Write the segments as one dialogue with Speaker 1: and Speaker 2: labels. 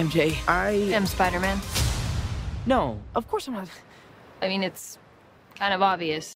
Speaker 1: MJ, I
Speaker 2: am Spider Man.
Speaker 1: No, of course I'm not.
Speaker 2: I mean, it's kind of obvious.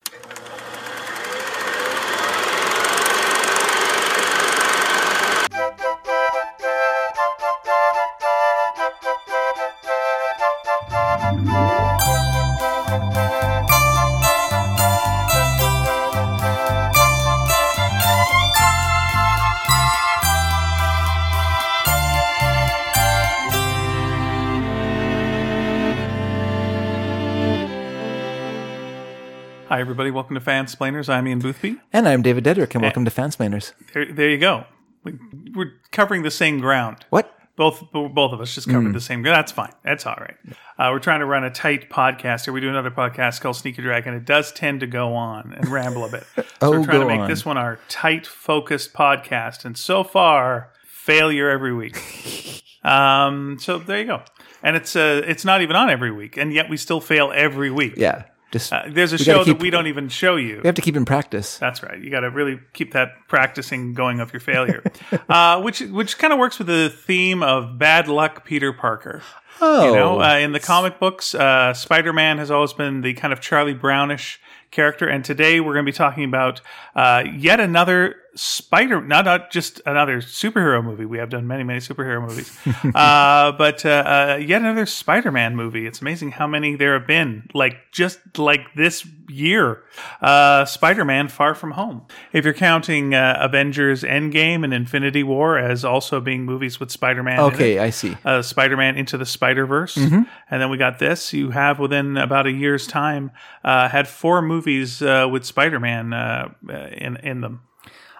Speaker 3: Hi, everybody. Welcome to Fansplainers. I'm Ian Boothby.
Speaker 4: And I'm David
Speaker 3: Eh.
Speaker 4: Dedrick, and welcome to Fansplainers.
Speaker 3: There, there you go. We- We're covering the same ground.
Speaker 4: What? Mm.
Speaker 3: Both both of us just covered the same ground. That's fine. That's all right. Uh, we're trying to run a tight podcast here. We do another podcast called Sneaky Dragon. It does tend to go on and ramble a bit. So
Speaker 4: Oh,
Speaker 3: we're trying to
Speaker 4: go
Speaker 3: make
Speaker 4: on.
Speaker 3: this one our tight, focused podcast. And so far, failure every week. um, so there you go. And it's uh, it's not even on every week, and yet we still fail every week.
Speaker 4: Yeah, just
Speaker 3: Uh, there's a
Speaker 4: We gotta
Speaker 3: show
Speaker 4: keep-
Speaker 3: that we don't even show you.
Speaker 4: we have to keep in practice.
Speaker 3: That's right. You got to really keep that practicing going of your failure, uh, which which kind of works with the theme of bad luck, Peter Parker.
Speaker 4: Oh,
Speaker 3: You know, uh, in the comic books, uh, Spider Man has always been the kind of Charlie Brownish character, and today we're going to be talking about uh, yet another Spider, not not just another superhero movie. We have done many many superhero movies, uh, but uh, uh, yet another Spider Man movie. It's amazing how many there have been, like just like this year, uh, Spider Man Far From Home. If you're counting uh, Avengers Endgame and Infinity War as also being movies with Spider Man,
Speaker 4: okay, I see.
Speaker 3: uh, Spider-Man into the Spider-Verse, and then we got this. You have within about a year's time uh, had four movies uh, with Spider-Man uh, uh, in in them.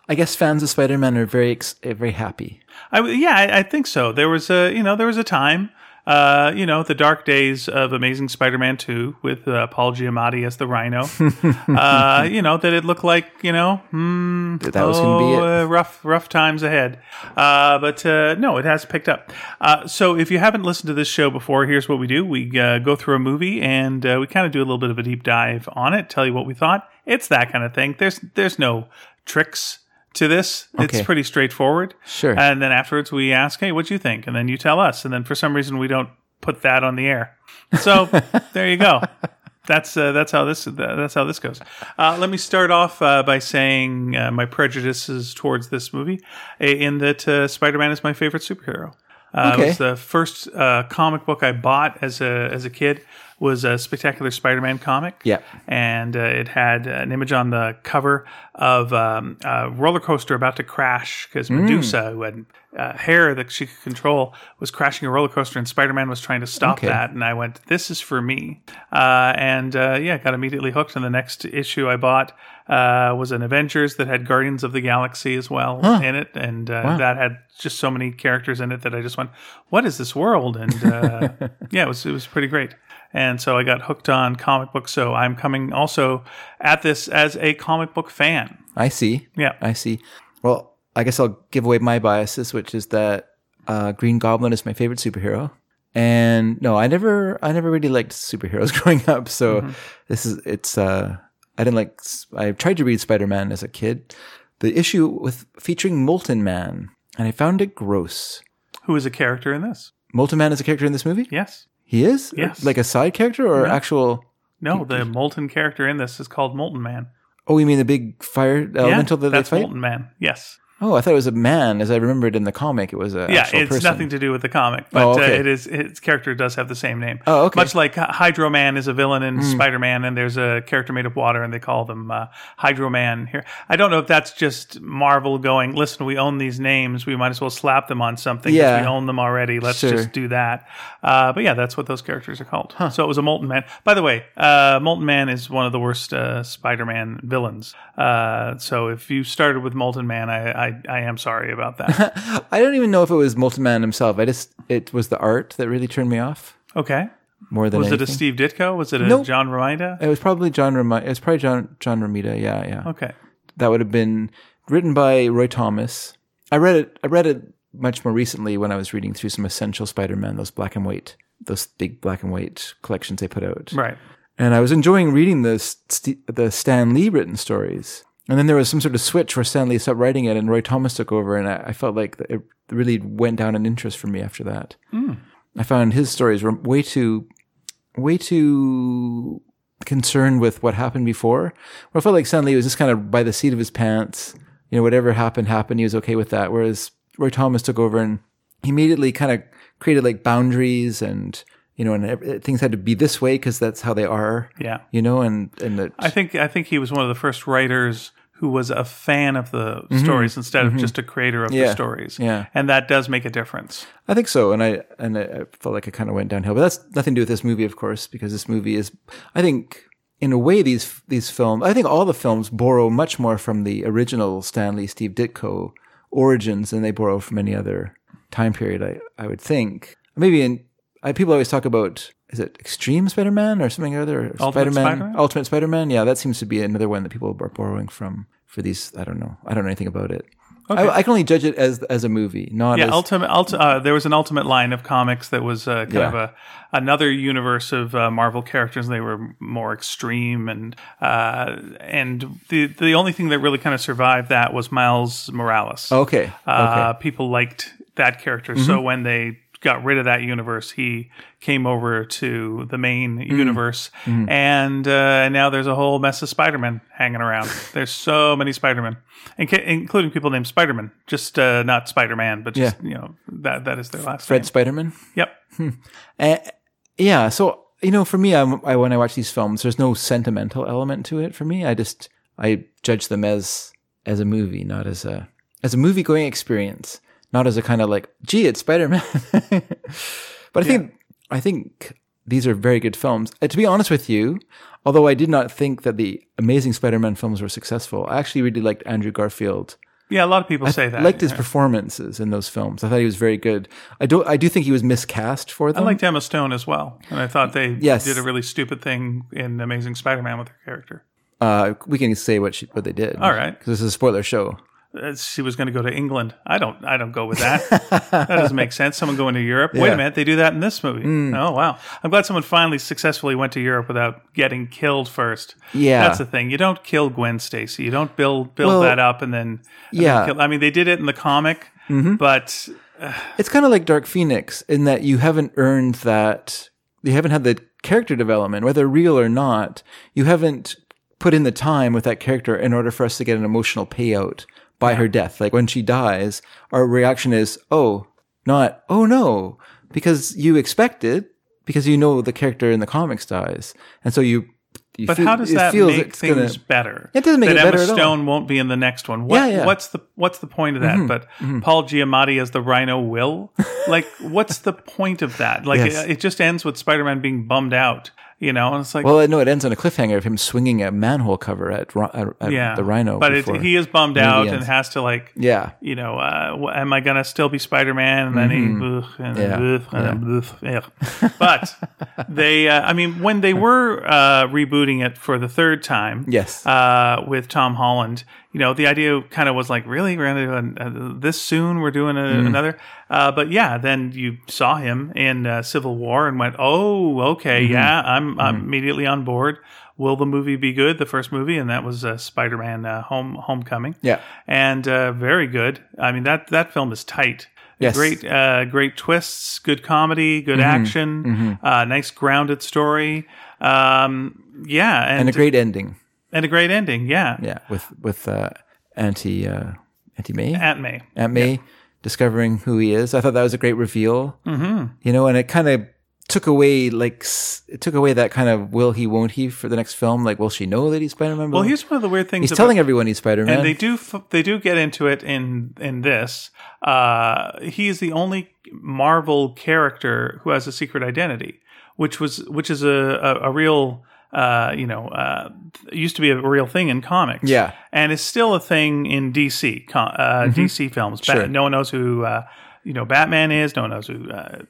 Speaker 4: I guess fans of Spider-Man are very, ex- uh, very happy.
Speaker 3: I w yeah, I, I think so. There was a you know there was a time. Uh, you know the dark days of Amazing Spider-Man Two with uh, Paul Giamatti as the Rhino. uh, you know that it looked like you know hmm,
Speaker 4: That that was gonna be it.
Speaker 3: uh, rough rough times ahead. Uh, but uh, no, it has picked up. Uh, so if you haven't listened to this show before, here's what we do: we uh, go through a movie and uh, we kind of do a little bit of a deep dive on it, tell you what we thought. It's that kind of thing. There's there's no tricks to this. It's
Speaker 4: Okay.
Speaker 3: pretty straightforward.
Speaker 4: Sure.
Speaker 3: And then afterwards, we ask, "Hey, what do you think?" And then you tell us. And then for some reason, we don't put that on the air. So there you go. That's uh, that's how this that's how this goes. Uh, let me start off uh, by saying uh, my prejudices towards this movie, i- in that uh, Spider-Man is my favorite superhero. Uh, It
Speaker 4: Okay.
Speaker 3: was the first uh, comic book I bought as a as a kid was a Spectacular Spider-Man comic.
Speaker 4: Yeah.
Speaker 3: and uh, it had an image on the cover of um, a roller coaster about to crash because Medusa, who had uh, hair that she could control, was crashing a roller coaster, and Spider-Man was trying to stop
Speaker 4: Okay.
Speaker 3: that. And I went, "This is for me," uh, and uh, yeah, got immediately hooked. And the next issue I bought uh, was an Avengers that had Guardians of the Galaxy as well in it, and uh, that had just so many characters in it that I just went, "What is this world?" And uh, yeah, it was it was pretty great. And so I got hooked on comic books. So I'm coming also at this as a comic book fan.
Speaker 4: I see.
Speaker 3: Yeah.
Speaker 4: I see. Well, I guess I'll give away my biases, which is that uh, Green Goblin is my favorite superhero. And no, I never, I never really liked superheroes growing up. So this is, it's, uh, I didn't like. s- I tried to read Spider Man as a kid. The issue with featuring Molten Man, and I found it gross.
Speaker 3: Who is a character in this?
Speaker 4: Molten Man is a character in this movie.
Speaker 3: Yes.
Speaker 4: He is?
Speaker 3: Yes.
Speaker 4: Like a side character or actual
Speaker 3: No, the molten character in this is called Molten Man.
Speaker 4: Oh, you mean the big fire elemental
Speaker 3: yeah,
Speaker 4: that
Speaker 3: that's
Speaker 4: they fight?
Speaker 3: Molten Man. Yes.
Speaker 4: Oh, I thought it was a man as I remembered in the comic it was a
Speaker 3: yeah,
Speaker 4: actual
Speaker 3: it's
Speaker 4: person.
Speaker 3: nothing to do with the comic, but
Speaker 4: Oh, okay.
Speaker 3: uh, it is its character does have the same name.
Speaker 4: Oh, okay. Mm.
Speaker 3: Much like Hydro Man is a villain in Spider Man, and there's a character made of water, and they call them uh, Hydro Man here. I don't know if that's just Marvel going. Listen, we own these names. We might as well slap them on something. 'cause
Speaker 4: Yeah.
Speaker 3: we own them already. Let's
Speaker 4: Sure.
Speaker 3: just do that. Uh, but yeah, that's what those characters are called. So it was a Molten Man. By the way, uh, Molten Man is one of the worst uh, Spider Man villains. Uh, so if you started with Molten Man, I I, I am sorry about that.
Speaker 4: I don't even know if it was Molten Man himself. I just it was the art that really turned me off
Speaker 3: okay.
Speaker 4: more than
Speaker 3: Was it a
Speaker 4: anything.
Speaker 3: Steve Ditko? Was it a
Speaker 4: Nope. Uh,
Speaker 3: John Romita?
Speaker 4: It was probably John Ramita. It was probably John John Romita. Yeah, yeah.
Speaker 3: Okay.
Speaker 4: That would have been written by Roy Thomas. I read it. I read it much more recently when I was reading through some essential Spider-Man, those black and white, those big black and white collections they put out.
Speaker 3: Right.
Speaker 4: and I was enjoying reading the St- the Stan Lee written stories. And then there was some sort of switch where Stan Lee stopped writing it, and Roy Thomas took over, and I, I felt like it really went down in interest for me after that. I found his stories were way too, way too concerned with what happened before. Where I felt like suddenly it was just kind of by the seat of his pants. You know, whatever happened happened. He was okay with that. Whereas Roy Thomas took over and he immediately kind of created like boundaries and you know, and ev- things had to be this way because that's how they are.
Speaker 3: Yeah.
Speaker 4: You know, and and that
Speaker 3: I think I think he was one of the first writers who was a fan of the stories instead of just a creator of
Speaker 4: Mm-hmm. Yeah.
Speaker 3: the stories.
Speaker 4: Yeah.
Speaker 3: And that does make a difference.
Speaker 4: I think so, and I and I I felt like I kind of went downhill, but that's nothing to do with this movie, of course, because this movie is, I think, in a way, these these films, I think all the films borrow much more from the original Stanley Steve Ditko origins than they borrow from any other time period. I I would think maybe in I, people always talk about is it Extreme Spider Man or something or other or
Speaker 3: Ultimate Spider-Man?
Speaker 4: Ultimate Spider Man. Yeah, that seems to be another one that people are borrowing from for these. I don't know. I don't know anything about it. I, I can only judge it as as a movie, not
Speaker 3: Yeah,
Speaker 4: as
Speaker 3: ultimate. Ulti- uh, there was an ultimate line of comics that was uh, kind
Speaker 4: Yeah.
Speaker 3: of a another universe of uh, Marvel characters. and They were more extreme, and uh, and the the only thing that really kind of survived that was Miles Morales.
Speaker 4: okay. Mm-hmm.
Speaker 3: Uh, People liked that character, so when they got rid of that universe, he came over to the main
Speaker 4: Mm.
Speaker 3: universe, and uh, now there's a whole mess of Spider-Man hanging around. there's so many Spider-Man, Inca- including people named Spider-Man, just uh, not Spider-Man, but just you know that that is their last
Speaker 4: Fred
Speaker 3: name.
Speaker 4: Spiderman.
Speaker 3: Yep.
Speaker 4: Uh, yeah, so you know, for me, I'm, I when I watch these films, there's no sentimental element to it. For me, I just I judge them as as a movie, not as a as a movie going experience, not as a kind of like, gee, it's Spider Man. but I think I think these are very good films. Uh, to be honest with you, although I did not think that the Amazing Spider Man films were successful, I actually really liked Andrew Garfield.
Speaker 3: Yeah, a lot of people say that.
Speaker 4: I liked his performances in those films. I thought he was very good. I do I do think he was miscast for
Speaker 3: I
Speaker 4: them.
Speaker 3: liked Emma Stone as well, and I thought they
Speaker 4: Yes.
Speaker 3: did a really stupid thing in Amazing Spider-Man with her character.
Speaker 4: Uh, we can say what she, what they did.
Speaker 3: All right.
Speaker 4: because this is a spoiler show.
Speaker 3: Uh, she was going to go to England. I don't. I don't go with that. that doesn't make sense. Someone going to Europe. Wait
Speaker 4: Yeah. Mm.
Speaker 3: a minute. They do that in this movie. Oh wow! I'm glad someone finally successfully went to Europe without getting killed first.
Speaker 4: Yeah.
Speaker 3: that's the thing. You don't kill Gwen Stacy. You don't build build
Speaker 4: Well,
Speaker 3: that up and then and then
Speaker 4: yeah. Mm-hmm.
Speaker 3: kill- I mean, they did it in the comic, but
Speaker 4: It's kind of like Dark Phoenix in that you haven't earned that. You haven't had the character development, whether real or not. You haven't put in the time with that character in order for us to get an emotional payout by her death. Like when she dies, our reaction is oh, not oh no, because you expect it because you know the character in the comics dies, and so you. you
Speaker 3: but
Speaker 4: feel-
Speaker 3: how does
Speaker 4: it
Speaker 3: that
Speaker 4: feels
Speaker 3: make
Speaker 4: it's gonna-
Speaker 3: things better?
Speaker 4: It doesn't make
Speaker 3: that
Speaker 4: it
Speaker 3: Emma
Speaker 4: better at all.
Speaker 3: Stone won't be in the next one. What,
Speaker 4: Yeah, Mm-hmm, yeah.
Speaker 3: What's the What's the point of that? But Paul Giamatti as the Rhino will. Like, what's the point of that? Like,
Speaker 4: Yes.
Speaker 3: it, it just ends with Spider Man being bummed out. You know, and it's like.
Speaker 4: Well, no, it ends on a cliffhanger of him swinging a manhole cover at, Ro- at, at
Speaker 3: yeah,
Speaker 4: the rhino.
Speaker 3: But it,
Speaker 4: before-
Speaker 3: he is bummed
Speaker 4: movie
Speaker 3: out and
Speaker 4: ends.
Speaker 3: has to like,
Speaker 4: yeah,
Speaker 3: you know, uh, wh- am I gonna still be Spider Man? And then he, ugh, and
Speaker 4: Mm-hmm. Yeah.
Speaker 3: ugh, and ugh, ugh. but they, uh, I mean, when they were uh, rebooting it for the third time,
Speaker 4: yes,
Speaker 3: uh, with Tom Holland. You know, the idea kind of was like, really, we're gonna do an, uh, this soon. We're doing a,
Speaker 4: Mm.
Speaker 3: another, uh, but yeah. Then you saw him in uh, Civil War and went, oh, okay,
Speaker 4: Mm-hmm.
Speaker 3: yeah, I'm, I'm immediately on board. Will the movie be good? The first movie, and that was uh, Spider-Man: uh, Home Homecoming.
Speaker 4: Yeah.
Speaker 3: and uh, very good. I mean that that film is tight.
Speaker 4: Yes. Mm-hmm.
Speaker 3: Great, uh, great twists, good comedy, good action, Uh, nice grounded story. Um, yeah,
Speaker 4: and a great ending.
Speaker 3: and a great ending. Yeah,
Speaker 4: Yeah, with with uh, Auntie uh, Auntie May, Aunt,
Speaker 3: at May.
Speaker 4: May discovering who he is. I thought that was a great reveal. Mm-hmm. You know, and it kind of took away like s- it took away that kind of will he won't he for the next film. Like, will she know that he's Spider Man?
Speaker 3: Well, here's one of the weird things.
Speaker 4: he's telling
Speaker 3: about,
Speaker 4: everyone he's Spider Man.
Speaker 3: and they do f- they do get into it in in this. Uh, he is the only Marvel character who has a secret identity, which was which is a a, a real. Uh, you know, uh, th- used to be a real thing in comics.
Speaker 4: Yeah. Mm-hmm.
Speaker 3: and it's still a thing in DC co- uh, DC films. Bat-
Speaker 4: Sure.
Speaker 3: no one knows who uh, you know Batman is. No one knows who uh,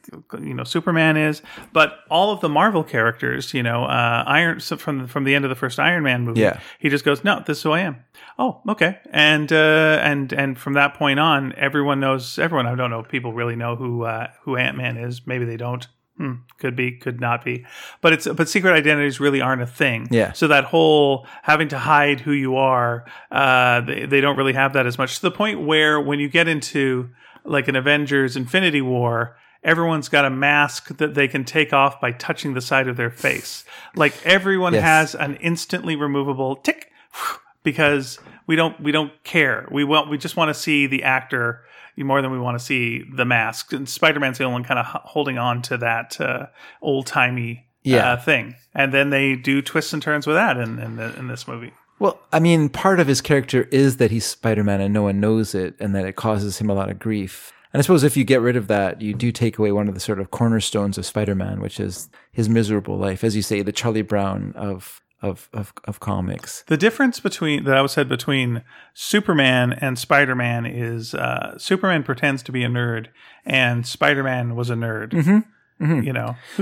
Speaker 3: you know Superman is. But all of the Marvel characters, you know, uh, Iron so from from the end of the first Iron Man movie,
Speaker 4: Yeah.
Speaker 3: he just goes, "No, this is who I am." Oh, okay. And uh, and and from that point on, everyone knows everyone. I don't know if people really know who uh, who Ant Man is. Maybe they don't. Hmm, could be, could not be, but it's but secret identities really aren't a thing.
Speaker 4: Yeah.
Speaker 3: So that whole having to hide who you are, uh, they, they don't really have that as much to the point where when you get into like an Avengers Infinity War everyone's got a mask that they can take off by touching the side of their face. Like everyone
Speaker 4: Yes.
Speaker 3: has an instantly removable tick because we don't we don't care. We want we just want to see the actor more than we want to see the mask. And Spider-Man's the only one kind of holding on to that uh, old-timey
Speaker 4: Yeah.
Speaker 3: uh, thing. And then they do twists and turns with that in in, the, in this movie.
Speaker 4: Well, I mean, part of his character is that he's Spider Man and no one knows it, and that it causes him a lot of grief. And I suppose if you get rid of that, you do take away one of the sort of cornerstones of Spider Man, which is his miserable life, as you say, the Charlie Brown of of of, of comics.
Speaker 3: The difference between that I was said between Superman and Spider Man is uh, Superman pretends to be a nerd, and Spider Man was a nerd. You know, who,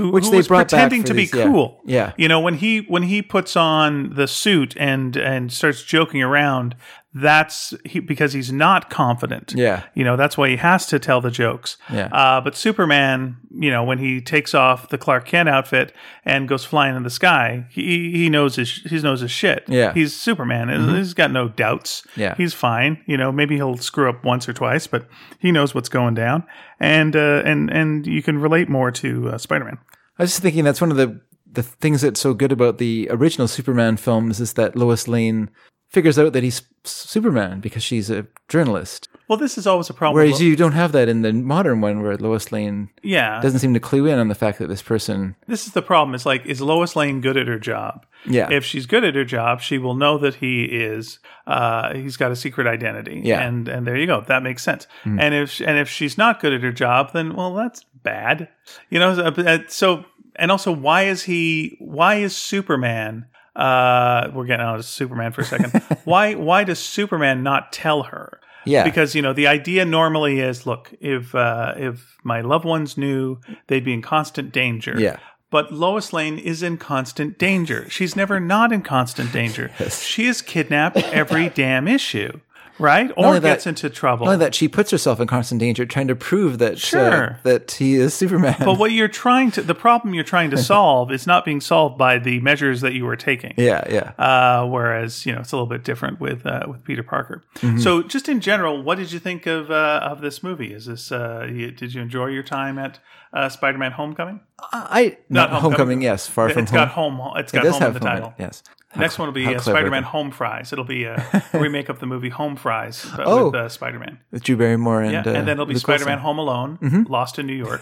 Speaker 4: Mm-hmm. Which
Speaker 3: who
Speaker 4: they
Speaker 3: was
Speaker 4: brought back
Speaker 3: pretending
Speaker 4: for
Speaker 3: to
Speaker 4: these,
Speaker 3: be
Speaker 4: yeah.
Speaker 3: cool.
Speaker 4: Yeah.
Speaker 3: you know when he when he puts on the suit and and starts joking around, that's he, because he's not confident.
Speaker 4: Yeah.
Speaker 3: you know that's why he has to tell the jokes.
Speaker 4: Yeah.
Speaker 3: Uh, but Superman, you know, when he takes off the Clark Kent outfit and goes flying in the sky, he he knows his he knows his shit.
Speaker 4: Yeah. Mm-hmm.
Speaker 3: he's Superman. He's got no doubts.
Speaker 4: Yeah.
Speaker 3: he's fine. You know, maybe he'll screw up once or twice, but he knows what's going down. And uh, and and you can relate more to uh, Spider Man.
Speaker 4: I was just thinking that's one of the the things that's so good about the original Superman films is that Lois Lane figures out that he's Superman because she's a journalist.
Speaker 3: Well, this is always a problem.
Speaker 4: Whereas you don't have that in the modern one where Lois Lane
Speaker 3: yeah,
Speaker 4: doesn't seem to clue in on the fact that this person
Speaker 3: this is the problem. It's like, is Lois Lane good at her job?
Speaker 4: Yeah.
Speaker 3: If she's good at her job, she will know that he is. Uh, he's got a secret identity.
Speaker 4: Yeah. Hmm.
Speaker 3: And and there you go. That makes sense. And if and if she's not good at her job, then well, that's bad. You know. so- uh, So and also, why is he? Why is Superman? Uh, we're getting out of Superman for a second. why why does Superman not tell her?
Speaker 4: Yeah.
Speaker 3: Because you know the idea normally is, look, if uh, if my loved ones knew, they'd be in constant danger.
Speaker 4: Yeah.
Speaker 3: But Lois Lane is in constant danger. She's never not in constant danger. She is kidnapped every damn issue, right? Or
Speaker 4: only that-
Speaker 3: gets into trouble.
Speaker 4: Not only Oh, that, she puts herself in constant danger trying to prove that uh,
Speaker 3: Sure.
Speaker 4: that he is Superman.
Speaker 3: but what you're trying to, the problem you're trying to solve is not being solved by the measures that you were taking.
Speaker 4: yeah, yeah.
Speaker 3: Uh, whereas you know it's a little bit different with uh, with Peter Parker.
Speaker 4: Mm-hmm.
Speaker 3: So just in general, what did you think of uh, of this movie? Is this uh, you, did you enjoy your time at uh, Spider Man Homecoming?
Speaker 4: I not, homecoming,
Speaker 3: Homecoming.
Speaker 4: Yes, far from
Speaker 3: It's
Speaker 4: home.
Speaker 3: got home. It's got
Speaker 4: it does
Speaker 3: home in
Speaker 4: have
Speaker 3: the
Speaker 4: home
Speaker 3: title.
Speaker 4: it, yes.
Speaker 3: Next one will be
Speaker 4: how
Speaker 3: uh,
Speaker 4: clever
Speaker 3: Spider Man
Speaker 4: they-
Speaker 3: Home Fries. It'll be a remake of the movie Home Fries but
Speaker 4: Oh.
Speaker 3: with uh, Spider Man.
Speaker 4: With Drew Barrymore and
Speaker 3: Yeah,
Speaker 4: uh, Mm-hmm.
Speaker 3: and then it'll be
Speaker 4: Luke
Speaker 3: Spider Man
Speaker 4: Wilson.
Speaker 3: Home Alone, Lost in New York,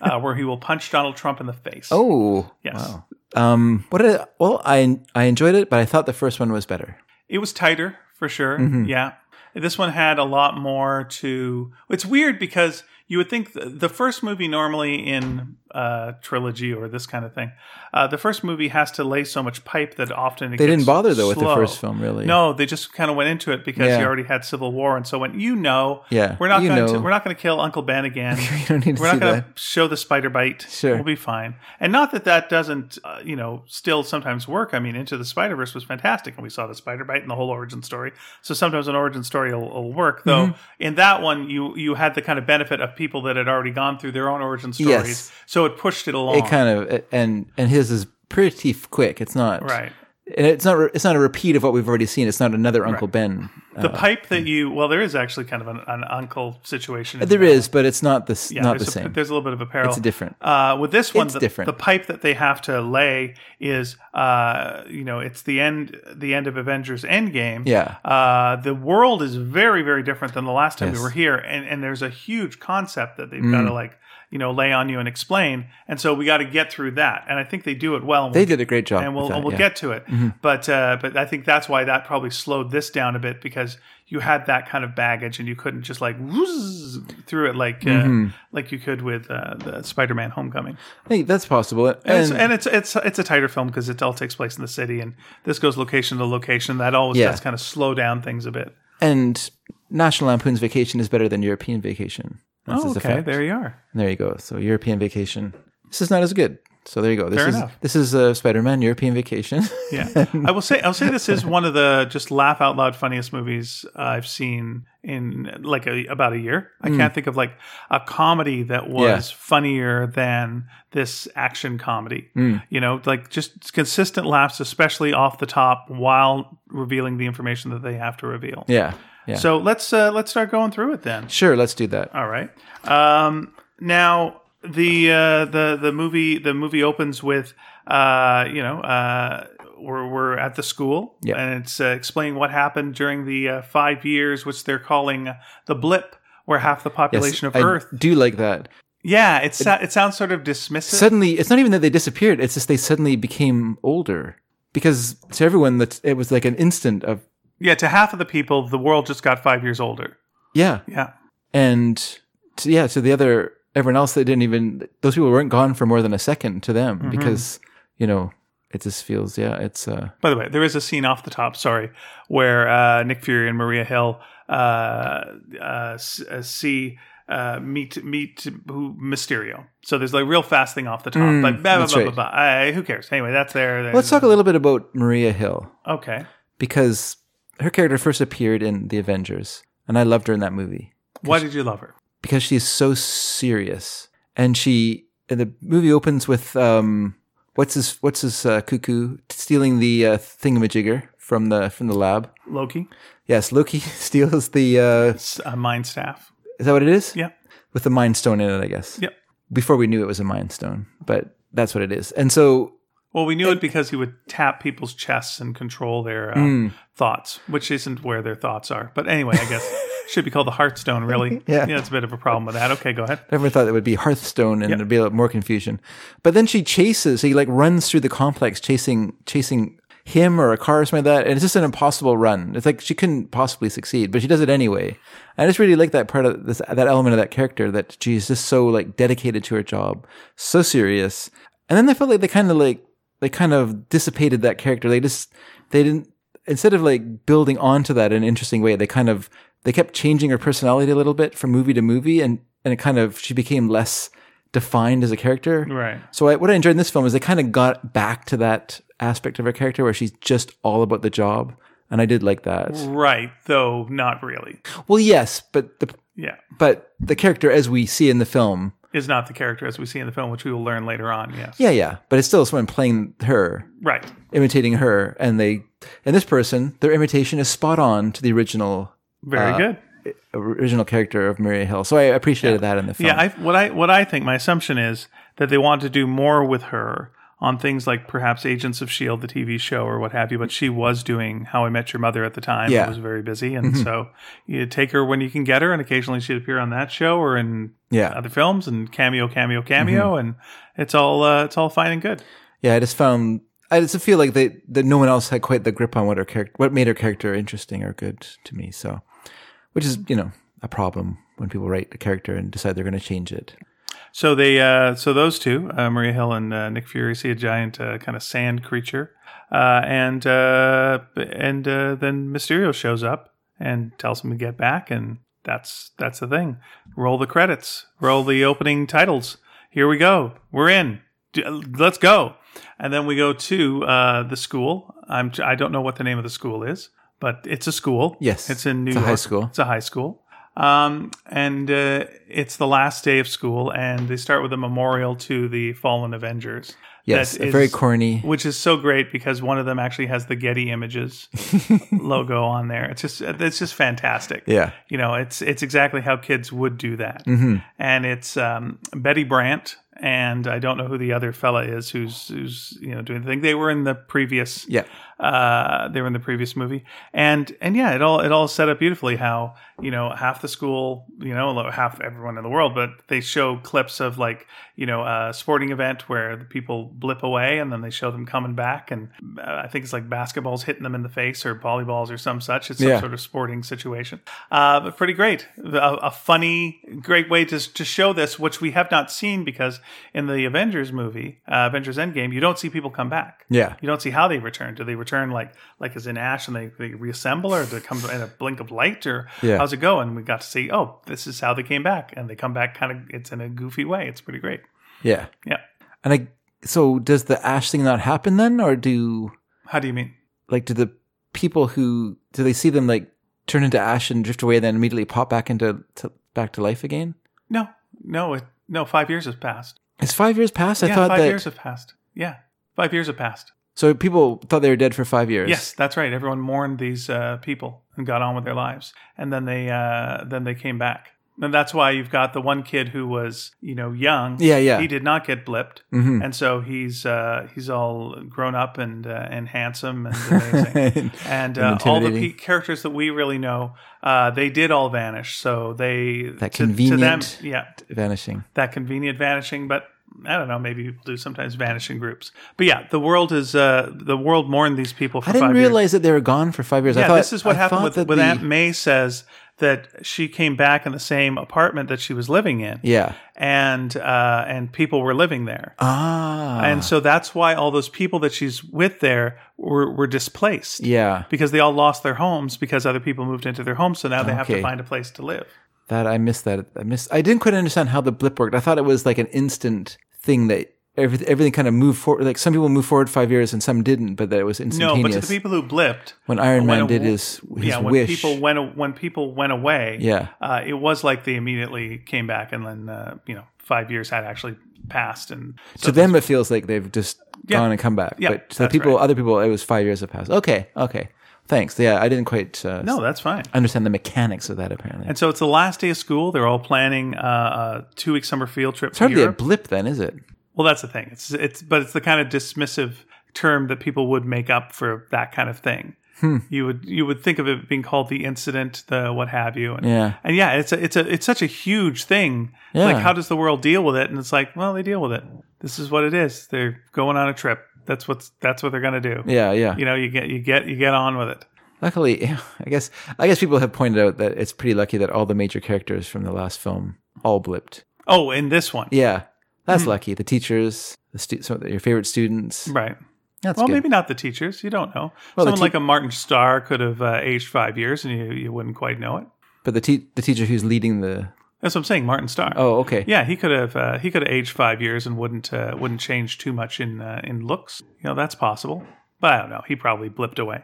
Speaker 3: uh, where he will punch Donald Trump in the face.
Speaker 4: Oh,
Speaker 3: Yes.
Speaker 4: Wow. Um, what? Did, well, I I enjoyed it, but I thought the first one was better.
Speaker 3: It was tighter for sure.
Speaker 4: Mm-hmm.
Speaker 3: Yeah. This one had a lot more to. It's weird because you would think th- the first movie normally in uh, trilogy or this kind of thing, uh, the first movie has to lay so much pipe that often it
Speaker 4: They
Speaker 3: gets
Speaker 4: didn't bother though with the
Speaker 3: slow.
Speaker 4: first film, really.
Speaker 3: No, they just kind of went into it because
Speaker 4: Yeah.
Speaker 3: you already had Civil War, and so when you know,
Speaker 4: Yeah,
Speaker 3: we're not
Speaker 4: you
Speaker 3: going to
Speaker 4: know.
Speaker 3: we're not going to kill Uncle Ben again.
Speaker 4: you don't need to
Speaker 3: we're
Speaker 4: see
Speaker 3: not going
Speaker 4: that.
Speaker 3: to show the spider bite.
Speaker 4: Sure.
Speaker 3: we'll be fine. And not that that doesn't, uh, you know, still sometimes work. I mean, Into the Spider Verse was fantastic, and we saw the spider bite and the whole origin story. So sometimes an origin story will, will work, though.
Speaker 4: Mm-hmm.
Speaker 3: In that one, you you had the kind of benefit of people that had already gone through their own origin stories,
Speaker 4: Yes.
Speaker 3: so it pushed it along.
Speaker 4: It kind of and and his is pretty f- quick. It's not
Speaker 3: right.
Speaker 4: And it's not re- it's not a repeat of what we've already seen. It's not another Uncle Ben. Uh,
Speaker 3: The pipe that you well, there is actually kind of an, an uncle situation. in
Speaker 4: Uh, there
Speaker 3: that.
Speaker 4: is, but it's not the s not the
Speaker 3: there's a,
Speaker 4: same.
Speaker 3: There's a little bit of a parallel.
Speaker 4: It's different.
Speaker 3: Uh, with this one,
Speaker 4: It's
Speaker 3: the,
Speaker 4: different.
Speaker 3: the pipe that they have to lay is, uh, you know, it's the end, the end of Avengers Endgame.
Speaker 4: Yeah.
Speaker 3: Uh, the world is very, very different than the last time we
Speaker 4: Yes. Mm.
Speaker 3: were here, and and there's a huge concept that they've got to like, you know, lay on you and explain, and so we got to get through that, and I think they do it well. and
Speaker 4: They
Speaker 3: we'll-
Speaker 4: did a great job.
Speaker 3: and
Speaker 4: with
Speaker 3: we'll
Speaker 4: that,
Speaker 3: and we'll
Speaker 4: yeah. Mm-hmm.
Speaker 3: get to it. But uh, but I think that's why that probably slowed this down a bit because you had that kind of baggage and you couldn't just like whoosh through it like uh,
Speaker 4: Mm-hmm.
Speaker 3: like you could with uh, the Spider-Man Homecoming.
Speaker 4: I think that's possible. And,
Speaker 3: And, it's, and it's it's it's a tighter film because it all takes place in the city and this goes location to location. That always
Speaker 4: Yeah.
Speaker 3: does kind of slow down things a bit.
Speaker 4: and National Lampoon's Vacation is better than European Vacation. This
Speaker 3: oh,
Speaker 4: is a
Speaker 3: okay,
Speaker 4: fact.
Speaker 3: there you are.
Speaker 4: There you go. So European Vacation. This is not as good. So there you go. This
Speaker 3: Fair
Speaker 4: is
Speaker 3: enough.
Speaker 4: this is uh, Spider-Man European Vacation.
Speaker 3: Yeah, I will say I'll say this is one of the just laugh out loud funniest movies I've seen in like a, about a year. I can't think of like a comedy that was funnier than this action comedy. You know, like just consistent laughs, especially off the top, while revealing the information that they have to reveal.
Speaker 4: yeah. Yeah.
Speaker 3: So let's uh, let's start going through it then.
Speaker 4: sure, let's do that.
Speaker 3: All right. Um, Now the uh, the the movie the movie opens with uh, you know uh, we're we're at the school
Speaker 4: Yeah.
Speaker 3: and it's uh, explaining what happened during the uh, five years which they're calling the blip where half the
Speaker 4: Yes,
Speaker 3: population of
Speaker 4: I
Speaker 3: Earth
Speaker 4: do like that.
Speaker 3: yeah it's it, it sounds sort of dismissive
Speaker 4: Suddenly, it's not even that they disappeared. It's just they suddenly became older because to everyone that it was like an instant of
Speaker 3: yeah to half of the people the world just got five years older
Speaker 4: yeah,
Speaker 3: yeah
Speaker 4: and to, yeah, to the other everyone else that didn't even those people weren't gone for more than a second to them because you know it just feels yeah it's uh
Speaker 3: By the way, there is a scene off the top, sorry, where uh, Nick Fury and Maria Hill uh, uh, s- uh, see uh, meet meet who Mysterio. So there's like real fast thing off the top,
Speaker 4: Mm,
Speaker 3: but blah, blah,
Speaker 4: that's
Speaker 3: blah,
Speaker 4: right.
Speaker 3: blah, blah. Uh, who cares? Anyway, that's there. there-
Speaker 4: let's talk a little bit about Maria Hill
Speaker 3: Okay,
Speaker 4: because her character first appeared in the Avengers and I loved her in that movie.
Speaker 3: why did you love her?
Speaker 4: because she's so serious and she and the movie opens with um what's his what's his uh, cuckoo stealing the uh, thingamajigger from the from the lab
Speaker 3: Loki,
Speaker 4: yes loki steals the uh
Speaker 3: S- uh, Mind Staff.
Speaker 4: is that what it is
Speaker 3: Yeah,
Speaker 4: with the mind stone in it i guess
Speaker 3: Yep.
Speaker 4: before we knew it was a mind stone but that's what it is and so
Speaker 3: Well, we knew it because he would tap people's chests and control their uh,
Speaker 4: Hmm.
Speaker 3: thoughts, which isn't where their thoughts are. But anyway, I guess should be called the Heartstone, really.
Speaker 4: Yeah.
Speaker 3: yeah, it's a bit of a problem with that. Okay, go ahead.
Speaker 4: I never thought that would be Hearthstone and there'd be a lot more confusion. But then she chases, he like runs through the complex chasing chasing him or a car or something like that, and it's just an impossible run. It's like she couldn't possibly succeed, but she does it anyway. I just really like that part of this that element of that character that she's just so like dedicated to her job, so serious. And then I felt like they kind of like they kind of dissipated that character. They just they didn't instead of like building onto that in an interesting way, they kind of they kept changing her personality a little bit from movie to movie, and and it kind of she became less defined as a character.
Speaker 3: Right.
Speaker 4: So I, what I enjoyed in this film is they kind of got back to that aspect of her character where she's just all about the job, and I did like that.
Speaker 3: Right, though not really.
Speaker 4: Well, yes, but the
Speaker 3: Yeah,
Speaker 4: but the character as we see in the film,
Speaker 3: is not the character as we see in the film, which we will learn later on. Yes,
Speaker 4: yeah, yeah, but it's still someone playing her.
Speaker 3: right.
Speaker 4: imitating her and they and this person their imitation is spot on to the original
Speaker 3: Very
Speaker 4: Uh,
Speaker 3: good.
Speaker 4: original character of Maria Hill. So I appreciated that in the film.
Speaker 3: Yeah, I, what I what I think my assumption is that they want to do more with her on things like perhaps Agents of Shield, E the TV show, or what have you. But she was doing How I Met Your Mother at the time.
Speaker 4: Yeah. Mm-hmm.
Speaker 3: it was very busy, and so you take her when you can get her, and occasionally she'd appear on that show or in
Speaker 4: yeah. Mm-hmm.
Speaker 3: other films and cameo, cameo, cameo, and it's all uh, it's all fine and good.
Speaker 4: Yeah, I just found I just feel like they that no one else had quite the grip on what her character what made her character interesting or good to me. So which is, you know, a problem when people write a character and decide they're going to change it.
Speaker 3: So they, uh, so those two, uh, Maria Hill and uh, Nick Fury, see a giant uh, kind of sand creature, uh, and uh, and uh, then Mysterio shows up and tells them to get back, and that's that's the thing. Roll the credits, roll the opening titles. Here we go. We're in. D- let's go. And then we go to uh, the school. I'm I don't know what the name of the school is, but it's a school.
Speaker 4: Yes.
Speaker 3: it's in New
Speaker 4: It's a
Speaker 3: York.
Speaker 4: high school.
Speaker 3: It's a high school. Um, and uh, it's the last day of school, and they start with a memorial to the fallen Avengers.
Speaker 4: Yes,
Speaker 3: That
Speaker 4: a very
Speaker 3: is-
Speaker 4: corny.
Speaker 3: Which is so great because one of them actually has the Getty Images logo on there. It's just it's just fantastic.
Speaker 4: Yeah. Mm. mm-hmm,
Speaker 3: you know, it's it's exactly how kids would do that. And it's um, Betty Brant and I don't know who the other fella is who's who's you know doing the thing. They were in the previous
Speaker 4: Yeah.
Speaker 3: uh, they were in the previous movie, and and yeah, it all it all set up beautifully. How you know half the school, you know, lo- half everyone in the world, but they show clips of like you know a sporting event where the people blip away, and then they show them coming back, and uh, I think it's like basketballs hitting them in the face or volleyballs or some such. It's some
Speaker 4: Yeah.
Speaker 3: sort of sporting situation, uh, but pretty great. A, a funny, great way to to show this, which we have not seen because in the Avengers movie, uh, Avengers Endgame, you don't see people come back.
Speaker 4: Yeah.
Speaker 3: You don't see how they return. Do they return like like as in ash and they, they reassemble, or do it come in a blink of light, or
Speaker 4: Yeah.
Speaker 3: how's it go? And we got to see, oh, this is how they came back, and they come back kind of it's in a goofy way. It's pretty great.
Speaker 4: Yeah.
Speaker 3: Yeah.
Speaker 4: And I so does the ash thing not happen then or do
Speaker 3: How do you mean?
Speaker 4: like do the people who do they see them like turn into ash and drift away and then immediately pop back into to, back to life again
Speaker 3: No, no, it, no. Five years has passed.
Speaker 4: has five years passed i
Speaker 3: yeah,
Speaker 4: thought
Speaker 3: five
Speaker 4: that
Speaker 3: years have passed. Yeah, five years have passed.
Speaker 4: so people thought they were dead for five years
Speaker 3: Yes, that's right. Everyone mourned these uh, people and got on with their lives, and then they uh, then they came back. And that's why you've got the one kid who was, you know, young.
Speaker 4: Yeah, yeah.
Speaker 3: He did not get blipped,
Speaker 4: Mhm.
Speaker 3: and so he's uh, he's all grown up and uh, and handsome and amazing. and uh,
Speaker 4: And
Speaker 3: all the pe-
Speaker 4: intimidating.
Speaker 3: characters that we really know, uh, they did all vanish. So they
Speaker 4: That
Speaker 3: to- to them-
Speaker 4: convenient-
Speaker 3: yeah,
Speaker 4: vanishing.
Speaker 3: that convenient vanishing. But I don't know, maybe people do sometimes vanish in groups. But yeah, the world is uh, the world mourned these people. For
Speaker 4: I didn't
Speaker 3: five years.
Speaker 4: realize that they were gone for five years. I
Speaker 3: Yeah,
Speaker 4: thought,
Speaker 3: this is what
Speaker 4: I
Speaker 3: happened
Speaker 4: thought
Speaker 3: with,
Speaker 4: that
Speaker 3: with
Speaker 4: the-
Speaker 3: Aunt May says that she came back in the same apartment that she was living in,
Speaker 4: Yeah.
Speaker 3: and uh, and people were living there,
Speaker 4: Ah.
Speaker 3: and so that's why all those people that she's with there were were displaced
Speaker 4: yeah,
Speaker 3: because they all lost their homes because other people moved into their homes, so now they have to
Speaker 4: Okay.
Speaker 3: find a place to live.
Speaker 4: that I missed that. I missed. I didn't quite understand how the blip worked. I thought it was like an instant thing that everything, everything kind of moved forward. Like some people moved forward five years and some didn't, but that it was instantaneous.
Speaker 3: No, but to the people who blipped,
Speaker 4: when Iron
Speaker 3: when
Speaker 4: Man
Speaker 3: a
Speaker 4: did
Speaker 3: w-
Speaker 4: his his
Speaker 3: yeah, when
Speaker 4: wish.
Speaker 3: people went when people went away,
Speaker 4: Yeah.
Speaker 3: uh, it was like they immediately came back, and then uh, you know five years had actually passed, and
Speaker 4: to them, it feels like they've just
Speaker 3: Yeah.
Speaker 4: gone and come back.
Speaker 3: Yeah,
Speaker 4: but to the
Speaker 3: that's
Speaker 4: people,
Speaker 3: right.
Speaker 4: other people, it was five years have passed. Okay, okay, thanks. Yeah, I didn't quite uh,
Speaker 3: no, that's fine.
Speaker 4: understand the mechanics of that. Apparently,
Speaker 3: And so it's the last day of school. They're all planning uh, a two week summer field trip
Speaker 4: it's
Speaker 3: to
Speaker 4: hardly a
Speaker 3: Europe.
Speaker 4: blip, then, is it?
Speaker 3: well, that's the thing. It's it's but it's the kind of dismissive term that people would make up for that kind of thing.
Speaker 4: Hmm.
Speaker 3: You would you would think of it being called the incident, the what have you, and
Speaker 4: Yeah.
Speaker 3: and yeah, it's a, it's a it's such a huge thing.
Speaker 4: Yeah.
Speaker 3: Like, how does the world deal with it? And it's like, well, they deal with it. This is what it is. They're going on a trip. That's what's that's what they're gonna do.
Speaker 4: Yeah, yeah.
Speaker 3: You know, you get you get you get on with it.
Speaker 4: Luckily, I guess I guess people have pointed out that it's pretty lucky that all the major characters from the last film all blipped.
Speaker 3: Oh, in this one,
Speaker 4: Yeah, that's
Speaker 3: Hmm.
Speaker 4: lucky. The teachers, the stu- some of your favorite students.
Speaker 3: right.
Speaker 4: That's
Speaker 3: well,
Speaker 4: good.
Speaker 3: maybe not the teachers. You don't know.
Speaker 4: Well, the
Speaker 3: Someone
Speaker 4: te-
Speaker 3: like a Martin Starr could have uh, aged five years, and you, you wouldn't quite know it.
Speaker 4: But the te- the teacher who's leading the
Speaker 3: That's what I'm saying, Martin Starr.
Speaker 4: oh okay
Speaker 3: yeah, he could have uh, he could have aged five years and wouldn't uh, wouldn't change too much in uh, in looks. You know, that's possible. But I don't know. He probably blipped away.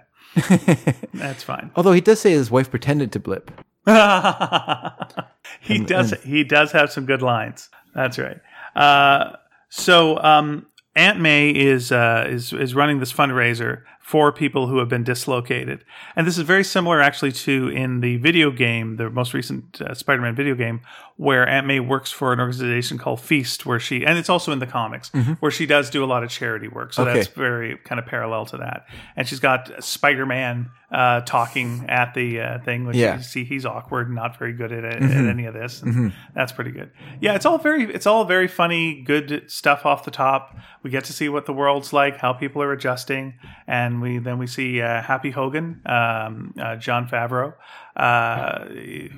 Speaker 3: That's fine.
Speaker 4: Although he does say his wife pretended to blip.
Speaker 3: he does he does have some good lines. That's right. Uh, so um, Aunt May is uh, is is running this fundraiser for people who have been dislocated, and this is very similar actually to in the video game, the most recent uh, Spider-Man video game, where Aunt May works for an organization called Feast, where she and it's also in the comics where she does do a lot of charity work. So
Speaker 4: Okay.
Speaker 3: that's very kind of parallel to that, and she's got Spider-Man uh, talking at the uh, thing, which
Speaker 4: Yeah.
Speaker 3: is see he's awkward and not very good at, at any of this and that's pretty good yeah it's all very it's all very funny good stuff off the top we get to see what the world's like how people are adjusting and we then we see uh, happy hogan um, uh, john favreau uh,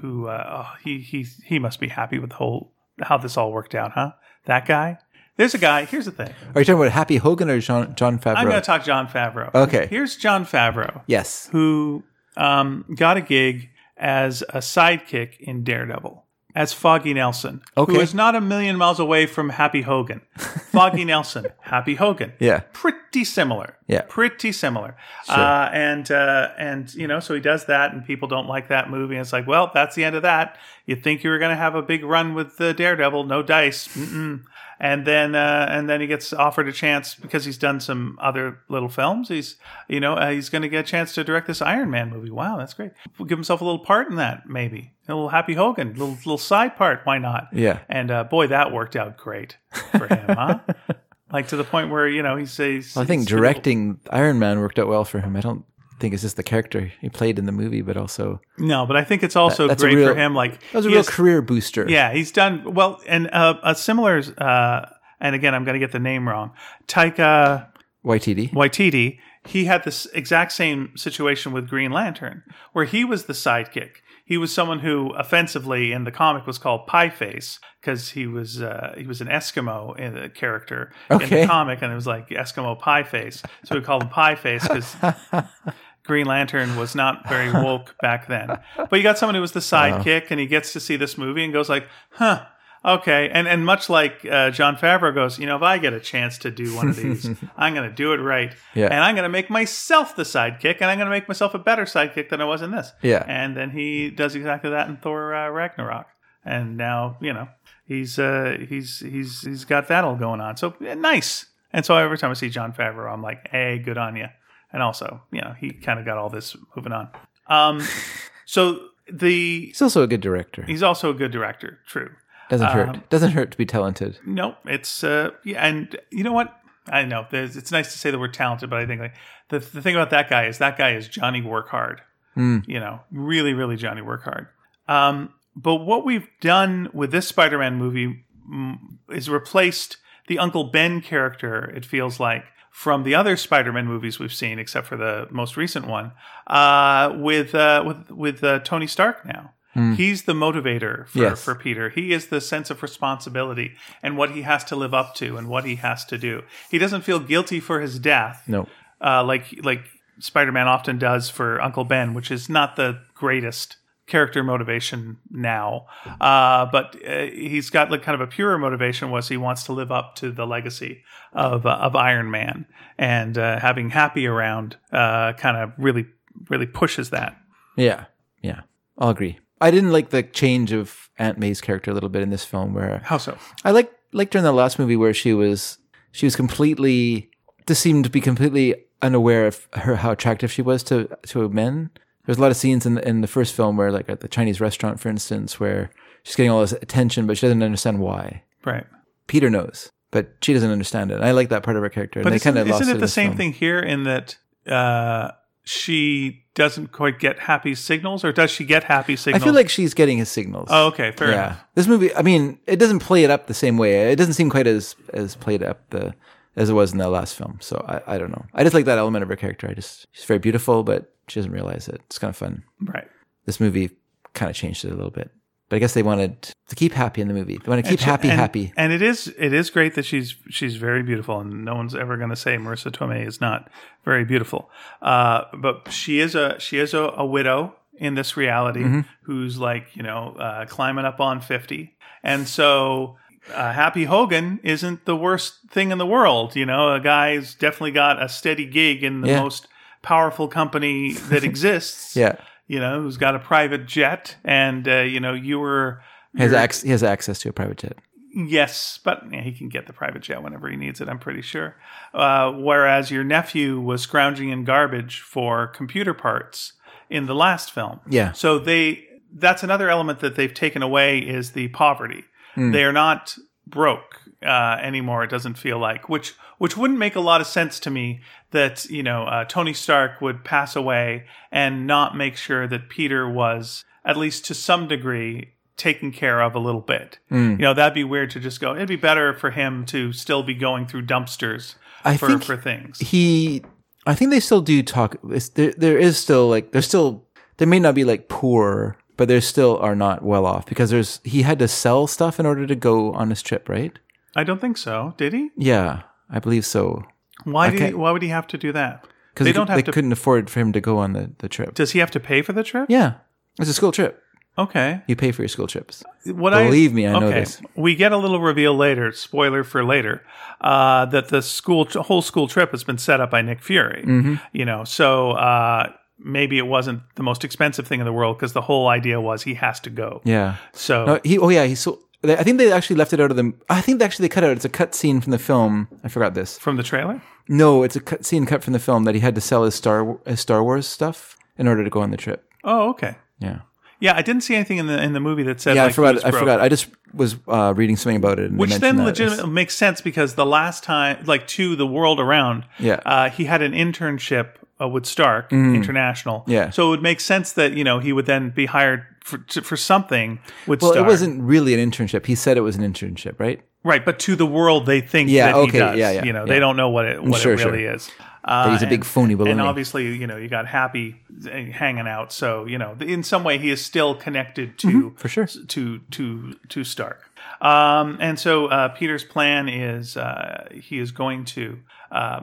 Speaker 3: who uh, oh, he he he must be happy with the whole how this all worked out huh that guy there's a guy here's the thing
Speaker 4: Are you talking about Happy Hogan or John John Favreau?
Speaker 3: i'm going to talk john favreau
Speaker 4: Okay.
Speaker 3: here's john favreau
Speaker 4: yes.
Speaker 3: who um, got a gig as a sidekick in Daredevil as Foggy Nelson,
Speaker 4: Okay.
Speaker 3: who is not a million miles away from Happy Hogan. Foggy Nelson, Happy Hogan,
Speaker 4: Yeah.
Speaker 3: pretty similar,
Speaker 4: Yeah.
Speaker 3: pretty similar. Uh, and uh, and you know, so he does that, and people don't like that movie. And it's like, well, that's the end of that. You think you were going to have a big run with the Daredevil? No dice. Mm-mm. And then uh, and then he gets offered a chance because he's done some other little films. He's you know uh, he's going to get a chance to direct this Iron Man movie. Wow, that's great. We'll give himself a little part in that, maybe a little Happy Hogan, little little side part. Why not?
Speaker 4: Yeah.
Speaker 3: And uh, boy, that worked out great for him, huh? Like to the point where you know he says,
Speaker 4: I think
Speaker 3: he's been able-
Speaker 4: directing Iron Man worked out well for him. I don't think it's just the character he played in the movie, but also
Speaker 3: No, but I think it's also
Speaker 4: that's a
Speaker 3: great
Speaker 4: real-
Speaker 3: for him. Like
Speaker 4: that was a
Speaker 3: he
Speaker 4: real
Speaker 3: has-
Speaker 4: career booster.
Speaker 3: yeah, he's done well, and uh, a similar. Uh, and again, I'm going to get the name wrong. Taika
Speaker 4: YTD.
Speaker 3: Waititi. He had this exact same situation with Green Lantern, where he was the sidekick. He was someone who, offensively, in the comic, was called Pie Face because he was uh, he was an Eskimo in the character in
Speaker 4: Okay.
Speaker 3: the comic, and it was like Eskimo Pie Face, so we called him Pie Face because Green Lantern was not very woke back then. But you got someone who was the
Speaker 4: Uh-huh.
Speaker 3: sidekick, and he gets to see this movie and goes like, "Huh, okay." And and much like uh, John Favreau goes, you know, if I get a chance to do one of these, I'm going to do it right,
Speaker 4: Yeah.
Speaker 3: and I'm going to make myself the sidekick, and I'm going to make myself a better sidekick than I was in this.
Speaker 4: Yeah.
Speaker 3: And then he does exactly that in Thor uh, Ragnarok, and now you know he's uh, he's he's he's got that all going on. So yeah, nice. And so every time I see John Favreau, I'm like, hey, good on you and also you know he kind of got all this moving on um so the
Speaker 4: He's also a good director.
Speaker 3: he's also a good director. True.
Speaker 4: Doesn't
Speaker 3: um,
Speaker 4: hurt. Doesn't hurt to be talented.
Speaker 3: No, it's uh, yeah, and you know what? I know there's, it's nice to say that we're talented, but I think like the the thing about that guy is that guy is Johnny Workhard.
Speaker 4: Hmm.
Speaker 3: You know, really, really Johnny Workhard. Um, but what we've done with this Spider-Man movie mm, is replaced the Uncle Ben character. It feels like from the other Spider-Man movies we've seen, except for the most recent one, uh, with uh, with with uh, Tony Stark now. He's the motivator for,
Speaker 4: Yes.
Speaker 3: for Peter. He is the sense of responsibility and what he has to live up to and what he has to do. He doesn't feel guilty for his death,
Speaker 4: No.
Speaker 3: uh, like like Spider-Man often does for Uncle Ben, which is not the greatest character motivation now. Uh, but uh, he's got like kind of a purer motivation was he wants to live up to the legacy of uh, of Iron Man and uh, having Happy around uh, kind of really really pushes that.
Speaker 4: Yeah. Yeah. I'll agree. I didn't like the change of Aunt May's character a little bit in this film where
Speaker 3: How so?
Speaker 4: I like liked her in the last movie where she was she was completely just seemed to be completely unaware of her how attractive she was to to men. There's a lot of scenes in the, in the first film where like at the Chinese restaurant for instance where she's getting all this attention but she doesn't understand why.
Speaker 3: Right.
Speaker 4: Peter knows, but she doesn't understand it. And I like that part of her character.
Speaker 3: But
Speaker 4: and they
Speaker 3: isn't,
Speaker 4: kind of
Speaker 3: isn't
Speaker 4: lost
Speaker 3: it
Speaker 4: in
Speaker 3: the
Speaker 4: this
Speaker 3: same
Speaker 4: film.
Speaker 3: thing here in that uh, she doesn't quite get happy signals, or does she get happy
Speaker 4: I
Speaker 3: signals?
Speaker 4: feel like she's getting his signals.
Speaker 3: oh, okay, fair enough.
Speaker 4: This movie, I mean, it doesn't play it up the same way. It doesn't seem quite as as played up the as it was in the last film. So I, I don't know. I just like that element of her character. I just she's very beautiful, but she doesn't realize it. It's kind of fun.
Speaker 3: Right.
Speaker 4: This movie kind of changed it a little bit. But I guess they wanted to keep happy in the movie. They want to keep
Speaker 3: she-
Speaker 4: happy,
Speaker 3: and-
Speaker 4: happy.
Speaker 3: And it is it is great that she's she's very beautiful, and no one's ever going to say Marissa Tomei is not very beautiful. Uh, but she is a she is a, a widow in this reality
Speaker 4: Mm-hmm.
Speaker 3: who's like you know uh, climbing up on fifty, and so. Uh, Happy Hogan isn't the worst thing in the world. You know, a guy's definitely got a steady gig in the
Speaker 4: Yeah.
Speaker 3: most powerful company that exists.
Speaker 4: Yeah,
Speaker 3: You know, who's got a private jet. And, uh, you know, you were.
Speaker 4: he has
Speaker 3: you're-
Speaker 4: ac- he has access to a private jet.
Speaker 3: Yes, but yeah, he can get the private jet whenever he needs it, I'm pretty sure. Uh, whereas your nephew was scrounging in garbage for computer parts in the last film.
Speaker 4: Yeah.
Speaker 3: So they that's another element that they've taken away is the poverty.
Speaker 4: Hmm.
Speaker 3: They are not broke uh, anymore. It doesn't feel like which which wouldn't make a lot of sense to me that you know uh, Tony Stark would pass away and not make sure that Peter was at least to some degree taken care of a little bit.
Speaker 4: Hmm.
Speaker 3: You know that'd be weird to just go. It'd be better for him to still be going through dumpsters
Speaker 4: I
Speaker 3: for
Speaker 4: think
Speaker 3: for things.
Speaker 4: he i think they still do talk it's, there, there is still like there's still they may not be like poor but they still are not well off because there's he had to sell stuff in order to go on his trip right
Speaker 3: I don't think so. Did he?
Speaker 4: yeah i believe so
Speaker 3: Why did he,
Speaker 4: Okay.
Speaker 3: why would he have to do that?
Speaker 4: because
Speaker 3: They don't have
Speaker 4: they
Speaker 3: to-
Speaker 4: couldn't afford for him to go on the, the trip
Speaker 3: Does he have to pay for the trip?
Speaker 4: yeah it's a school trip
Speaker 3: Okay.
Speaker 4: you pay for your school trips
Speaker 3: What
Speaker 4: Believe me, I know this.
Speaker 3: We get a little reveal later, spoiler for later, uh, that the school whole school trip has been set up by Nick Fury.
Speaker 4: Mm-hmm.
Speaker 3: You know, so uh, maybe it wasn't the most expensive thing in the world because the whole idea was he has to go.
Speaker 4: yeah
Speaker 3: So
Speaker 4: No, he. Oh yeah, he. So I think they actually left it out of the. I think they actually they cut out. It's a cut scene from the film. I forgot this.
Speaker 3: from the trailer,
Speaker 4: No, it's a cut scene cut from the film that he had to sell his Star his Star Wars stuff in order to go on the trip.
Speaker 3: oh okay,
Speaker 4: Yeah,
Speaker 3: yeah, I didn't see anything in the in the movie that said
Speaker 4: yeah.
Speaker 3: like,
Speaker 4: I
Speaker 3: he
Speaker 4: forgot.
Speaker 3: was
Speaker 4: I
Speaker 3: broke.
Speaker 4: forgot. I just was uh, reading something about it, and they
Speaker 3: Which
Speaker 4: mentioned
Speaker 3: then
Speaker 4: that. It's-
Speaker 3: legit makes sense because the last time, like to the world around,
Speaker 4: Yeah. Mm.
Speaker 3: uh, he had an internship uh, with Stark International.
Speaker 4: Yeah.
Speaker 3: So it would make sense that, you know, he would then be hired for, to, for something with
Speaker 4: Well,
Speaker 3: Stark.
Speaker 4: it wasn't really an internship. He said it was an internship, right?
Speaker 3: Right. But to the world, they think
Speaker 4: Yeah,
Speaker 3: that he
Speaker 4: okay,
Speaker 3: does.
Speaker 4: yeah, yeah,
Speaker 3: you know,
Speaker 4: yeah.
Speaker 3: they don't know what it, what
Speaker 4: Sure,
Speaker 3: it
Speaker 4: sure.
Speaker 3: really is. Uh,
Speaker 4: That he's a big phony
Speaker 3: And
Speaker 4: baloney.
Speaker 3: obviously, you know, you got Happy uh, hanging out. So, you know, in some way, he is still connected to
Speaker 4: Mm-hmm. for sure.
Speaker 3: to to to Stark. Um, and so uh, Peter's plan is uh, he is going to uh,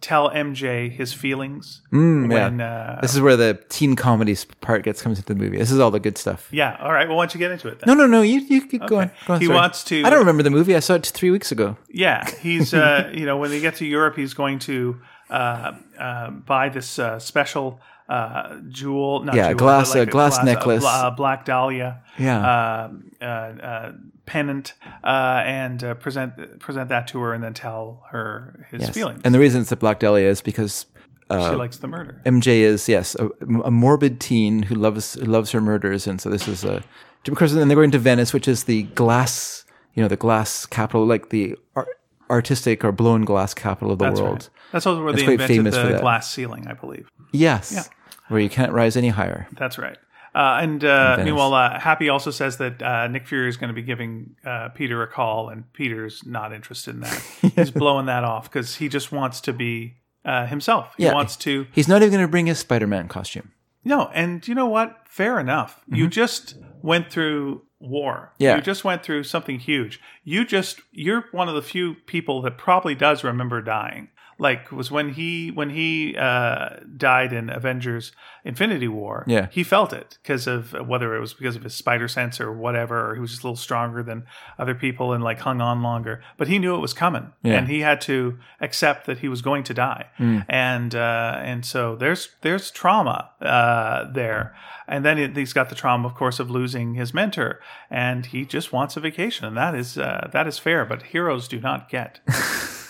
Speaker 3: tell MJ his feelings
Speaker 4: Mm,
Speaker 3: when. Uh,
Speaker 4: This is where the teen comedy part gets comes into the movie. This is all the good stuff.
Speaker 3: yeah. All right. Well, why don't you get into it then?
Speaker 4: No, no, no. You you keep going. Go on,
Speaker 3: He
Speaker 4: sorry.
Speaker 3: wants to-
Speaker 4: I don't remember the movie. I saw it three weeks ago.
Speaker 3: Yeah, he's uh, you know when they get to Europe, he's going to uh, uh, buy this uh, special uh, jewel, not
Speaker 4: Yeah,
Speaker 3: jewel,
Speaker 4: glass-
Speaker 3: but
Speaker 4: a glass
Speaker 3: a
Speaker 4: necklace.
Speaker 3: bla- uh, black dahlia,
Speaker 4: Yeah.
Speaker 3: uh, uh, uh, pennant, uh, and uh, present present that to her, and then tell her his
Speaker 4: Yes.
Speaker 3: feelings.
Speaker 4: And the reason it's the Black Dahlia is because
Speaker 3: she likes the murder.
Speaker 4: MJ is yes a, a morbid teen who loves who loves her murders, and so this is a Jim Croce. And then they're going to Venice, which is the glass, you know, the glass capital, like the ar- artistic or blown glass capital of the
Speaker 3: That's
Speaker 4: world.
Speaker 3: right. That's also where
Speaker 4: That's
Speaker 3: they
Speaker 4: quite
Speaker 3: invented
Speaker 4: famous for
Speaker 3: the
Speaker 4: that.
Speaker 3: glass ceiling, I believe.
Speaker 4: Yes, where you can't rise any higher.
Speaker 3: That's right. Uh, and uh,
Speaker 4: Venice.
Speaker 3: meanwhile, uh, Happy also says that uh, Nick Fury is going to be giving uh, Peter a call, and Peter's not interested in that. He's blowing that off because he just wants to be uh, himself. He
Speaker 4: Yeah.
Speaker 3: wants to.
Speaker 4: He's not even going to bring his Spider-Man costume.
Speaker 3: No, and you know what? Fair enough. You just went through war.
Speaker 4: Mm-hmm. Yeah.
Speaker 3: You just went through something huge. You just you're one of the few people that probably does remember dying. Like was when he when he uh, died in Avengers Infinity War.
Speaker 4: Yeah.
Speaker 3: He felt it because of whether it was because of his spider sense or whatever, or he was just a little stronger than other people and like hung on longer. But he knew it was coming.
Speaker 4: Yeah. Hmm.
Speaker 3: And he had to accept that he was going to die. And uh, and so there's there's trauma uh, there. And then it, he's got the trauma, of course, of losing his mentor. And he just wants a vacation, and that is uh, that is fair. But heroes do not get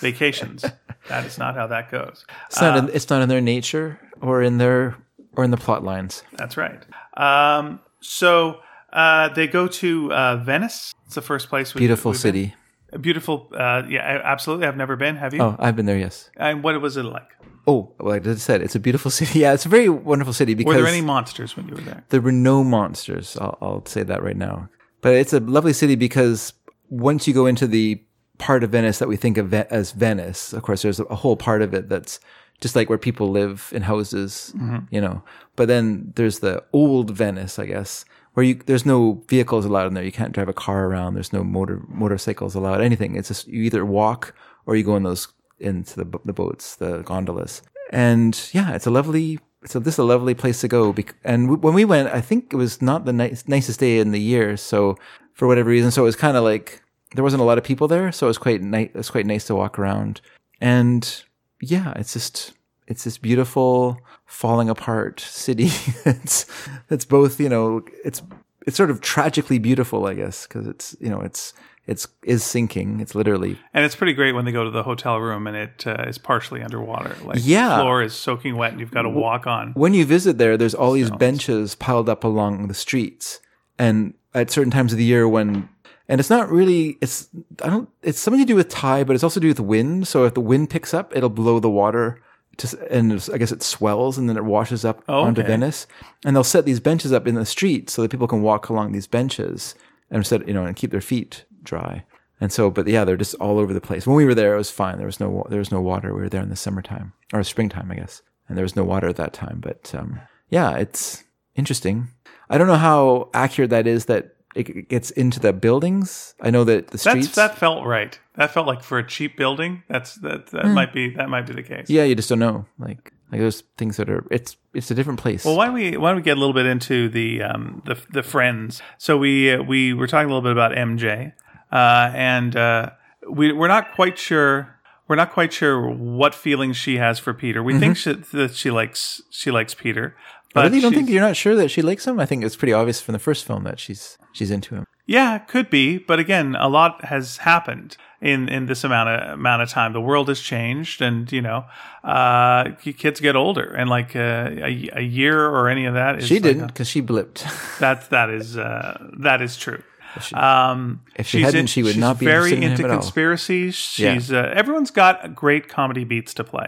Speaker 3: vacations. That is not how that goes.
Speaker 4: It's
Speaker 3: Uh,
Speaker 4: not. in, it's not in their nature or in their or in the plot lines.
Speaker 3: That's right. Um, so uh, they go to uh, Venice. It's the first place. We,
Speaker 4: Beautiful
Speaker 3: we've
Speaker 4: city.
Speaker 3: Been. Beautiful. Uh, yeah, a- absolutely. I've never been. Have you?
Speaker 4: Oh, I've been there. Yes.
Speaker 3: And what was it like?
Speaker 4: Oh, like I said, it's a beautiful city. Yeah, it's a very wonderful city because
Speaker 3: Were there any monsters when you were there?
Speaker 4: there were no monsters. I'll, I'll say that right now. But it's a lovely city because once you go into the part of Venice that we think of Ve- as Venice, of course, there's a whole part of it that's just like where people live in houses, you know. But then there's the old Venice, I guess, where you there's no vehicles allowed in there. You can't drive a car around. There's no motor motorcycles allowed. Anything. It's just you either walk or you go in those into the bo- the boats, the gondolas, and yeah, it's a lovely. So this is a lovely place to go. bec- And w- when we went, I think it was not the nice, nicest day in the year. So for whatever reason, so it was kind of like there wasn't a lot of people there, so it was quite nice. It was quite nice to walk around, and yeah, it's just it's this beautiful falling apart city. it's it's both you know it's it's sort of tragically beautiful, I guess, because it's you know it's it's is sinking. It's literally
Speaker 3: And it's pretty great when they go to the hotel room and it uh, is partially underwater. Like
Speaker 4: Yeah.
Speaker 3: the floor is soaking wet and you've got to walk on.
Speaker 4: when you visit there, there's all these benches piled up along the streets, and at certain times of the year when and it's not really it's I don't it's something to do with tide, but it's also to do with wind. So if the wind picks up, it'll blow the water. Just, and it's- I guess it swells and then it washes up
Speaker 3: Oh,
Speaker 4: onto
Speaker 3: okay.
Speaker 4: Venice, and they'll set these benches up in the street so that people can walk along these benches and set you know and keep their feet dry. And so, but yeah, they're just all over the place. When we were there, it was fine. There was no wa- there was no water. We were there in the summertime or springtime, I guess, and there was no water at that time. But um, yeah, it's interesting. I don't know how accurate that is that it it gets into the buildings. I know that the streets.
Speaker 3: That's, that felt right. That felt like for a cheap building. That's that that might be that might be the case.
Speaker 4: Hmm. yeah, you just don't know. Like like those things that are. It's it's a different place.
Speaker 3: Well, why don't we why don't we get a little bit into the um, the the friends? So we uh, we were talking a little bit about MJ, uh, and uh, we we're not quite sure we're not quite sure what feelings she has for Peter. We think she, that she likes she likes Peter, but
Speaker 4: Mm-hmm. I really don't
Speaker 3: she's-
Speaker 4: think you're not sure that she likes him. I think it's pretty obvious from the first film that she's she's into him.
Speaker 3: Yeah, could be, but again, a lot has happened in in this amount of amount of time. The world has changed, and you know, uh, ki- kids get older, and like uh, a, a year or any of that. Is
Speaker 4: She
Speaker 3: like
Speaker 4: didn't
Speaker 3: a-
Speaker 4: because she blipped.
Speaker 3: That that is uh, that is true.
Speaker 4: she-
Speaker 3: um,
Speaker 4: if she
Speaker 3: she's
Speaker 4: hadn't, she would
Speaker 3: she's
Speaker 4: not be
Speaker 3: very
Speaker 4: interested in him
Speaker 3: into
Speaker 4: at all.
Speaker 3: conspiracies.
Speaker 4: Yeah. Mm.
Speaker 3: She's uh, everyone's got great comedy beats to play.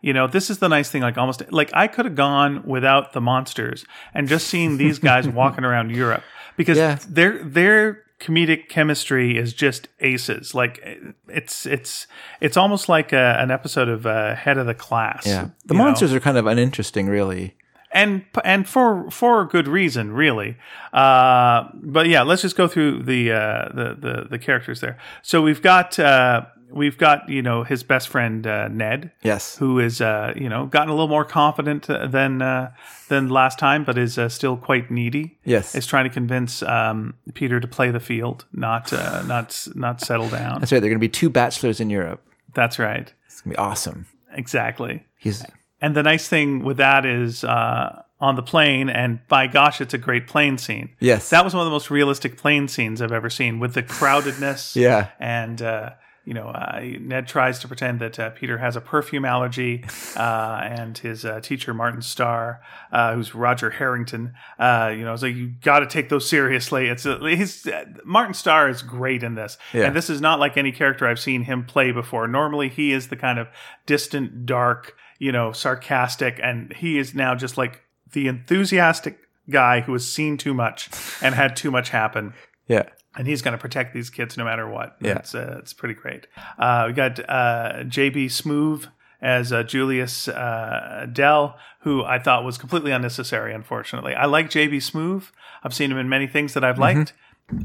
Speaker 3: You know, this is the nice thing. Like almost like I could have gone without the monsters and just seen these guys walking around Europe because
Speaker 4: Yeah.
Speaker 3: their their comedic chemistry is just aces. Like it's it's it's almost like a, an episode of uh, Head of the Class.
Speaker 4: yeah, the
Speaker 3: you know?
Speaker 4: monsters are kind of uninteresting, really.
Speaker 3: and and for for good reason, really. Uh, but yeah, let's just go through the, uh, the the the characters there. So we've got uh, we've got you know his best friend uh, Ned,
Speaker 4: Yes.
Speaker 3: who is uh, you know gotten a little more confident uh, than uh, than last time, but is uh, still quite needy.
Speaker 4: Yes.
Speaker 3: is trying to convince um, Peter to play the field, not uh, not not settle down.
Speaker 4: That's right. They're going to be two bachelors in Europe.
Speaker 3: That's right,
Speaker 4: It's going to be awesome.
Speaker 3: exactly.
Speaker 4: He's
Speaker 3: And the nice thing with that is uh, on the plane, and by gosh, it's a great plane scene.
Speaker 4: Yes.
Speaker 3: that was one of the most realistic plane scenes I've ever seen, with the crowdedness.
Speaker 4: Yeah.
Speaker 3: and uh, you know, uh, Ned tries to pretend that uh, Peter has a perfume allergy, uh, and his uh, teacher Martin Starr, uh, who's Roger Harrington, uh, you know, is like you got to take those seriously. It's a, he's uh, Martin Starr is great in this,
Speaker 4: Yeah.
Speaker 3: and this is not like any character I've seen him play before. Normally, he is the kind of distant, dark, you know, sarcastic, and he is now just like the enthusiastic guy who has seen too much and had too much happen
Speaker 4: Yeah.
Speaker 3: and he's going to protect these kids no matter what.
Speaker 4: Yeah.
Speaker 3: it's, uh, it's pretty great. Uh, we got uh, JB Smoove as uh, Julius uh, Dell, who I thought was completely unnecessary. Unfortunately, I like JB Smoove. I've seen him in many things that I've
Speaker 4: Mm-hmm.
Speaker 3: liked.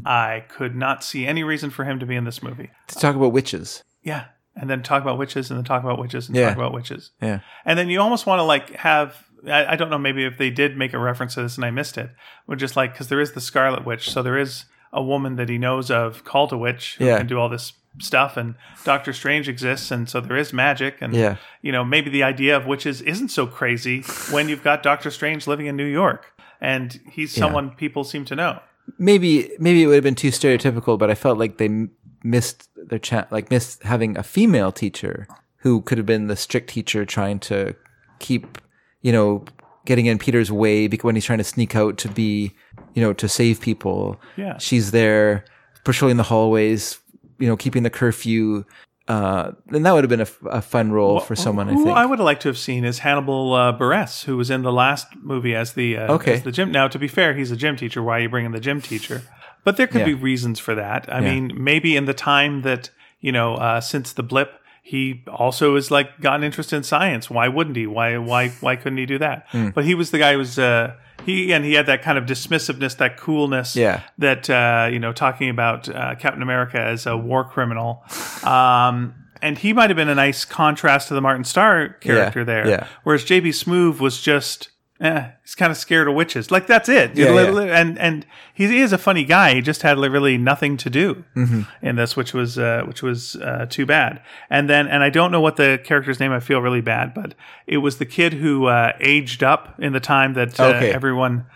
Speaker 3: I could not see any reason for him to be in this movie.
Speaker 4: To talk about witches.
Speaker 3: Yeah, and then talk about witches, and then talk about witches, and
Speaker 4: Yeah.
Speaker 3: talk about witches.
Speaker 4: Yeah.
Speaker 3: And then you almost want to like have. I, I don't know. Maybe if they did make a reference to this and I missed it, we're just like because there is the Scarlet Witch, so there is a woman that he knows of called a witch who
Speaker 4: Yeah.
Speaker 3: can do all this stuff, and Doctor Strange exists, and so there is magic, and
Speaker 4: Yeah.
Speaker 3: you know maybe the idea of witches isn't so crazy when you've got Doctor Strange living in New York, and he's someone people seem to know.
Speaker 4: Maybe maybe it would have been too stereotypical, but I felt like they m- missed their chat, like missed having a female teacher who could have been the strict teacher trying to keep, you know, getting in Peter's way because when he's trying to sneak out to be, you know, to save people.
Speaker 3: Yeah.
Speaker 4: she's there patrolling the hallways, you know, keeping the curfew. Uh, and that would have been a, f- a fun role for someone. I
Speaker 3: Who
Speaker 4: think.
Speaker 3: I would have liked to have seen is Hannibal uh, Buress, who was in the last movie as the uh,
Speaker 4: Okay.
Speaker 3: as the gym. Now, to be fair, he's a gym teacher. Why are you bringing the gym teacher? But there could be reasons for that. I mean, maybe in the time that you know, uh, since the blip, he also has like gotten interest in science. Why wouldn't he? Why why why couldn't he do that?
Speaker 4: Hmm.
Speaker 3: But he was the guy who was. Uh, he and he had that kind of dismissiveness, that coolness,
Speaker 4: Yeah.
Speaker 3: that uh, you know talking about uh, Captain America as a war criminal, um, and he might have been a nice contrast to the Martin Starr character
Speaker 4: Yeah,
Speaker 3: there.
Speaker 4: yeah.
Speaker 3: Whereas JB Smoove was just. Eh, he's kind of scared of witches. Like that's it.
Speaker 4: Yeah, yeah.
Speaker 3: And and he is a funny guy. He just had really nothing to do
Speaker 4: Mm-hmm.
Speaker 3: in this, which was uh, which was uh, too bad. And then and I don't know what the character's name. I feel really bad, but it was the kid who uh, aged up in the time that uh,
Speaker 4: Okay.
Speaker 3: everyone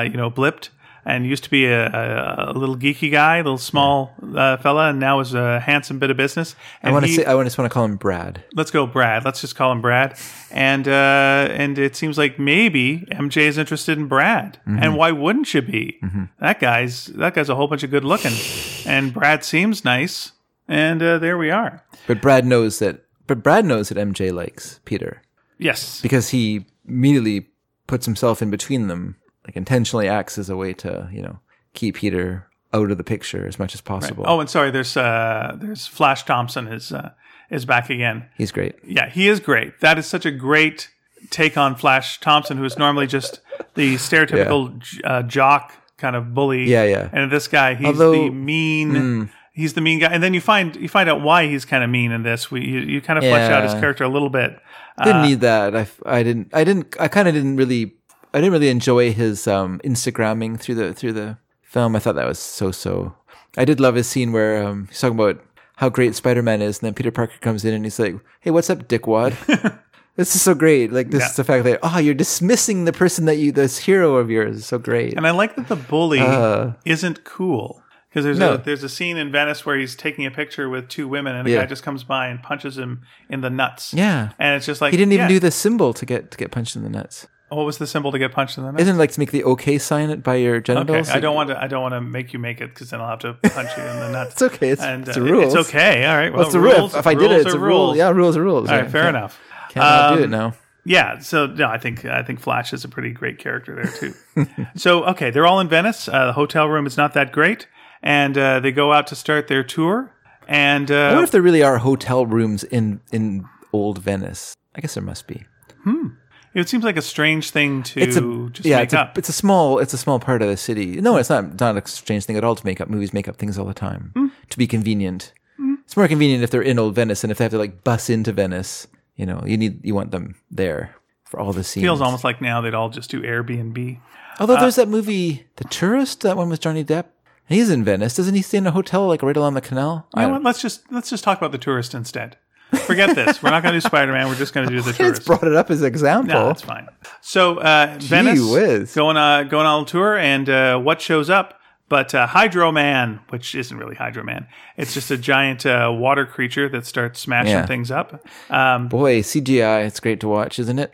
Speaker 3: uh, you know blipped and used to be a, a, a little geeky guy, a little small uh, fella, and now is a handsome bit of business.
Speaker 4: I
Speaker 3: And
Speaker 4: want to
Speaker 3: he-
Speaker 4: say uh, I wanna- just want to call him Brad.
Speaker 3: let's go, Brad. Let's just call him Brad. And uh, and it seems like maybe MJ is interested in Brad,
Speaker 4: Mm-hmm.
Speaker 3: and why wouldn't you be? That guy's that guy's a whole bunch of good looking, and Brad seems nice. And uh, there we are.
Speaker 4: But Brad knows that. But Brad knows that MJ likes Peter
Speaker 3: Yes,
Speaker 4: because he immediately puts himself in between them, like intentionally acts as a way to you know keep Peter out of the picture as much as possible.
Speaker 3: Oh, and sorry, there's uh, there's Flash Thompson is uh, is back again.
Speaker 4: he's great.
Speaker 3: Yeah, he is great. That is such a great take on Flash Thompson, who is normally just the stereotypical j uh, jock kind of bully.
Speaker 4: Yeah, yeah.
Speaker 3: And this guy, he's
Speaker 4: Although- hmm.
Speaker 3: the mean. He's the mean guy, and then you find you find out why he's kind of mean in this. We you, you kind of flesh out his
Speaker 4: Yeah.
Speaker 3: character a little bit.
Speaker 4: Didn't
Speaker 3: uh,
Speaker 4: need that. I, f- I didn't. I didn't. I kind of didn't really. I didn't really enjoy his um, Instagramming through the through the film. I thought that was so so. I did love his scene where um, he's talking about how great Spider Man is, and then Peter Parker comes in and he's like, "Hey, what's up, dickwad?" this is so great. Like this is the fact that oh, you're dismissing the person that you this hero of yours is so great.
Speaker 3: And I like that the bully isn't cool because there's
Speaker 4: Uh. No.
Speaker 3: a there's a scene in Venice where he's taking a picture with two women, and a
Speaker 4: Yeah.
Speaker 3: guy just comes by and punches him in the nuts.
Speaker 4: Yeah.
Speaker 3: and it's just like
Speaker 4: He didn't even
Speaker 3: yeah,
Speaker 4: do the symbol to get to get punched in the nuts.
Speaker 3: What was the symbol to get punched in the nuts?
Speaker 4: Isn't it like to make the OK sign it by your
Speaker 3: Okay,
Speaker 4: genitals?
Speaker 3: I don't want to. I don't want to make you make it because then I'll have to punch you in the nuts.
Speaker 4: It's okay. It's,
Speaker 3: And,
Speaker 4: it's
Speaker 3: uh,
Speaker 4: a rule.
Speaker 3: It's okay. All right. Well,
Speaker 4: What's the rule?
Speaker 3: rules-
Speaker 4: If, if I did
Speaker 3: rules
Speaker 4: it, it's
Speaker 3: are
Speaker 4: a rule.
Speaker 3: rules.
Speaker 4: Yeah, rules are rules.
Speaker 3: All
Speaker 4: Yeah,
Speaker 3: right. Fair
Speaker 4: can't-
Speaker 3: enough.
Speaker 4: Can't not do
Speaker 3: Um,
Speaker 4: it now.
Speaker 3: Yeah. So no, I think I think Flash is a pretty great character there too. so okay, they're all in Venice. Uh, the hotel room is not that great, and uh, they go out to start their tour. And
Speaker 4: I wonder
Speaker 3: uh,
Speaker 4: if there really are hotel rooms in in old Venice. I guess there must be.
Speaker 3: it seems like a strange thing to
Speaker 4: It's a
Speaker 3: just
Speaker 4: yeah.
Speaker 3: make
Speaker 4: It's a,
Speaker 3: up.
Speaker 4: it's a small it's a small part of the city. No, it's not not a strange thing at all to make up movies. Make up things all the time
Speaker 3: Mm.
Speaker 4: to be convenient. It's more convenient if they're in old Venice and if they have to like bus into Venice. You know, you need you want them there for all the scenes.
Speaker 3: Feels almost like now they'd all just do Airbnb. Uh,
Speaker 4: Although there's that movie, The Tourist, that one with Johnny Depp. He's in Venice, doesn't he? Stay in a hotel like right along the canal.
Speaker 3: You know what? Let's just let's just talk about the tourist instead. Forget this. We're not going to do Spider Man. We're just going to do the
Speaker 4: Kids
Speaker 3: tourist.
Speaker 4: brought it up as an example.
Speaker 3: No, that's fine. So uh, Venice
Speaker 4: whiz.
Speaker 3: going uh, going on a tour, and uh, what shows up? But uh, Hydro Man, which isn't really Hydro Man, it's just a giant uh, water creature that starts smashing
Speaker 4: Yeah.
Speaker 3: things up. Um,
Speaker 4: Boy, CGI, it's great to watch, isn't it?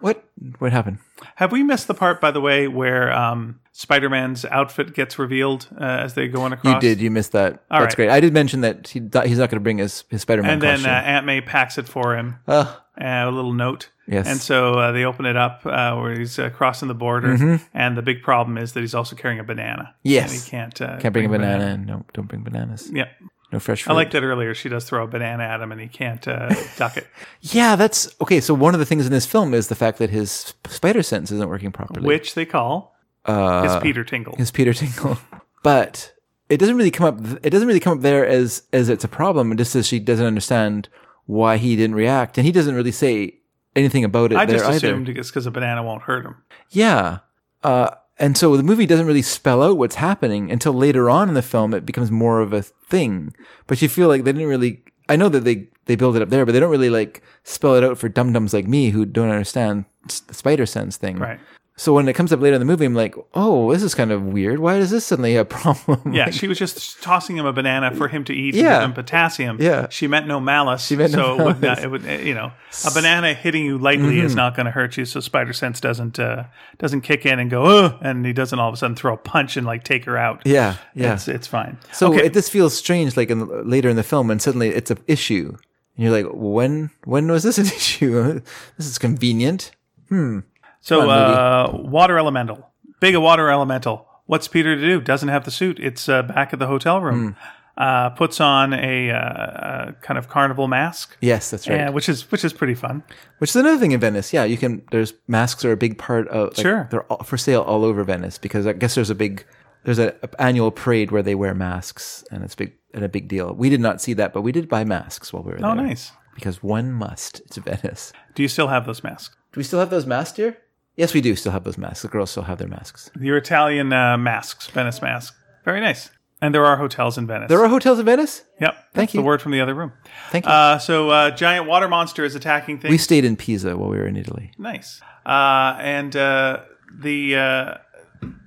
Speaker 4: What? What happened?
Speaker 3: have we missed the part, by the way, where um, Spider Man's outfit gets revealed uh, as they go on
Speaker 4: You
Speaker 3: across?
Speaker 4: did. You missed that.
Speaker 3: All
Speaker 4: That's
Speaker 3: right.
Speaker 4: great. I did mention that he thought he's not going to bring his, his Spider Man
Speaker 3: And then
Speaker 4: costume.
Speaker 3: uh, Aunt May packs it for him.
Speaker 4: Ugh.
Speaker 3: uh, a little note.
Speaker 4: Yes.
Speaker 3: And so uh, they open it up uh, where he's uh, crossing the border, and the big problem is that he's also carrying a banana.
Speaker 4: Mm-hmm. Yes.
Speaker 3: And he can't uh,
Speaker 4: Can't bring a banana. and No, don't bring bananas.
Speaker 3: Yeah.
Speaker 4: No fresh fruit.
Speaker 3: I liked it earlier. She does throw a banana at him, and he can't uh, duck it,
Speaker 4: yeah, that's okay. So one of the things in this film is the fact that his spider sense isn't working properly.
Speaker 3: which they call
Speaker 4: uh,
Speaker 3: his Peter Tingle.
Speaker 4: his Peter Tingle, but it doesn't really come up. It doesn't really come up there as as it's a problem. Just as she doesn't understand why he didn't react, and he doesn't really say anything about it
Speaker 3: I
Speaker 4: there
Speaker 3: just
Speaker 4: either.
Speaker 3: assumed it's because a banana won't hurt him.
Speaker 4: Yeah. Uh, and so the movie doesn't really spell out what's happening until later on in the film it becomes more of a thing. But you feel like they didn't really I know that they they build it up there, but they don't really like spell it out for dum dums like me who don't understand s- the spider sense thing.
Speaker 3: Right.
Speaker 4: So when it comes up later in the movie, I'm like, oh, this is kind of weird. Why is this suddenly a problem?
Speaker 3: Yeah,
Speaker 4: Like,
Speaker 3: she was just tossing him a banana for him to eat and
Speaker 4: Yeah.
Speaker 3: give him potassium.
Speaker 4: Yeah.
Speaker 3: She meant no malice. She
Speaker 4: meant
Speaker 3: so
Speaker 4: no
Speaker 3: it would not,
Speaker 4: malice. Mm-hmm.
Speaker 3: it would uh, you know, a banana hitting you lightly is not going to hurt you so spider sense doesn't uh, doesn't kick in and go oh and he doesn't all of a sudden throw a punch and like take her out.
Speaker 4: yeah, yeah.
Speaker 3: It's it's fine.
Speaker 4: So
Speaker 3: okay.
Speaker 4: it, this feels strange, like in, the- later in the film, and suddenly it's an issue, and you're like, when when was this an issue? this is convenient.
Speaker 3: so
Speaker 4: come on, movie.
Speaker 3: uh, water elemental. Big a water elemental. What's Peter to do? Doesn't have the suit. It's uh, back at the hotel
Speaker 4: Mm.
Speaker 3: room. Uh, puts on a uh, uh, kind of carnival mask.
Speaker 4: Yes, that's right.
Speaker 3: Yeah, which is which is pretty fun.
Speaker 4: Which is another thing in Venice. Yeah, you can. There's masks are a big part of. Like,
Speaker 3: Sure.
Speaker 4: they're all, for sale all over Venice because I guess there's a big there's an annual parade where they wear masks and it's big and a big deal. We did not see that, but we did buy masks while we were there.
Speaker 3: Oh, nice.
Speaker 4: Because one must. It's Venice.
Speaker 3: Do you still have those masks?
Speaker 4: Do we still have those masks here? Yes, we do still have those masks. The girls still have their masks.
Speaker 3: Your Italian uh, masks, Venice mask. Very nice. And there are hotels in Venice.
Speaker 4: There are hotels in Venice.
Speaker 3: Yep. that's
Speaker 4: you.
Speaker 3: The word from the other room.
Speaker 4: Thank you.
Speaker 3: Uh, so uh, giant water monster is attacking
Speaker 4: we
Speaker 3: things.
Speaker 4: stayed in Pisa while we were in Italy.
Speaker 3: nice. Uh, and uh, the, uh,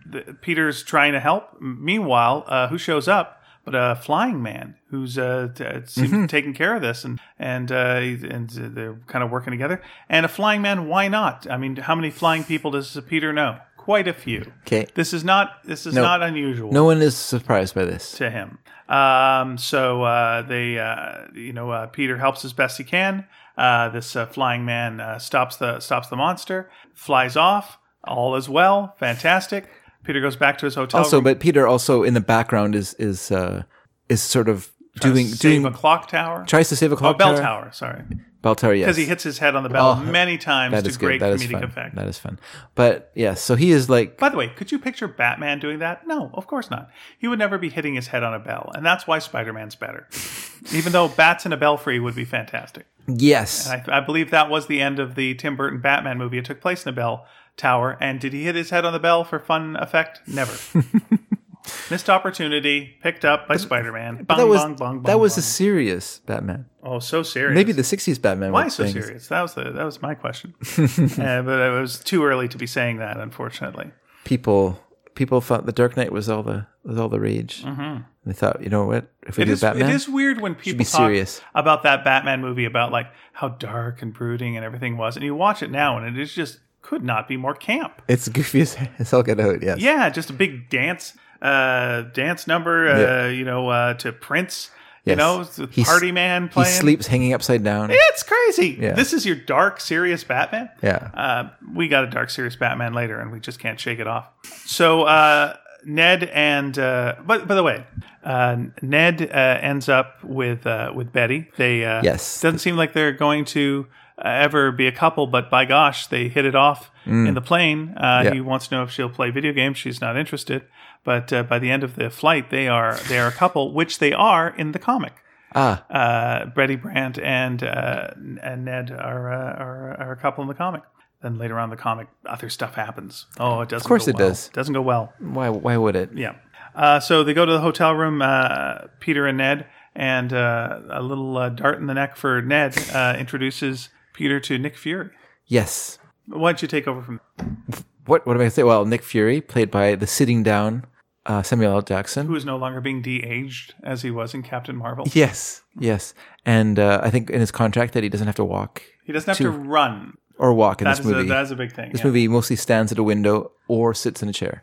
Speaker 3: the Peter's trying to help. M- Meanwhile, uh, who shows up? But a flying man who's uh, t- uh, seems
Speaker 4: Mm-hmm.
Speaker 3: to be taking care of this, and and uh, he's- and they're kind of working together. And a flying man, why not? I mean, how many flying people does Peter know? Quite a few.
Speaker 4: Okay.
Speaker 3: This is not this is
Speaker 4: No.
Speaker 3: not unusual
Speaker 4: No one is surprised by this.
Speaker 3: to him. Um, so uh, they, uh, you know, uh, Peter helps as best he can. Uh, this uh, flying man uh, stops the stops the monster, flies off. All is well, fantastic. Peter goes back to his hotel.
Speaker 4: Also,
Speaker 3: room,
Speaker 4: but Peter also in the background is is uh, is sort of doing
Speaker 3: uh, save
Speaker 4: doing
Speaker 3: a clock tower.
Speaker 4: tries to save a
Speaker 3: Oh,
Speaker 4: clock
Speaker 3: bell tower. sorry,
Speaker 4: Bell tower, yes.
Speaker 3: because he hits his head on the bell
Speaker 4: Oh,
Speaker 3: many times
Speaker 4: that
Speaker 3: to
Speaker 4: is good.
Speaker 3: great
Speaker 4: That is
Speaker 3: comedic
Speaker 4: fun.
Speaker 3: effect.
Speaker 4: That is fun. But yeah, so he is like
Speaker 3: By the way, could you picture Batman doing that? No, of course not. He would never be hitting his head on a bell, and that's why Spider-Man's better. Even though bats in a belfry would be fantastic.
Speaker 4: yes,
Speaker 3: I, I believe that was the end of the Tim Burton Batman movie. It took place in a bell tower. And did he hit his head on the bell for fun effect? Never. Missed opportunity picked up by Spider Man. Bong,
Speaker 4: that was
Speaker 3: bong, bong,
Speaker 4: that
Speaker 3: bong,
Speaker 4: was a
Speaker 3: bong.
Speaker 4: serious Batman.
Speaker 3: oh so serious.
Speaker 4: Maybe the '60s Batman.
Speaker 3: why
Speaker 4: was
Speaker 3: so
Speaker 4: things.
Speaker 3: serious? That was the that was my question. uh, but it was too early to be saying that, unfortunately.
Speaker 4: People people thought the Dark Knight was all the was all the rage. And They thought, you know what? If
Speaker 3: Mm-hmm.
Speaker 4: we
Speaker 3: It
Speaker 4: do
Speaker 3: is,
Speaker 4: Batman,
Speaker 3: it is weird when people
Speaker 4: be
Speaker 3: talk
Speaker 4: serious.
Speaker 3: about that Batman movie about like how dark and brooding and everything was, and you watch it now and it is just could not be more camp.
Speaker 4: it's goofy as it's all get out. Yes.
Speaker 3: Yeah, just a big dance, uh, dance number. Uh, You know, uh, to Prince. You
Speaker 4: Yes.
Speaker 3: know, the
Speaker 4: He s-
Speaker 3: party man
Speaker 4: He
Speaker 3: playing.
Speaker 4: sleeps hanging upside down.
Speaker 3: It's crazy.
Speaker 4: Yeah.
Speaker 3: This is your dark, serious Batman.
Speaker 4: Yeah.
Speaker 3: Uh, we got a dark, serious Batman later, and we just can't shake it off. So uh, Ned and uh, but by the way, uh, Ned uh, ends up with uh, with Betty. They uh,
Speaker 4: Yes.
Speaker 3: doesn't seem like they're going to uh, ever be a couple, but by gosh, they hit it off in the plane. Uh,
Speaker 4: Mm. Yeah.
Speaker 3: He wants to know if she'll play video games. She's not interested. But uh, by the end of the flight, they are they are a couple, which they are in the comic.
Speaker 4: Ah.
Speaker 3: Uh, Betty Brandt and uh, and Ned are, uh, are are a couple in the comic. Then later on in the comic, other stuff happens. Oh, it doesn't. Of
Speaker 4: course
Speaker 3: go
Speaker 4: it
Speaker 3: well.
Speaker 4: does.
Speaker 3: Doesn't go well.
Speaker 4: Why why would it?
Speaker 3: Yeah. Uh, so they go to the hotel room, uh, Peter and Ned, and uh, a little uh, dart in the neck for Ned uh, introduces Peter to Nick Fury.
Speaker 4: Yes.
Speaker 3: Why don't you take over from
Speaker 4: what what am I gonna say? Well, Nick Fury, played by the sitting down uh, Samuel L. Jackson.
Speaker 3: who is no longer being de-aged as he was in Captain Marvel.
Speaker 4: yes, yes, and uh, I think in his contract that he doesn't have to walk
Speaker 3: He doesn't have
Speaker 4: Two-
Speaker 3: to run.
Speaker 4: or walk in
Speaker 3: That's
Speaker 4: this
Speaker 3: a,
Speaker 4: movie.
Speaker 3: that's a big thing.
Speaker 4: this
Speaker 3: yeah.
Speaker 4: movie mostly stands at a window or sits in a chair.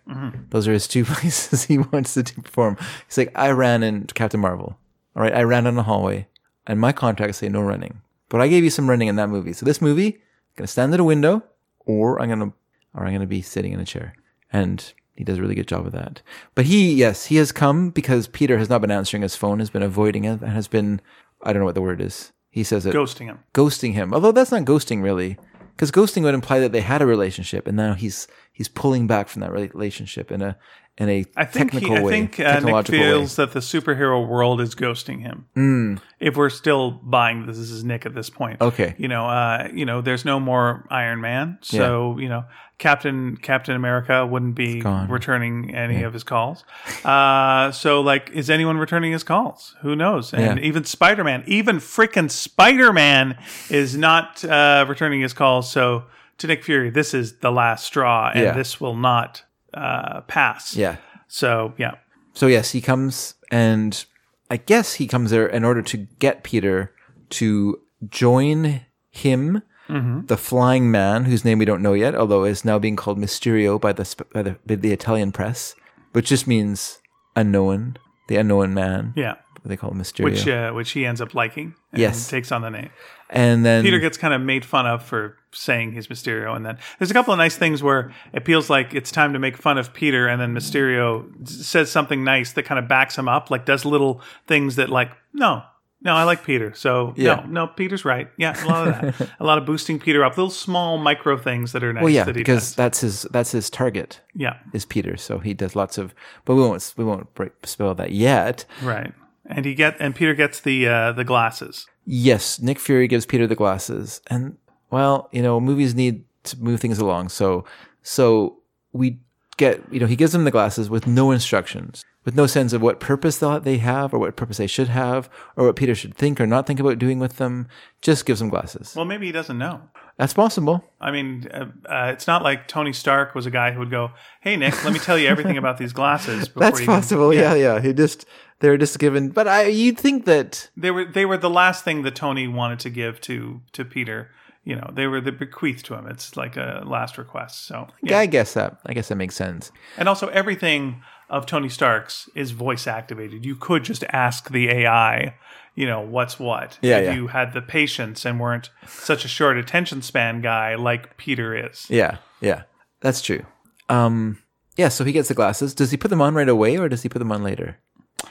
Speaker 4: Those are his two places he wants to perform. He's like, I ran in Captain Marvel. All right, I ran down the hallway, and my contracts say no running. But I gave you some running in that movie. So this movie, I'm gonna stand at a window, or I'm gonna, or I'm gonna be sitting in a chair. And he does a really good job of that. But he, yes, he has come because Peter has not been answering his phone, has been avoiding it, and has been, I don't know what the word is. He says it
Speaker 3: ghosting him.
Speaker 4: ghosting him. Although that's not ghosting really, because ghosting would imply that they had a relationship, and now he's he's pulling back from that relationship in a in a
Speaker 3: I think he,
Speaker 4: technical
Speaker 3: I
Speaker 4: way,
Speaker 3: think uh, Nick
Speaker 4: technological
Speaker 3: feels that the superhero world is ghosting him. If we're still buying this, this is Nick at this point.
Speaker 4: Okay.
Speaker 3: you know, uh, you know, there's no more Iron Man, so you know, Captain Captain America wouldn't be
Speaker 4: gone.
Speaker 3: returning any of his calls. Uh, so like, is anyone returning his calls? Who knows? And
Speaker 4: Yeah.
Speaker 3: even Spider Man, even freaking Spider Man, is not uh, returning his calls. So to Nick Fury, this is the last straw, and
Speaker 4: Yeah.
Speaker 3: this will not uh, pass.
Speaker 4: way. Yeah.
Speaker 3: So yeah,
Speaker 4: So yes, he comes, and I guess he comes there in order to get Peter to join him.
Speaker 3: Mm-hmm.
Speaker 4: The flying man, whose name we don't know yet, although is now being called Mysterio by the sp- by the, by the Italian press, which just means unknown, the unknown man.
Speaker 3: yeah.
Speaker 4: They call him Mysterio.
Speaker 3: Which uh, which he ends up liking. And
Speaker 4: Yes.
Speaker 3: takes on the name.
Speaker 4: and then
Speaker 3: Peter gets kind of made fun of for saying he's Mysterio, and then there's a couple of nice things where it feels like it's time to make fun of Peter, and then Mysterio s- says something nice that kind of backs him up, like does little things that like no. No, I like Peter. So
Speaker 4: Yeah.
Speaker 3: no, no, Peter's right. Yeah, a lot of that, a lot of boosting Peter up, little small micro things that are nice.
Speaker 4: Well, yeah,
Speaker 3: that he
Speaker 4: because
Speaker 3: does.
Speaker 4: that's his that's his target
Speaker 3: yeah,
Speaker 4: is Peter. So he does lots of, but we won't we won't break, spell that yet.
Speaker 3: right. And he get and Peter gets the uh, the glasses.
Speaker 4: Yes, Nick Fury gives Peter the glasses, and well, you know, movies need to move things along. So so we get you know he gives them the glasses with no instructions, with no sense of what purpose thought they have or what purpose they should have or what Peter should think or not think about doing with them. Just gives them glasses.
Speaker 3: Well, maybe he doesn't know.
Speaker 4: That's possible.
Speaker 3: I mean, uh, uh, it's not like Tony Stark was a guy who would go, "Hey Nick, let me tell you everything about these glasses." Before
Speaker 4: That's
Speaker 3: you can-"
Speaker 4: possible. Yeah, yeah. He just they're just given, but I you'd think that
Speaker 3: They were they were the last thing that Tony wanted to give to to Peter. You know, they were the bequeath to him. It's like a last request. So, yeah.
Speaker 4: Yeah, I guess that. I guess that makes sense.
Speaker 3: and also everything of Tony Stark's is voice activated. You could just ask the AI, you know, what's what.
Speaker 4: Yeah,
Speaker 3: if
Speaker 4: yeah.
Speaker 3: you had the patience and weren't such a short attention span guy like Peter is.
Speaker 4: Yeah, yeah, that's true. Um, yeah. So he gets the glasses. Does he put them on right away, or does he put them on later?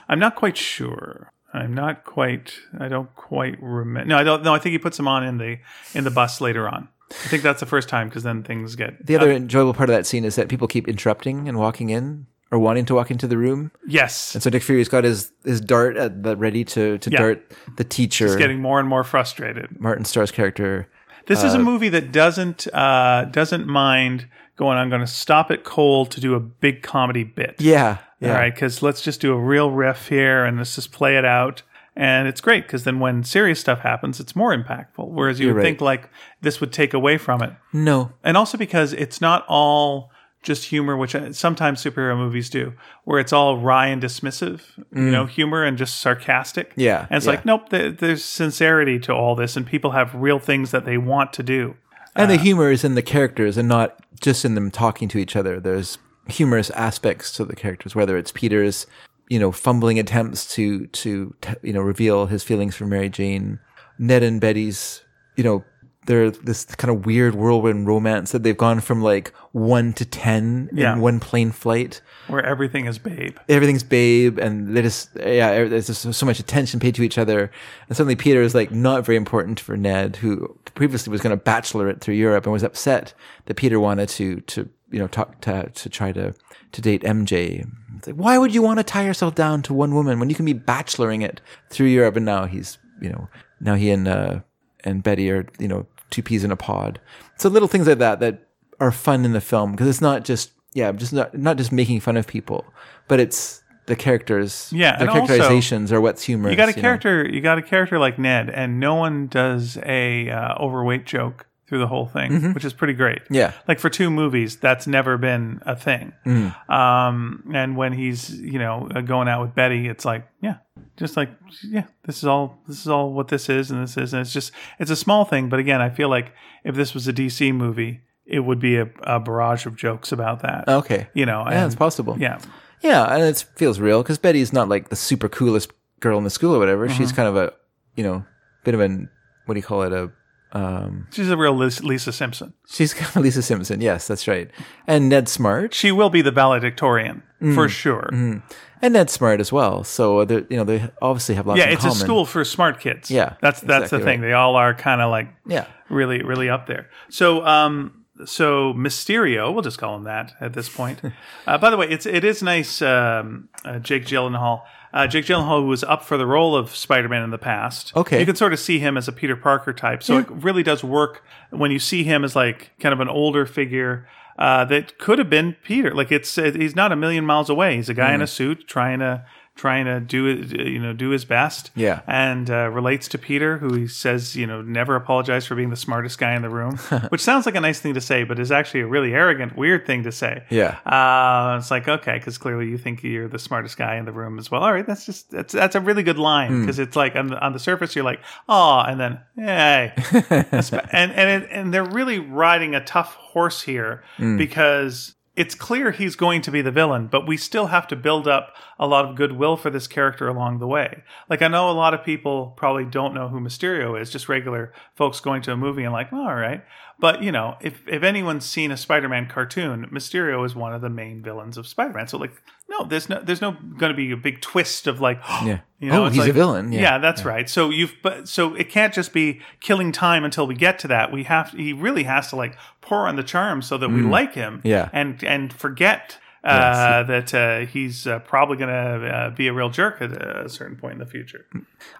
Speaker 3: I'm not quite sure. I'm not quite. I don't quite remember. No, I don't. No, I think he puts them on in the in the bus later on. I think that's the first time because then things get.
Speaker 4: The other enjoyable part of that scene is that people keep interrupting and walking in or wanting to walk into the room,
Speaker 3: uh, yes,
Speaker 4: and so Nick Fury's got his his dart at the ready to to
Speaker 3: Yeah.
Speaker 4: dart the teacher,
Speaker 3: it's getting more and more frustrated.
Speaker 4: Martin Starr's character.
Speaker 3: This
Speaker 4: Uh,
Speaker 3: is a movie that doesn't uh, doesn't mind going. I'm going to stop at Cole to do a big comedy bit.
Speaker 4: Yeah, yeah.
Speaker 3: All right, because let's just do a real riff here and let's just play it out. And it's great because then when serious stuff happens, it's more impactful. Whereas you would
Speaker 4: right.
Speaker 3: think like this would take away from it.
Speaker 4: No,
Speaker 3: and also because it's not all just humor, which uh, sometimes superhero movies do, where it's all wry and dismissive, you know, humor and just sarcastic.
Speaker 4: Mm. Yeah,
Speaker 3: and it's
Speaker 4: yeah.
Speaker 3: like, nope, th- there's sincerity to all this, and people have real things that they want to do.
Speaker 4: and the humor is in the characters and not just in them talking to each other there's humorous aspects to the characters whether it's peter's you know fumbling attempts to to t- you know reveal his feelings for mary jane ned and betty's you know they're this kind of weird whirlwind romance that they've gone from like one to ten
Speaker 3: Yeah.
Speaker 4: in one plane flight
Speaker 3: Where everything is babe.
Speaker 4: everything's babe and they just yeah er, there's just so much attention paid to each other and suddenly peter is like not very important for ned who previously was going to bachelor it through europe and was upset that peter wanted to to you know talk to to try to to date mj it's like why would you want to tie yourself down to one woman when you can be bacheloring it through europe and now he's you know now he and uh and betty are you know two peas in a pod so little things like that that are fun in the film because it's not just yeah just not not just making fun of people but it's the characters
Speaker 3: Yeah,
Speaker 4: the
Speaker 3: and also-
Speaker 4: characterizations are what's humorous
Speaker 3: You got a
Speaker 4: know.
Speaker 3: character, you got a character like Ned, and no one does a uh, overweight joke through the whole thing, which is pretty great.
Speaker 4: Mm-hmm. Yeah.
Speaker 3: Like for two movies, that's never been a thing.
Speaker 4: Mm.
Speaker 3: Um, and when he's, you know, uh, going out with Betty, it's like, yeah, just like, yeah, this is all, this is all what this is. And this is, and it's just, it's a small thing. But again, I feel like if this was a DC movie, it would be a, a barrage of jokes about that.
Speaker 4: Ah, Okay.
Speaker 3: You know,
Speaker 4: Oh. Yeah,
Speaker 3: and-
Speaker 4: it's possible.
Speaker 3: Yeah.
Speaker 4: Yeah, and it feels real because Betty's not like the super coolest girl in the school or whatever.
Speaker 3: Mm-hmm.
Speaker 4: She's kind of a, you know, bit of an what do you call it? A um,
Speaker 3: She's a real Lis- Lisa Simpson.
Speaker 4: she's kind of Lisa Simpson. Yes, that's right. And Ned Smart.
Speaker 3: She will be the valedictorian
Speaker 4: Mm.
Speaker 3: for sure.
Speaker 4: and Ned Smart as well. So they you know they obviously have lots.
Speaker 3: Yeah,
Speaker 4: in
Speaker 3: it's
Speaker 4: common.
Speaker 3: a school for smart kids.
Speaker 4: Yeah,
Speaker 3: that's that's the
Speaker 4: exactly
Speaker 3: thing. They all are kind of like
Speaker 4: Yeah,
Speaker 3: really really up there. So um so Mysterio, we'll just call him that at this point. uh, by the way, it's it is nice. Um, uh, Jake Gyllenhaal. Uh, Jake Gyllenhaal was up for the role of Spider-Man in the past.
Speaker 4: Okay.
Speaker 3: you can sort of see him as a Peter Parker type. So it really does work when you see him as like kind of an older figure. Uh, that could have been Peter. Like it's uh, he's not a million miles away. He's a guy
Speaker 4: Mm.
Speaker 3: in a suit trying to trying to do it, you know do his best
Speaker 4: Yeah.
Speaker 3: and uh, relates to Peter, who he says, you know, never apologize for being the smartest guy in the room, which sounds like a nice thing to say, but is actually a really arrogant, weird thing to say.
Speaker 4: Yeah.
Speaker 3: Uh, it's like, okay, because clearly you think you're the smartest guy in the room as well. All right, that's just, that's, that's a really good line because it's like on the, on the surface, you're like, oh, and then, hey. Espe- and, and, it, and they're really riding a tough horse here because it's clear he's going to be the villain, but we still have to build up a lot of goodwill for this character along the way. Like, I know a lot of people probably don't know who Mysterio is, just regular folks going to a movie and like, "Oh, all right. But, you know, if, if anyone's seen a Spider Man cartoon, Mysterio is one of the main villains of Spider Man. So, like, no, there's no, there's no going to be a big twist of like,
Speaker 4: Yeah.
Speaker 3: you know,
Speaker 4: Oh,
Speaker 3: it's
Speaker 4: he's a
Speaker 3: like-
Speaker 4: villain. Yeah.
Speaker 3: yeah, that's right. So you've but so it can't just be killing time until we get to that. We have he really has to like pour on the charm so that we like him.
Speaker 4: Mm. Yeah.
Speaker 3: and and forget. Uh, that uh, he's uh, probably going to uh, be a real jerk at a certain point in the future.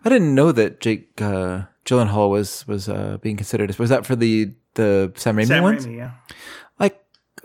Speaker 4: I didn't know that Jake uh, Gyllenhaal was was uh, being considered. Was that for the the Sam Raimi
Speaker 3: Sam
Speaker 4: ones?
Speaker 3: Raimi, yeah.
Speaker 4: I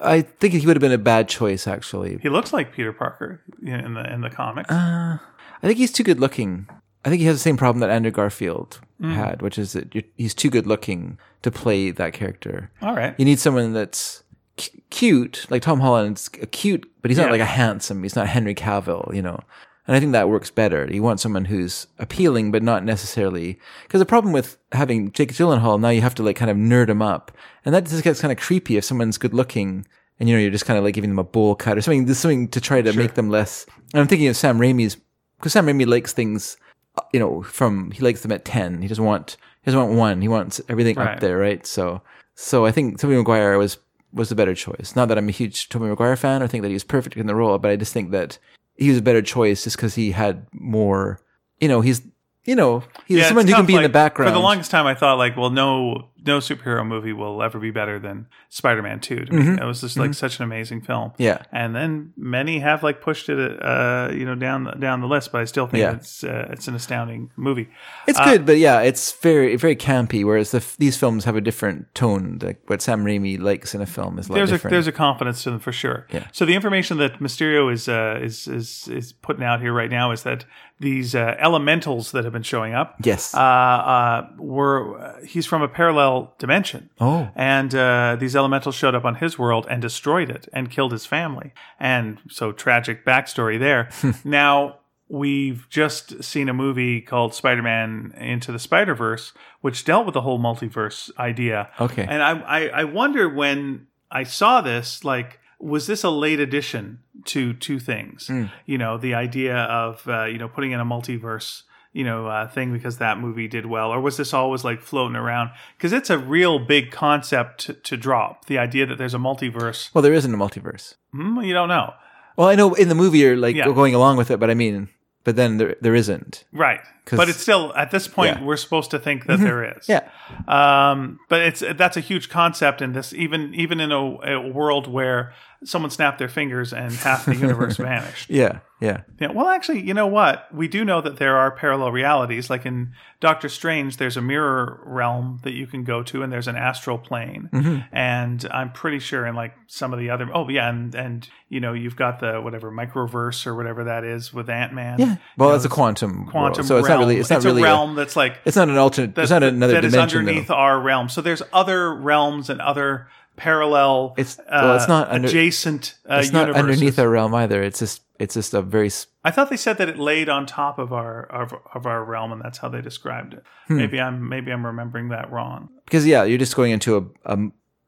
Speaker 4: I think he would have been a bad choice actually.
Speaker 3: He looks like Peter Parker in the in the comics.
Speaker 4: Uh, I think he's too good looking. I think he has the same problem that Andrew Garfield
Speaker 3: Mm.
Speaker 4: had, which is that you he's too good looking to play that character.
Speaker 3: All right.
Speaker 4: You need someone that's cu- cute, like Tom Holland's c- cute, but he's
Speaker 3: Yeah.
Speaker 4: not like a handsome. He's not Henry Cavill, you know. And I think that works better. You want someone who's appealing, but not necessarily because the problem with having Jake Gyllenhaal now you have to like kind of nerd him up, and that just gets kind of creepy if someone's good looking. And you know you're just kind of like giving them a bowl cut or something, there's something to try to make them less. And I'm thinking of Sam Raimi's because Sam Raimi likes things, uh, you know, from he likes them at ten. He doesn't want he doesn't want one. He wants everything
Speaker 3: Right.
Speaker 4: up there, right? So so I think Tobey Maguire was was the better choice. Not that I'm a huge Tobey Maguire fan or think that he was perfect in the role, but I just think that he was a better choice just because he had more. You know, he's you know he's
Speaker 3: it's
Speaker 4: someone who can
Speaker 3: tough,
Speaker 4: be in the
Speaker 3: like,
Speaker 4: background.
Speaker 3: For the longest time, I thought like, well, no, no superhero movie will ever be better than Spider-Man Two. To me, it was just like such an amazing film.
Speaker 4: Mm-hmm. Yeah.
Speaker 3: and then many have like pushed it, uh, you know, down the, down the list. But I still think
Speaker 4: Yeah.
Speaker 3: it's uh, it's an astounding movie.
Speaker 4: It's good, but yeah, it's very very campy. Whereas the, f- these films have a different tone. Like what Sam Raimi likes in a film is a lot
Speaker 3: there's
Speaker 4: different.
Speaker 3: a there's a confidence to them for sure.
Speaker 4: Yeah.
Speaker 3: So the information that Mysterio is uh, is is is putting out here right now is that these uh, elementals that have been showing up.
Speaker 4: yes,
Speaker 3: uh, uh, were uh, he's from a parallel dimension.
Speaker 4: Oh.
Speaker 3: and uh, these elementals showed up on his world and destroyed it and killed his family. And so tragic backstory there. now we've just seen a movie called Spider-Man Into the Spider-Verse, which dealt with the whole multiverse idea.
Speaker 4: Okay.
Speaker 3: and I I, I wonder when I saw this like. Was this a late addition to two things?
Speaker 4: Hmm.
Speaker 3: You know, the idea of uh, you know putting in a multiverse you know uh, thing because that movie did well or was this always like floating around because it's a real big concept to, to drop the idea that there's a multiverse
Speaker 4: well, there isn't a multiverse.
Speaker 3: Hmm, you don't know
Speaker 4: Well, I know in the movie you're like
Speaker 3: Yeah.
Speaker 4: going along with it, but I mean, but then there there isn't.
Speaker 3: right
Speaker 4: 'Cause-
Speaker 3: but it's still at this point
Speaker 4: Yeah. Mm-hmm.
Speaker 3: we're supposed to think that there is
Speaker 4: Yeah,
Speaker 3: um, but it's that's a huge concept in this even even in a, a world where someone snapped their fingers and half the universe vanished
Speaker 4: yeah, yeah.
Speaker 3: Yeah, well, actually, you know what? We do know that there are parallel realities. Like in Doctor Strange, there's a mirror realm that you can go to, and there's an astral plane.
Speaker 4: Mm-hmm.
Speaker 3: And I'm pretty sure in like some of the other, oh yeah, and and you know you've got the whatever microverse or whatever that is with Ant Man.
Speaker 4: Well, it's a quantum
Speaker 3: quantum
Speaker 4: world, so it's not really- it's not really
Speaker 3: a
Speaker 4: a-
Speaker 3: realm that's like
Speaker 4: It's not an alternate.
Speaker 3: that's,
Speaker 4: it's not another
Speaker 3: that is
Speaker 4: dimension. though.
Speaker 3: underneath our realm. So there's other realms and other parallel.
Speaker 4: It's- well, it's not under-
Speaker 3: adjacent. Uh,
Speaker 4: it's not
Speaker 3: universes.
Speaker 4: underneath our realm either. It's just it's just a very s-
Speaker 3: I thought they said that it laid on top of our of, of our realm, and that's how they described it.
Speaker 4: Hmm.
Speaker 3: Maybe I'm maybe I'm remembering that wrong.
Speaker 4: because yeah, you're just going into a a,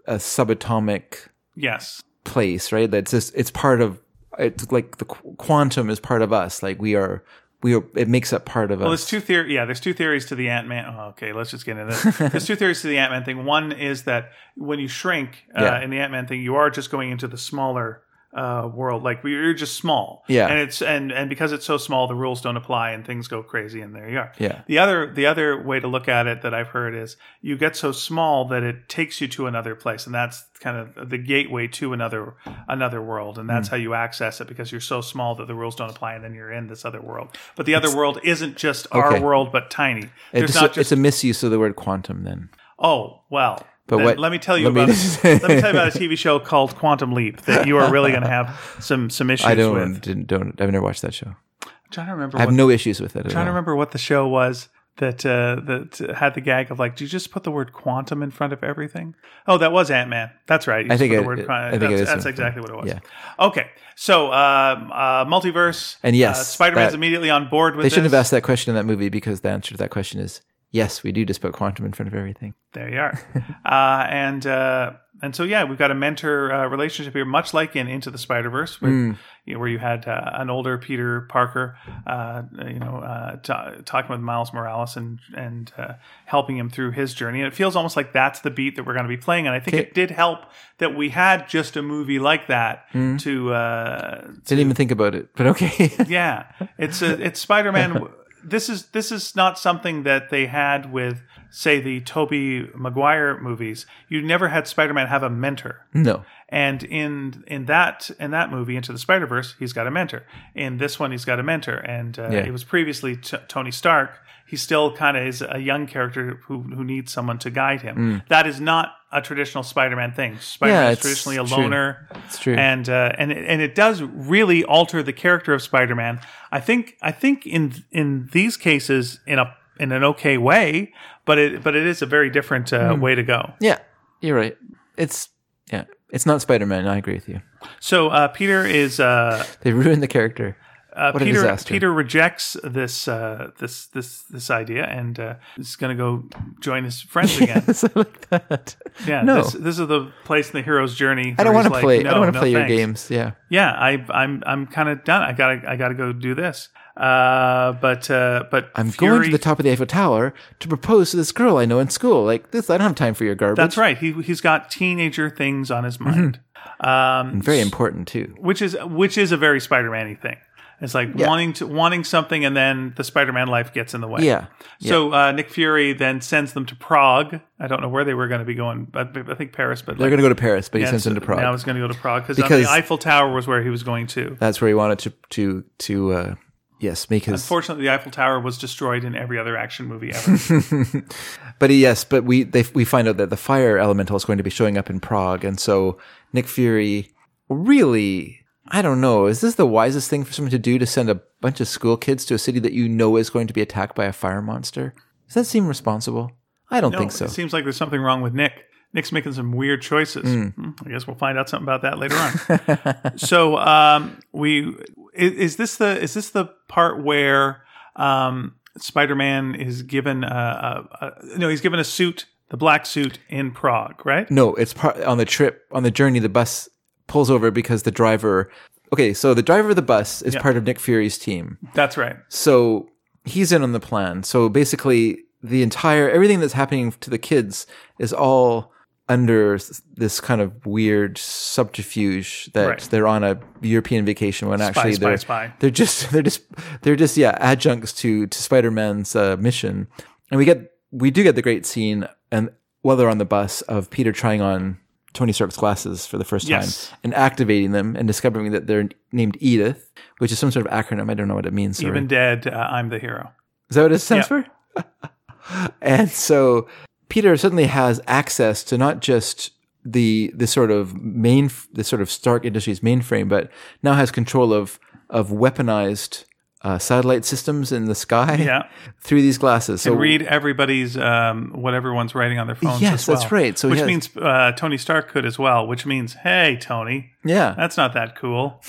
Speaker 4: a subatomic
Speaker 3: Yes,
Speaker 4: place, right? That's just it's part of it's like the qu- quantum is part of us. Like we are we are. It makes up part of
Speaker 3: Well,
Speaker 4: us.
Speaker 3: there's two theory. Yeah, there's two theories to the Ant Man. Oh, okay, let's just get into this. there's two theories to the Ant Man thing. One is that when you shrink uh,
Speaker 4: Yeah.
Speaker 3: in the Ant Man thing, you are just going into the smaller uh, world. Like you're just small.
Speaker 4: Yeah.
Speaker 3: and it's and and because it's so small, the rules don't apply, and things go crazy, and there you are.
Speaker 4: Yeah.
Speaker 3: The other the other way to look at it that I've heard is you get so small that it takes you to another place, and that's kind of the gateway to another another world, and
Speaker 4: Hmm.
Speaker 3: that's how you access it because you're so small that the rules don't apply, and then you're in this other world. But the other world isn't just our
Speaker 4: Okay.
Speaker 3: world, but tiny.
Speaker 4: It's
Speaker 3: There's
Speaker 4: just-
Speaker 3: not just
Speaker 4: it's a misuse of the word quantum. Then
Speaker 3: oh well.
Speaker 4: But
Speaker 3: then
Speaker 4: what-
Speaker 3: let me tell you
Speaker 4: let me
Speaker 3: about
Speaker 4: just-
Speaker 3: let me tell you about a TV show called Quantum Leap that you are really going to have some some issues
Speaker 4: I don't
Speaker 3: with.
Speaker 4: didn't, don't I've never watched that show.
Speaker 3: I'm trying to remember.
Speaker 4: I have
Speaker 3: what-
Speaker 4: no issues with it. At
Speaker 3: trying to
Speaker 4: all.
Speaker 3: remember what the show was that uh, that had the gag of like, do you just put the word quantum in front of everything? Oh, that was Ant Man. That's right. You
Speaker 4: I
Speaker 3: just
Speaker 4: think
Speaker 3: put the
Speaker 4: it-
Speaker 3: word
Speaker 4: it-
Speaker 3: quan-
Speaker 4: I think it
Speaker 3: that's,
Speaker 4: is
Speaker 3: that's
Speaker 4: something.
Speaker 3: exactly what it was.
Speaker 4: Yeah.
Speaker 3: Okay, so um, uh, multiverse
Speaker 4: And yes,
Speaker 3: uh, Spider Man's
Speaker 4: that-
Speaker 3: immediately on board with.
Speaker 4: They shouldn't have
Speaker 3: this.
Speaker 4: asked that question in that movie because the answer to that question is yes. We do just put quantum in front of everything.
Speaker 3: There you are. uh, and uh, and so yeah, we've got a mentor uh, relationship here, much like in Into the Spider Verse, where, you know, where you had uh, an older Peter Parker, uh, you know, uh, ta talking with Miles Morales and and uh, helping him through his journey. And it feels almost like that's the beat that we're going to be playing. And I think it did help that we had just a movie like that to uh,
Speaker 4: Didn't even think about it, but okay.
Speaker 3: yeah, it's a, it's Spider Man. this is this is not something that they had with say the Tobey Maguire movies. You never had Spider Man have a mentor.
Speaker 4: no.
Speaker 3: And in in that in that movie, Into the Spider Verse, he's got a mentor. In this one, he's got a mentor, and uh,
Speaker 4: Yeah.
Speaker 3: it was previously t- Tony Stark. He still kind of is a young character who who needs someone to guide him. That is not a traditional Spider Man thing. Spider Man is
Speaker 4: Mm. it's
Speaker 3: traditionally a
Speaker 4: true.
Speaker 3: loner.
Speaker 4: It's true.
Speaker 3: and uh, and it- and it does really alter the character of Spider Man. I think I think in in these cases in a in an okay way, but it but it is a very different uh,
Speaker 4: Hmm.
Speaker 3: way to go.
Speaker 4: Yeah, you're right. It's yeah, it's not Spider Man. I agree with you.
Speaker 3: So uh, Peter is. Uh,
Speaker 4: They ruined the character.
Speaker 3: Uh,
Speaker 4: What a
Speaker 3: Peter,
Speaker 4: disaster.
Speaker 3: Peter rejects this uh, this this this idea and uh, is going to go join his friends again.
Speaker 4: I like that.
Speaker 3: Yeah,
Speaker 4: No.
Speaker 3: this, this is the place in the hero's journey.
Speaker 4: I don't want to play. I don't want to
Speaker 3: to
Speaker 4: play your games. Yeah.
Speaker 3: Yeah, I, I'm I'm kind of done. I gotta I gotta go do this. Uh, but uh, but
Speaker 4: I'm
Speaker 3: Fury,
Speaker 4: going to the top of the Eiffel Tower to propose to this girl I know in school. Like this, I don't have time for your garbage.
Speaker 3: That's right. He he's got teenager things on his
Speaker 4: Mm-hmm.
Speaker 3: mind. Um,
Speaker 4: Very important too.
Speaker 3: which is which is a very Spider-Man-y thing. It's like wanting to wanting something, and then the Spider-Man life gets in the way.
Speaker 4: Yeah.
Speaker 3: So uh, Nick Fury then sends them to Prague. I don't know where they were going to be going, but I think Paris. But
Speaker 4: They're going to go to Paris, but he sends them to Prague.
Speaker 3: Now he's going to go to Prague because
Speaker 4: Because-
Speaker 3: the Eiffel Tower was where he was going to.
Speaker 4: That's where he wanted to to to uh, yes make his.
Speaker 3: Fortunately, the Eiffel Tower was destroyed in every other action movie ever.
Speaker 4: But he- yes, but we they, we find out that the fire elemental is going to be showing up in Prague, and so Nick Fury really I don't know is this the wisest thing for someone to do to send a bunch of school kids to a city that you know is going to be attacked by a fire monster? Does that seem responsible? I don't
Speaker 3: No,
Speaker 4: think so.
Speaker 3: It seems like there's something wrong with Nick. Nick's making some weird choices. Hmm, I guess we'll find out something about that later on. so um, we is, is this the is this the part where um, Spider-Man is given a, a, a no he's given a suit the black suit in Prague right
Speaker 4: No, it's part on the trip on the journey. The bus pulls over because the driver. Okay, so the driver of the bus is part of Nick Fury's team.
Speaker 3: that's right
Speaker 4: So he's in on the plan. So basically, the entire everything that's happening to the kids is all under s- this kind of weird subterfuge that
Speaker 3: Right.
Speaker 4: they're on a European vacation when actually
Speaker 3: spy,
Speaker 4: they're
Speaker 3: spy.
Speaker 4: they're just they're just they're just yeah adjuncts to to Spider Man's uh, mission. And we get we do get the great scene and while they're on the bus of Peter trying on Tony Stark's glasses for the first time
Speaker 3: Yes.
Speaker 4: and activating them and discovering that they're named Edith, which is some sort of acronym. I don't know what it means. sorry.
Speaker 3: even dead uh, I'm the hero
Speaker 4: Is that what it stands for? and so Peter suddenly has access to not just the the sort of main the sort of Stark Industries mainframe, but now has control of of weaponized uh, satellite systems in the sky
Speaker 3: Yeah.
Speaker 4: through these glasses. So
Speaker 3: and read everybody's um, what everyone's writing on their phones.
Speaker 4: Yes,
Speaker 3: as well,
Speaker 4: that's right. So he
Speaker 3: which
Speaker 4: has-
Speaker 3: means uh, Tony Stark could as well. Which means, hey, Tony,
Speaker 4: yeah,
Speaker 3: that's not that cool.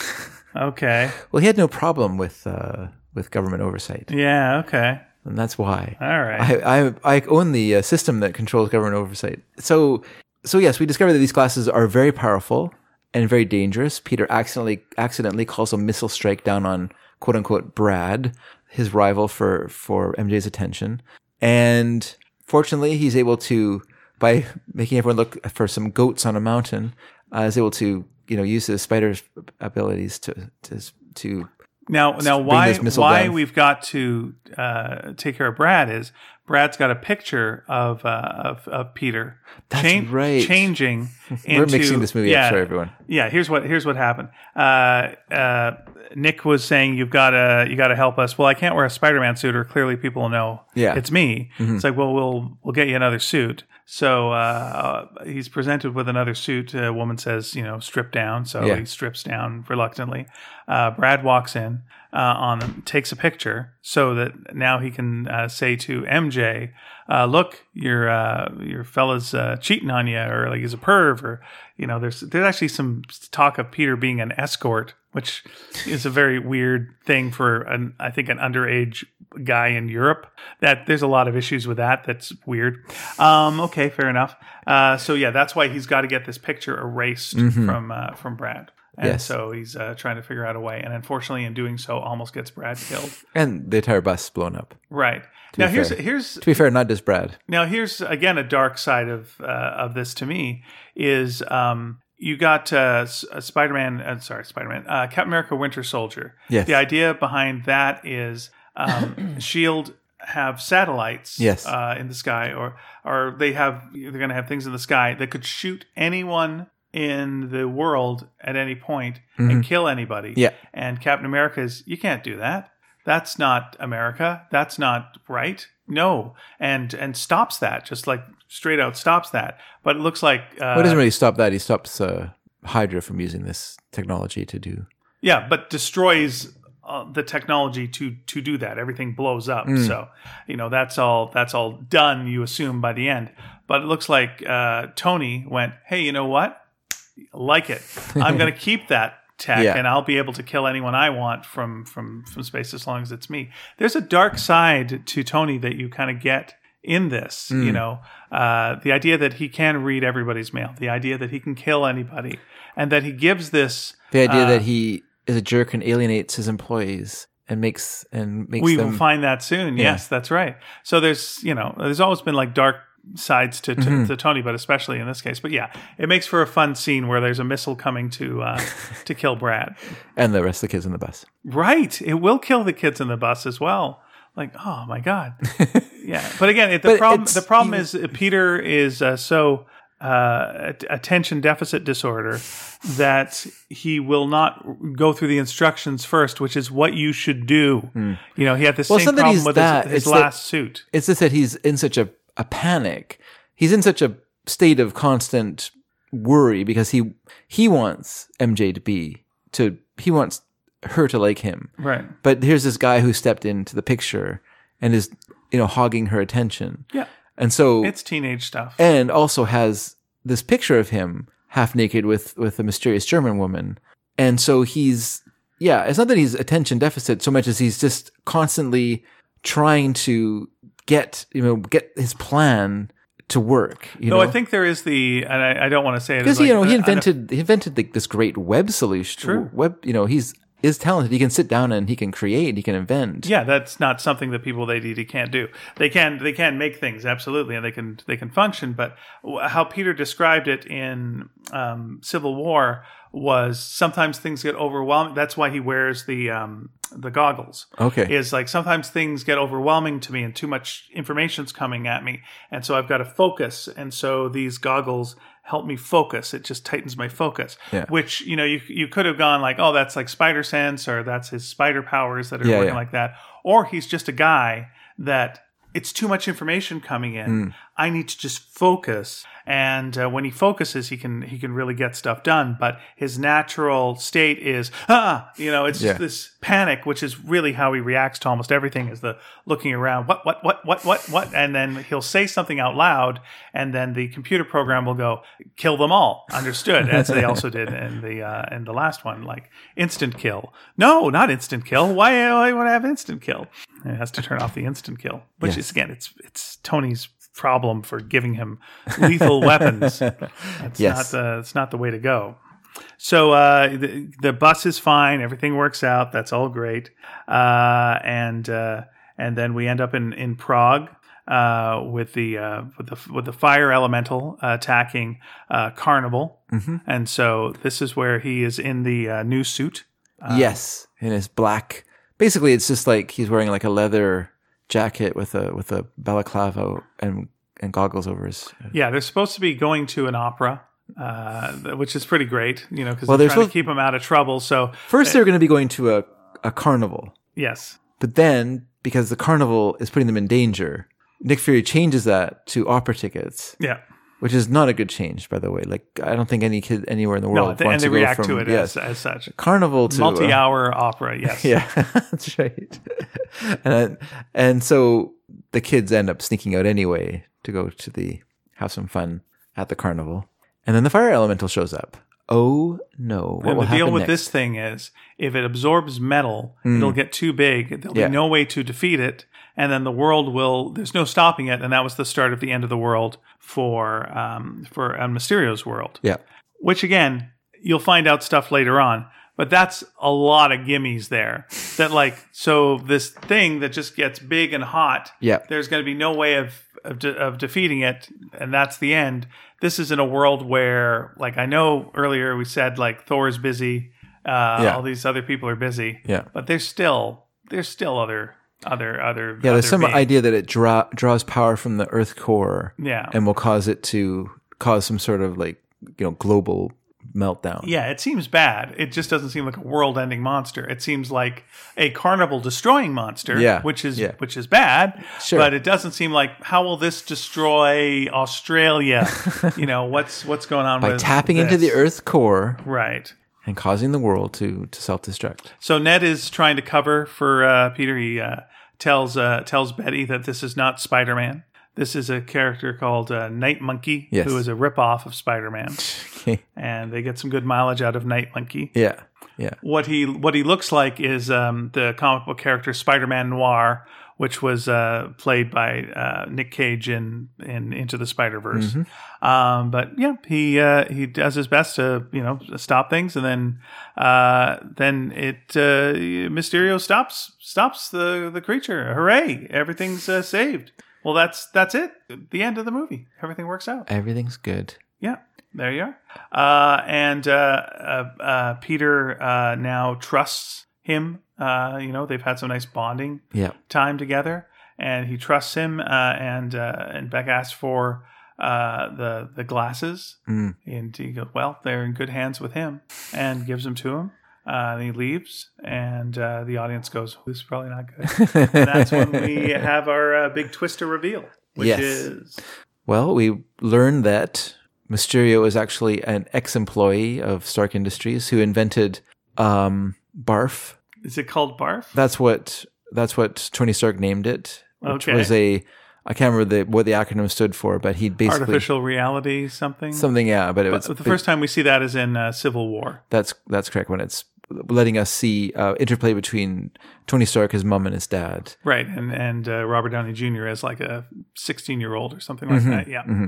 Speaker 3: okay,
Speaker 4: well, he had no problem with uh, with government oversight,
Speaker 3: yeah, okay,
Speaker 4: and that's why.
Speaker 3: all right.
Speaker 4: I, I I own the uh, system that controls government oversight. So so yes, we discovered that these glasses are very powerful and very dangerous. Peter accidentally accidentally calls a missile strike down on quote unquote Brad, his rival for for MJ's attention, and fortunately he's able to by making everyone look for some goats on a mountain, uh, is able to you know use his spider's abilities to to to
Speaker 3: Now, now, why
Speaker 4: this missile
Speaker 3: why
Speaker 4: down.
Speaker 3: we've got to uh, take care of Brad is Brad's got a picture of uh, of, of Peter.
Speaker 4: That's right.
Speaker 3: Changing.
Speaker 4: we're
Speaker 3: into-
Speaker 4: mixing this movie
Speaker 3: yeah,
Speaker 4: up for everyone.
Speaker 3: Yeah, here's what here's what happened. Uh, uh, Nick was saying you've got to you got to help us. Well, I can't wear a Spider-Man suit, or clearly people will know
Speaker 4: Yeah. Mm-hmm.
Speaker 3: it's me. It's like, well, we'll we'll get you another suit. So uh, he's presented with another suit. A woman says, you know, strip down. So
Speaker 4: Yeah.
Speaker 3: he strips down reluctantly. Uh, Brad walks in uh, on them, takes a picture, so that now he can uh, say to MJ, uh, "Look, your uh, your fella's uh, cheating on you, or like he's a perv, or you know." There's there's actually some talk of Peter being an escort, which is a very weird thing for an I think an underage guy in Europe. That there's a lot of issues with that. That's weird. Um, okay, fair enough. Uh, so yeah, that's why he's got to get this picture erased from uh, from Brad. And
Speaker 4: Mm-hmm. Yes.
Speaker 3: so he's uh, trying to figure out a way, and unfortunately, in doing so, almost gets Brad killed.
Speaker 4: And the entire bus is blown up.
Speaker 3: Right now,
Speaker 4: be
Speaker 3: here's
Speaker 4: fair.
Speaker 3: here's
Speaker 4: To be fair, not just Brad.
Speaker 3: now here's again a dark side of uh, of this to me is um, you got uh, S- uh, Spider Man. Uh, sorry, Spider Man. Uh, Captain America: Winter Soldier.
Speaker 4: Yes.
Speaker 3: The idea behind that is um, Shield have satellites.
Speaker 4: Yes.
Speaker 3: Uh, in the sky, or or they have they're going to have things in the sky that could shoot anyone in the world at any point and kill anybody.
Speaker 4: Mm-hmm. Yeah.
Speaker 3: And Captain America's, you can't do that. That's not America. That's not right. No. And and stops that, just like straight out stops that. But it looks like uh,
Speaker 4: Well, it doesn't really stop that. He stops uh, Hydra from using this technology to do.
Speaker 3: yeah, but destroys uh, the technology to to do that. Everything blows up. So you know that's all that's all done. You assume by the end. But it looks like uh, Tony went, hey, you know what? Like it. I'm going to keep that tech,
Speaker 4: Yeah.
Speaker 3: and I'll be able to kill anyone I want from from from space as long as it's me. There's a dark side to Tony that you kind of get in this. You know, uh, the idea that he can read everybody's mail, the idea that he can kill anybody, and that he gives this
Speaker 4: The idea
Speaker 3: Uh,
Speaker 4: that he is a jerk and alienates his employees and makes and makes
Speaker 3: we
Speaker 4: them.
Speaker 3: will find that soon.
Speaker 4: Yeah.
Speaker 3: Yes, that's right. So there's you know there's always been like dark sides to, to,
Speaker 4: Mm-hmm.
Speaker 3: to Tony, but especially in this case. But yeah, it makes for a fun scene where there's a missile coming to uh, to kill Brad.
Speaker 4: and the rest of the kids on the bus.
Speaker 3: Right, it will kill the kids in the bus as well. Like oh my god, yeah. But again, it, the
Speaker 4: But
Speaker 3: problem
Speaker 4: it's-
Speaker 3: the problem is uh, Peter is uh, so uh, at- attention deficit disorder that he will not go through the instructions first, which is what you should do. You know, he had the
Speaker 4: Hmm. Well, it's
Speaker 3: same
Speaker 4: not that
Speaker 3: problem
Speaker 4: he's
Speaker 3: with
Speaker 4: that,
Speaker 3: his, his
Speaker 4: it's that-
Speaker 3: last suit.
Speaker 4: It's just that he's in such a, a panic. He's in such a state of constant worry because he he wants MJ to be to he wants her to like him.
Speaker 3: Right.
Speaker 4: But here's this guy who stepped into the picture and is you know hogging her attention.
Speaker 3: Yeah.
Speaker 4: And so
Speaker 3: It's teenage stuff.
Speaker 4: and also has this picture of him half naked with with a mysterious German woman. And so he's yeah, it's not that he's attention deficit so much as he's just constantly trying to get you know get his plan to work. You
Speaker 3: no,
Speaker 4: know?
Speaker 3: I think there is the, and I, I don't want to say it
Speaker 4: because
Speaker 3: as,
Speaker 4: you
Speaker 3: like,
Speaker 4: know he
Speaker 3: uh, an-
Speaker 4: invented he invented like this great web solution.
Speaker 3: True.
Speaker 4: Web, you know he's is talented. He can sit down and he can create. He can invent.
Speaker 3: yeah, that's not something that people with ADD can't do. They can they can make things absolutely, and they can they can function. But w- how Peter described it in um, Civil War was sometimes things get overwhelming. That's why he wears the um, the goggles.
Speaker 4: Okay.
Speaker 3: is like sometimes things get overwhelming to me and too much information's coming at me and so i've got to focus and so these goggles help me focus it just tightens my focus
Speaker 4: Yeah.
Speaker 3: which you know you, you could have gone like oh that's like spider sense or that's his spider powers that are
Speaker 4: Yeah,
Speaker 3: working
Speaker 4: yeah.
Speaker 3: like that or he's just a guy that it's too much information coming in. I need to just focus. And uh, when he focuses, he can he can really get stuff done. But his natural state is ah, you know, it's
Speaker 4: Yeah.
Speaker 3: this panic, which is really how he reacts to almost everything. Is the looking around, what what what what what what, and then he'll say something out loud, and then the computer program will go kill them all. Understood? As they also did in the uh, in the last one, like instant kill. No, not instant kill. Why why would I have instant kill? And it has to turn off the instant kill, which
Speaker 4: Yeah.
Speaker 3: is again, it's it's Tony's problem for giving him lethal weapons. It's
Speaker 4: Yes.
Speaker 3: not the it's not the way to go. So uh, the the bus is fine. Everything works out. That's all great. Uh, and uh, and then we end up in in Prague. Uh, with the uh, with the with the fire elemental uh, attacking uh, Carnival, and so this is where he is in the uh, new suit.
Speaker 4: yes, and it's black. Basically, it's just like he's wearing like a leather jacket with a with a balaclava and and goggles over his.
Speaker 3: Yeah, they're supposed to be going to an opera, uh, which is pretty great, you know, because
Speaker 4: Well,
Speaker 3: they're,
Speaker 4: they're
Speaker 3: trying
Speaker 4: supposed-
Speaker 3: to keep him out of trouble. So
Speaker 4: First, they're going to be going to a a carnival,
Speaker 3: yes,
Speaker 4: but then because the carnival is putting them in danger, Nick Fury changes that to opera tickets,
Speaker 3: yeah,
Speaker 4: which is not a good change, by the way. Like I don't think any kid anywhere in the
Speaker 3: no,
Speaker 4: world
Speaker 3: th- and
Speaker 4: wants
Speaker 3: they
Speaker 4: to go
Speaker 3: react
Speaker 4: from
Speaker 3: to it
Speaker 4: yes,
Speaker 3: as, as such.
Speaker 4: carnival to uh,
Speaker 3: Multi-hour opera, yes,
Speaker 4: Yeah, that's right. and and so the kids end up sneaking out anyway to go to the have some fun at the carnival, and then the fire elemental shows up. Oh no! What
Speaker 3: And
Speaker 4: will
Speaker 3: the deal
Speaker 4: happen
Speaker 3: with
Speaker 4: next? Hmm.
Speaker 3: this thing is, if it absorbs metal, it'll get too big. There'll
Speaker 4: Yeah.
Speaker 3: be no way to defeat it, and then the world will. There's no stopping it, and that was the start of the end of the world for um, for uh, Mysterio's world.
Speaker 4: Yeah,
Speaker 3: which again you'll find out stuff later on but that's a lot of gimmies there that like so this thing that just gets big and hot
Speaker 4: yeah,
Speaker 3: there's going to be no way of of, de- of defeating it and that's the end this is in a world where like i know earlier we said like thor's busy uh,
Speaker 4: Yeah.
Speaker 3: all these other people are busy
Speaker 4: Yeah.
Speaker 3: but there's still there's still other other other
Speaker 4: yeah.
Speaker 3: other
Speaker 4: There's some
Speaker 3: beings.
Speaker 4: idea that it draw, draws power from the Earth core,
Speaker 3: yeah
Speaker 4: and will cause it to cause some sort of like you know global meltdown.
Speaker 3: Yeah, it seems bad. It just doesn't seem like a world-ending monster. It seems like a carnival destroying monster,
Speaker 4: Yeah,
Speaker 3: which is
Speaker 4: yeah.
Speaker 3: which is bad.
Speaker 4: Sure.
Speaker 3: But it doesn't seem like how will this destroy Australia? you know, what's what's going on
Speaker 4: By
Speaker 3: with
Speaker 4: tapping into
Speaker 3: this?
Speaker 4: the Earth core
Speaker 3: Right.
Speaker 4: and causing the world to to self destruct.
Speaker 3: So Ned is trying to cover for uh, Peter. He uh, tells uh, tells Betty that this is not Spider-Man. This is a character called uh, Night Monkey,
Speaker 4: Yes.
Speaker 3: who is a ripoff of Spider-Man, and they get some good mileage out of Night Monkey.
Speaker 4: yeah, yeah.
Speaker 3: what he what he looks like is um, the comic book character Spider-Man Noir, which was uh, played by uh, Nick Cage in, in Into the Spider Verse. Um, but yeah, he uh, he does his best to you know stop things, and then uh, then it uh, Mysterio stops stops the the creature. Hooray! Everything's uh, saved. Well, that's that's it. The end of the movie. Everything works out.
Speaker 4: Everything's good.
Speaker 3: Yeah, there you are. Uh, and uh, uh, uh, Peter uh, now trusts him. Uh, you know, they've had some nice bonding
Speaker 4: Yeah.
Speaker 3: time together, and he trusts him. Uh, and uh, and Beck asks for uh, the the glasses,
Speaker 4: Mm.
Speaker 3: and he goes, "Well, they're in good hands with him," and gives them to him. Uh, and he leaves, and uh, the audience goes, "This is probably not good." And that's when we have our uh, big twister reveal, which
Speaker 4: Yes.
Speaker 3: is
Speaker 4: Well, we learned that Mysterio is actually an ex-employee of Stark Industries who invented um, barf.
Speaker 3: is it called barf?
Speaker 4: That's what that's what Tony Stark named it, which
Speaker 3: Okay.
Speaker 4: was a I can't remember the, what the acronym stood for, but he basically
Speaker 3: artificial reality something.
Speaker 4: something. Yeah, but it
Speaker 3: But
Speaker 4: was
Speaker 3: the first time we see that is in uh, Civil War.
Speaker 4: That's that's correct when it's letting us see uh, interplay between Tony Stark, his mom, and his dad.
Speaker 3: Right, and and uh, Robert Downey Jr. as like a 16 year old or something like
Speaker 4: Mm-hmm.
Speaker 3: that. Yeah,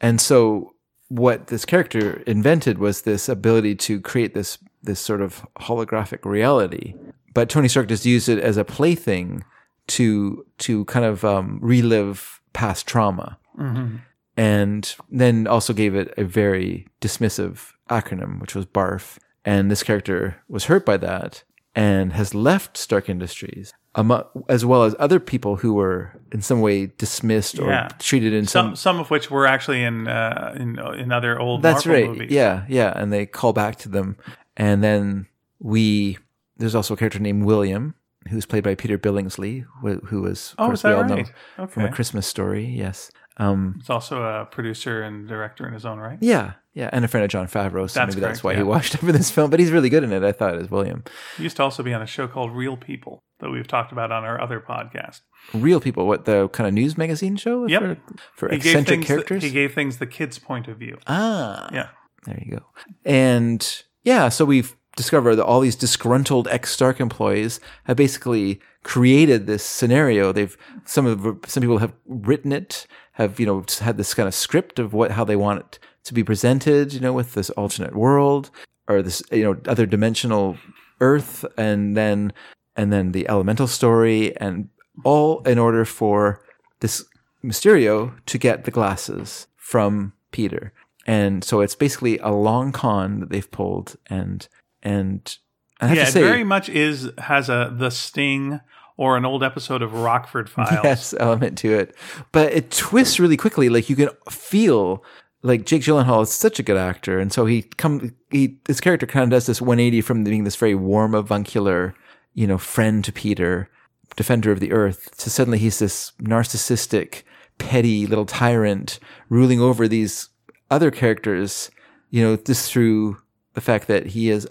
Speaker 4: And so what this character invented was this ability to create this this sort of holographic reality. But Tony Stark just used it as a plaything to to kind of um, relive past trauma.
Speaker 3: Mm-hmm.
Speaker 4: And then also gave it a very dismissive acronym, which was BARF. And this character was hurt by that and has left Stark Industries, amo- as well as other people who were in some way dismissed or
Speaker 3: Yeah.
Speaker 4: treated in some
Speaker 3: some some of which were actually in uh, in in other old
Speaker 4: that's
Speaker 3: Marvel
Speaker 4: right.
Speaker 3: movies.
Speaker 4: Yeah, yeah. And they call back to them. And then we, there's also a character named William who's played by Peter Billingsley, who, who was of
Speaker 3: Oh,
Speaker 4: course
Speaker 3: is that
Speaker 4: we all know
Speaker 3: right?
Speaker 4: from
Speaker 3: Okay.
Speaker 4: A Christmas Story. Yes. Um,
Speaker 3: He's also a producer and director in his own right.
Speaker 4: yeah, yeah, and a friend of John Favreau, so
Speaker 3: That's
Speaker 4: maybe that's
Speaker 3: correct,
Speaker 4: why
Speaker 3: yeah.
Speaker 4: he watched over this film. But he's really good in it, I thought, as William.
Speaker 3: He used to also be on a show called Real People that we've talked about on our other podcast.
Speaker 4: Real people, what the kind of news magazine show?
Speaker 3: Yep.
Speaker 4: For, for
Speaker 3: He gave,
Speaker 4: eccentric
Speaker 3: things
Speaker 4: characters.
Speaker 3: The, he gave things the kid's point of view.
Speaker 4: ah,
Speaker 3: Yeah.
Speaker 4: There you go. And yeah, so we've discovered that all these disgruntled ex Stark employees have basically created this scenario. They've some of some people have written it, have you know just had this kind of script of what how they want it to be presented, you know, with this alternate world or this you know other dimensional Earth, and then and then the elemental story, and all in order for this Mysterio to get the glasses from Peter. And so it's basically a long con that they've pulled and and I have
Speaker 3: yeah,
Speaker 4: to say
Speaker 3: it very much is has a the sting or an old episode of Rockford Files.
Speaker 4: yes element to it. But it twists really quickly. Like you can feel like Jake Gyllenhaal is such a good actor, and so he come he this character kind of does this 180 from being this very warm avuncular, you know, friend to Peter, defender of the earth, to suddenly he's this narcissistic, petty little tyrant ruling over these other characters, you know, just through the fact that he is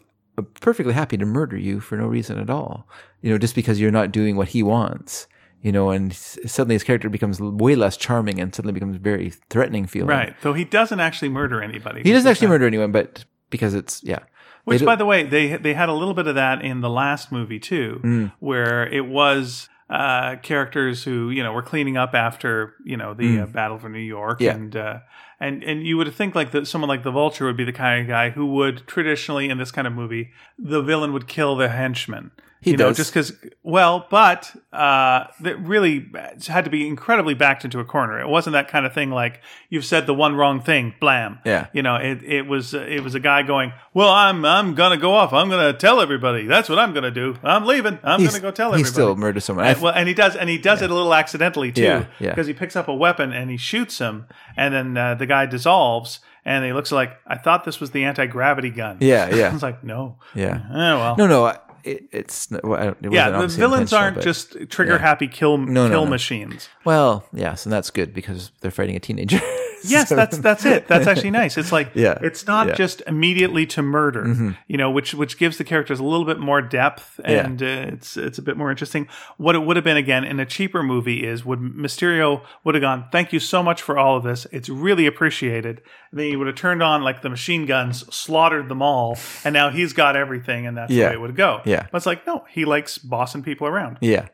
Speaker 4: perfectly happy to murder you for no reason at all, you know, just because you're not doing what he wants, you know, and s- suddenly his character becomes l- way less charming and suddenly becomes very threatening feeling.
Speaker 3: Right. Though he doesn't actually murder anybody.
Speaker 4: He doesn't actually murder anyone, but because it's, yeah.
Speaker 3: Which,
Speaker 4: do-
Speaker 3: by the way, they they had a little bit of that in the last movie too,
Speaker 4: Mm.
Speaker 3: where it was uh, characters who you know were cleaning up after you know the uh, Battle for New York,
Speaker 4: Mm. Yeah.
Speaker 3: and uh, and and you would think like that someone like the Vulture would be the kind of guy who would traditionally in this kind of movie the villain would kill the henchman.
Speaker 4: He
Speaker 3: you know,
Speaker 4: does.
Speaker 3: just because. Well, but uh, that really had to be incredibly backed into a corner. It wasn't that kind of thing like you've said the one wrong thing, blam.
Speaker 4: Yeah.
Speaker 3: You know, it, it was it was a guy going, "Well, I'm I'm gonna go off. I'm gonna tell everybody. That's what I'm gonna do. I'm leaving. I'm
Speaker 4: He's-
Speaker 3: gonna go tell
Speaker 4: he
Speaker 3: everybody."
Speaker 4: still murders someone. I
Speaker 3: And- well, and he does, and he does it a little accidentally too,
Speaker 4: Yeah, yeah.
Speaker 3: because he picks up a weapon and he shoots him, and then uh, the guy dissolves, and he looks like I thought this was the anti gravity gun.
Speaker 4: Yeah, yeah.
Speaker 3: I was like, no.
Speaker 4: Yeah.
Speaker 3: Eh, well.
Speaker 4: No, no, I- it, it's, n- well, I don't- it
Speaker 3: Yeah,
Speaker 4: wasn't
Speaker 3: the
Speaker 4: obviously
Speaker 3: villains
Speaker 4: intentional,
Speaker 3: aren't
Speaker 4: but-
Speaker 3: just trigger happy kill
Speaker 4: No, no,
Speaker 3: kill
Speaker 4: no.
Speaker 3: machines.
Speaker 4: Well, yes, and that's good because they're fighting a teenager.
Speaker 3: Yes,
Speaker 4: So-
Speaker 3: that's that's it. That's actually nice. It's like
Speaker 4: Yeah.
Speaker 3: it's not
Speaker 4: Yeah. Mm-hmm.
Speaker 3: just immediately to murder, you know, which which gives the characters a little bit more depth and uh, it's it's a bit more interesting. What it would have been again in a cheaper movie is would Mysterio would have gone, "Thank you so much for all of this. It's really appreciated." And then he would have turned on like the machine guns, slaughtered them all, and now he's got everything and that's
Speaker 4: Yeah.
Speaker 3: the way it would go.
Speaker 4: Yeah.
Speaker 3: But it's like, no, he likes bossing people around.
Speaker 4: Yeah.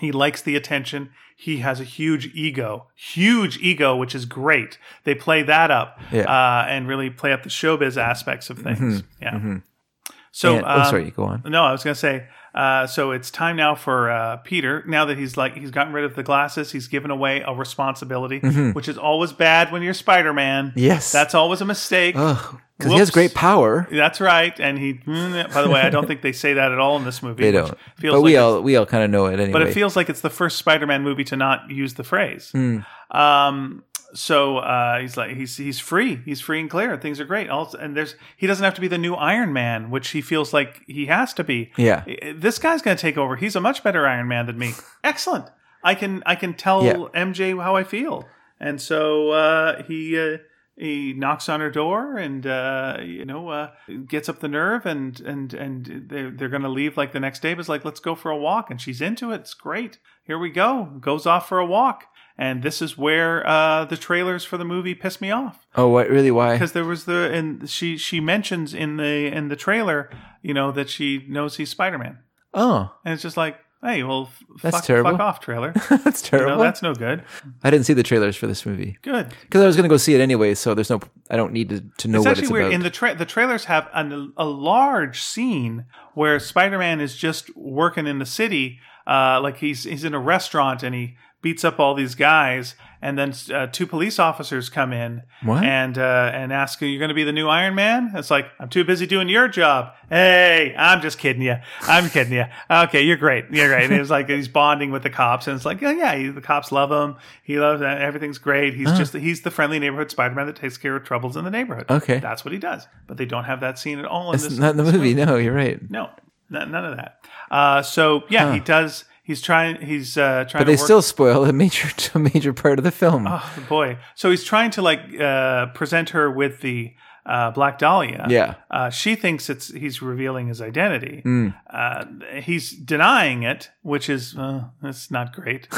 Speaker 3: He likes the attention. He has a huge ego, huge ego, which is great. They play that up
Speaker 4: Yeah. Mm-hmm.
Speaker 3: uh, and really play up the showbiz aspects of things. Yeah. So,
Speaker 4: And- oh,
Speaker 3: um,
Speaker 4: sorry, go on.
Speaker 3: No, I was going to say. Uh, so it's time now for uh, Peter. Now that he's like he's gotten rid of the glasses, he's given away a responsibility, which is always bad when you're Spider-Man.
Speaker 4: Mm-hmm. Yes. Oh.
Speaker 3: that's always a mistake.
Speaker 4: Ugh. Because he has
Speaker 3: Whoops.
Speaker 4: great power.
Speaker 3: That's right. And he. mm, By the way, I don't think they say that at all in this movie.
Speaker 4: They
Speaker 3: which
Speaker 4: don't. But
Speaker 3: Feels
Speaker 4: we
Speaker 3: like
Speaker 4: all we all kind of know it anyway.
Speaker 3: but it feels like it's the first Spider-Man movie to not use the phrase.
Speaker 4: Hmm.
Speaker 3: Um, so uh, he's like he's he's free, he's free and clear. Things are great. Also, and there's he doesn't have to be the new Iron Man, which he feels like he has to be.
Speaker 4: Yeah.
Speaker 3: I- this guy's going to take over. He's a much better Iron Man than me. Excellent. I can I can tell
Speaker 4: Yeah.
Speaker 3: MJ how I feel, and so uh, he. Uh, he knocks on her door and uh, you know uh, gets up the nerve and and and they're, they're going to leave like the next day but it's like let's go for a walk and she's into it it's great here we go goes off for a walk and this is where uh, the trailers for the movie piss me off
Speaker 4: oh, what really? Why?
Speaker 3: because there was the and she she mentions in the in the trailer you know that she knows he's spider-man
Speaker 4: Oh,
Speaker 3: and it's just like hey well f-
Speaker 4: That's
Speaker 3: fuck,
Speaker 4: terrible.
Speaker 3: fuck off trailer
Speaker 4: that's
Speaker 3: you
Speaker 4: terrible.
Speaker 3: know, that's no good
Speaker 4: I didn't see the trailers for this movie
Speaker 3: good
Speaker 4: because I was going to go see it anyway. So there's no. I don't need to, to know
Speaker 3: It's
Speaker 4: what
Speaker 3: actually
Speaker 4: it's
Speaker 3: weird.
Speaker 4: about.
Speaker 3: In the tra- the trailers have an, a large scene where Spider Man is just working in the city, uh, like he's he's in a restaurant and he beats up all these guys, and then uh, two police officers come in
Speaker 4: What?
Speaker 3: and uh, and ask, "Are you going to be the new Iron Man?" It's like I'm too busy doing your job. Hey, I'm just kidding you. I'm kidding you. Okay, you're great. You're great. And it's like he's bonding with the cops, and it's like, oh, yeah, he, the cops love him. He loves uh, everything's great. He's just he's the friendly neighborhood Spider Man that takes care of troubles in the neighborhood.
Speaker 4: Okay.
Speaker 3: That's what he does. But they don't have that scene at all in
Speaker 4: it's
Speaker 3: this.
Speaker 4: not in the
Speaker 3: this
Speaker 4: movie. No, you're right.
Speaker 3: No. N- none of that. Uh, so yeah, he does. He's trying. He's uh, trying.
Speaker 4: But they
Speaker 3: to work,
Speaker 4: still spoil a major a major part of the film.
Speaker 3: oh, boy. So he's trying to like uh, present her with the uh, Black Dahlia.
Speaker 4: Yeah. Hmm.
Speaker 3: Uh, she thinks it's he's revealing his identity. Uh, he's denying it, which is uh, that's not great.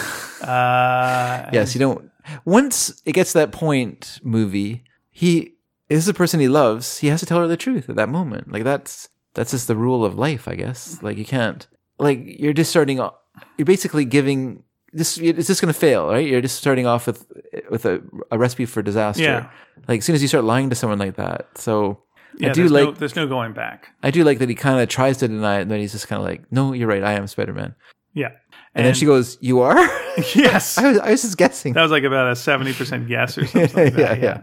Speaker 3: Uh,
Speaker 4: Yes, you don't. Once it gets to that point, movie, he is the person he loves. He has to tell her the truth at that moment. Like that's that's just the rule of life, I guess. Like you can't. Like you're just starting off. You're basically giving this. It's just going to fail, right? You're just starting off with with a, a recipe for disaster.
Speaker 3: Yeah.
Speaker 4: Like as soon as you start lying to someone like that, so
Speaker 3: yeah,
Speaker 4: I do
Speaker 3: there's
Speaker 4: like
Speaker 3: no, there's no going back.
Speaker 4: I do like that he kind of tries to deny it, and then he's just kind of like, "No, you're right. I am Spider Man."
Speaker 3: Yeah.
Speaker 4: And, then she goes, "You are." I
Speaker 3: Yes.
Speaker 4: was I was just guessing.
Speaker 3: That was like about a seventy percent guess or something. like that,
Speaker 4: Yeah, yeah.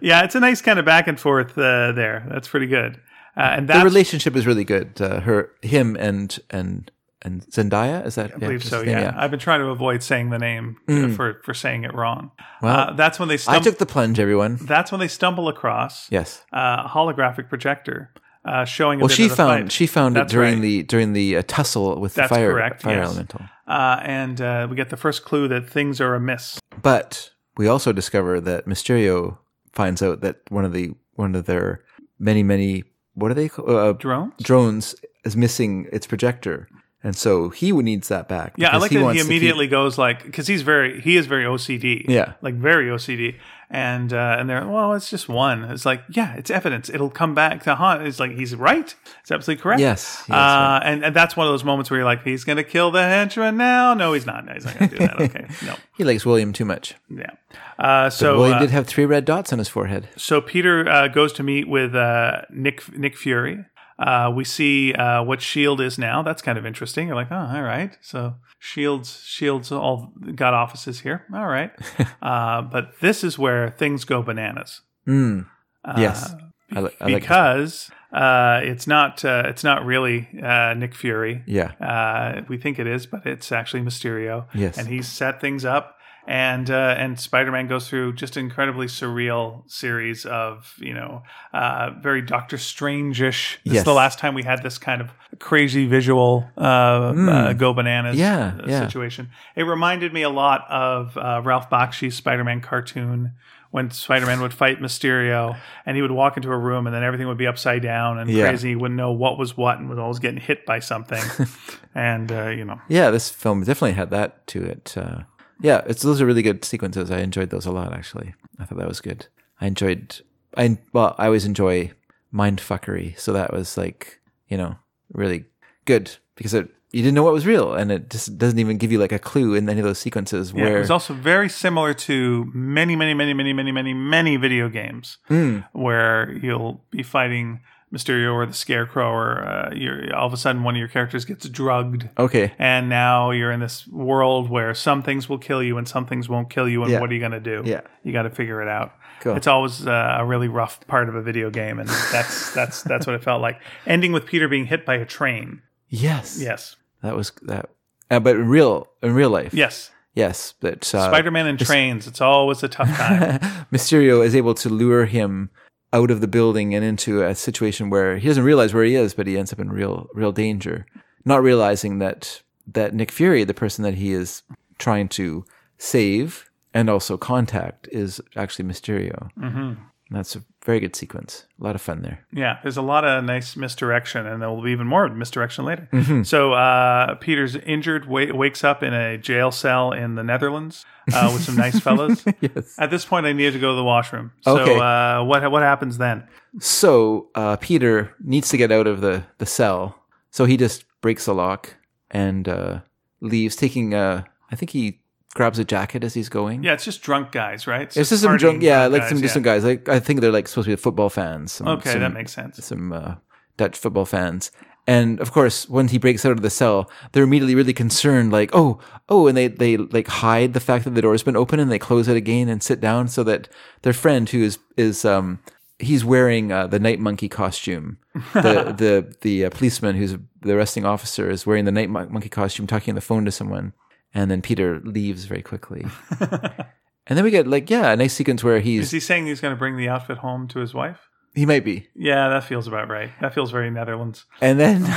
Speaker 3: yeah. It's a nice kind of back and forth uh, there. That's pretty good. Uh, and
Speaker 4: the
Speaker 3: that's
Speaker 4: relationship is really good. Uh, her, him, and and and Zendaya is that?
Speaker 3: I believe so.
Speaker 4: just the
Speaker 3: Yeah.
Speaker 4: name,
Speaker 3: I've been trying to avoid saying the name uh, for for saying it wrong.
Speaker 4: Wow.
Speaker 3: Uh, that's when they
Speaker 4: I
Speaker 3: stum-
Speaker 4: took the plunge, everyone.
Speaker 3: that's when they stumble across
Speaker 4: Yes.
Speaker 3: uh, a holographic projector uh, showing. A
Speaker 4: Well,
Speaker 3: bit
Speaker 4: she
Speaker 3: of the
Speaker 4: found
Speaker 3: fight.
Speaker 4: she found
Speaker 3: That's
Speaker 4: it during
Speaker 3: right.
Speaker 4: the during the uh, tussle with
Speaker 3: That's
Speaker 4: the fire
Speaker 3: correct,
Speaker 4: fire
Speaker 3: yes.
Speaker 4: elemental.
Speaker 3: uh, and uh, we get the first clue that things are amiss.
Speaker 4: But we also discover that Mysterio finds out that one of the one of their many many what are they called? Uh,
Speaker 3: Drone.
Speaker 4: drones is missing its projector, and so he needs that back.
Speaker 3: Yeah, I
Speaker 4: because
Speaker 3: like that he
Speaker 4: wants to keep-
Speaker 3: immediately goes like because he's very he is very OCD.
Speaker 4: Yeah.
Speaker 3: like very OCD. And uh, and they're well, it's just one. It's like yeah, it's evidence. It'll come back to haunt. It's like he's right. It's absolutely correct.
Speaker 4: Yes,
Speaker 3: Uh,
Speaker 4: yes, right.
Speaker 3: and, and that's one of those moments where you're like, he's gonna kill the henchman now. No, he's not. No, he's not gonna do that. Okay, no,
Speaker 4: he likes William too much.
Speaker 3: yeah. Uh, so
Speaker 4: William
Speaker 3: uh,
Speaker 4: did have three red dots on his forehead.
Speaker 3: so Peter uh, goes to meet with uh, Nick Nick Fury. Uh, we see uh, what Shield is now. That's kind of interesting. You're like, oh, all right. So Shields Shields all got offices here. All right. uh, but this is where things go bananas Uh,
Speaker 4: Mm. yes. I, li- I like this.
Speaker 3: because uh, it's not uh, it's not really uh, Nick Fury.
Speaker 4: Yeah.
Speaker 3: Uh, we think it is, but it's actually Mysterio.
Speaker 4: Yes.
Speaker 3: And he's set things up. And uh, and Spider Man goes through just an incredibly surreal series of you know uh, very Doctor Strange ish. This is
Speaker 4: Yes.
Speaker 3: the last time we had this kind of crazy visual uh, uh, go bananas
Speaker 4: Hmm. Yeah,
Speaker 3: uh,
Speaker 4: yeah.
Speaker 3: situation. It reminded me a lot of uh, Ralph Bakshi's Spider Man cartoon when Spider Man would fight Mysterio and he would walk into a room and then everything would be upside down and
Speaker 4: Yeah.
Speaker 3: crazy. He wouldn't know what was what and was always getting hit by something. and uh, you know,
Speaker 4: Yeah, this film definitely had that to it. Uh, yeah, it's those are really good sequences. I enjoyed those a lot. Actually, I thought that was good. I enjoyed. I well, I always enjoy mind fuckery, so that was like you know really good because it you didn't know what was real, and it just doesn't even give you like a clue in any of those sequences
Speaker 3: yeah,
Speaker 4: where
Speaker 3: it was also very similar to many, many, many, many, many, many, many video games
Speaker 4: Hmm.
Speaker 3: where you'll be fighting Mysterio or the Scarecrow, or uh, you're, all of a sudden one of your characters gets drugged.
Speaker 4: okay,
Speaker 3: And now you're in this world where some things will kill you and some things won't kill you. And
Speaker 4: Yeah.
Speaker 3: what are you going to do?
Speaker 4: Yeah.
Speaker 3: you got to figure it out.
Speaker 4: Cool.
Speaker 3: It's always uh, a really rough part of a video game, and that's that's that's what it felt like. Ending with Peter being hit by a train.
Speaker 4: yes,
Speaker 3: Yes,
Speaker 4: that was that. Uh, but in real in real life,
Speaker 3: yes.
Speaker 4: yes, but uh,
Speaker 3: Spider-Man and trains. It's always a tough time.
Speaker 4: Mysterio is able to lure him out of the building and into a situation where he doesn't realize where he is, but he ends up in real real danger, not realizing that that Nick Fury, the person that he is trying to save and also contact, is actually Mysterio. Mm-hmm. That's a very good sequence. A lot of fun there.
Speaker 3: Yeah, there's a lot of nice misdirection, and there will be even more misdirection later.
Speaker 4: Mm-hmm.
Speaker 3: So uh, Peter's injured, wa- wakes up in a jail cell in the Netherlands uh, with some nice fellas.
Speaker 4: Yes.
Speaker 3: At this point, I needed to go to the washroom. So
Speaker 4: Okay.
Speaker 3: uh, what what happens then?
Speaker 4: So uh, Peter needs to get out of the, the cell, so he just breaks the lock and uh, leaves, taking a. I think he grabs a jacket as he's going.
Speaker 3: Yeah, it's just drunk guys, right?
Speaker 4: It's just some
Speaker 3: partying
Speaker 4: drunk, yeah, like
Speaker 3: guys,
Speaker 4: some just some guys. Like I think they're like supposed to be football fans. Some,
Speaker 3: Okay,
Speaker 4: some-
Speaker 3: that makes sense.
Speaker 4: Some uh, Dutch football fans, and of course, when he breaks out of the cell, they're immediately really concerned. Like, oh, oh, and they they like hide the fact that the door's been open, and they close it again and sit down so that their friend who is is um he's wearing uh, the night monkey costume. the the the uh, policeman who's the arresting officer is wearing the night mon- monkey costume, talking on the phone to someone, and then Peter leaves very quickly. And then we get like yeah, a nice sequence where he's
Speaker 3: Is he saying he's going to bring the outfit home to his wife?
Speaker 4: He might be.
Speaker 3: Yeah, that feels about right. That feels very Netherlands.
Speaker 4: And then,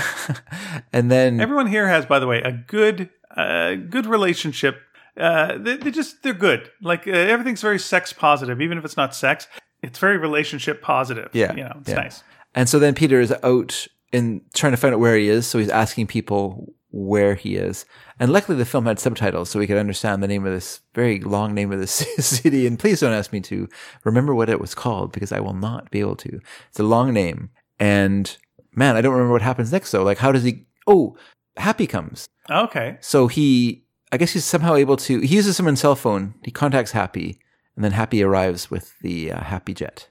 Speaker 4: and then
Speaker 3: Everyone here has, by the way, a good, uh, good relationship. Uh, they, they just they're good. Like uh, everything's very sex positive, even if it's not sex. It's very relationship positive.
Speaker 4: Yeah,
Speaker 3: you know, it's
Speaker 4: yeah.
Speaker 3: nice.
Speaker 4: And so then Peter is out and trying to find out where he is. So he's asking people where he is. And luckily, the film had subtitles, so we could understand the name of this very long name of this city. And please don't ask me to remember what it was called because I will not be able to. It's a long name. And man, I don't remember what happens next, though. Like, how does he? Oh, Happy comes.
Speaker 3: Okay,
Speaker 4: So he, I guess he's somehow able to, he uses someone's cell phone. He contacts Happy, and then Happy arrives with the uh, Happy Jet.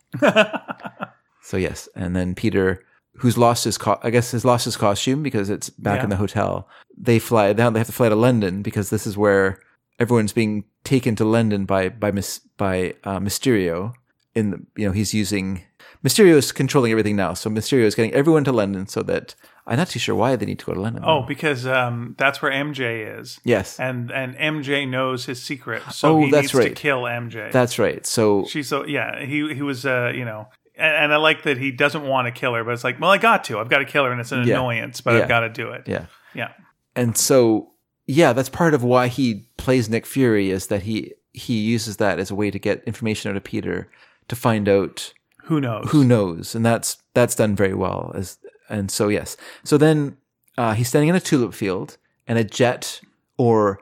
Speaker 4: so, yes. And then Peter, who's lost his, co- I guess, has lost his costume because it's back
Speaker 3: Yeah.
Speaker 4: in the hotel. They fly, now they have to fly to London because this is where everyone's being taken to London by, by, Mis- by uh, Mysterio. In the, you know, he's using Mysterio is controlling everything now. So Mysterio is getting everyone to London so that I'm not too sure why they need to go to London.
Speaker 3: Oh, because um, that's where MJ is.
Speaker 4: yes.
Speaker 3: And and MJ knows his secret, so
Speaker 4: Oh,
Speaker 3: he
Speaker 4: that's
Speaker 3: needs to
Speaker 4: right.
Speaker 3: kill MJ.
Speaker 4: That's right. So
Speaker 3: She's so yeah. He he was uh you know, and, and I like that he doesn't want to kill her, but it's like, well, I got to. I've got to kill her, and it's an
Speaker 4: Yeah.
Speaker 3: annoyance, but
Speaker 4: Yeah.
Speaker 3: I've got to do it.
Speaker 4: yeah,
Speaker 3: Yeah.
Speaker 4: and so yeah, that's part of why he plays Nick Fury is that he he uses that as a way to get information out of Peter to find out
Speaker 3: Who knows?
Speaker 4: who knows, and that's that's done very well. As and so yes, so then uh, he's standing in a tulip field, and a jet or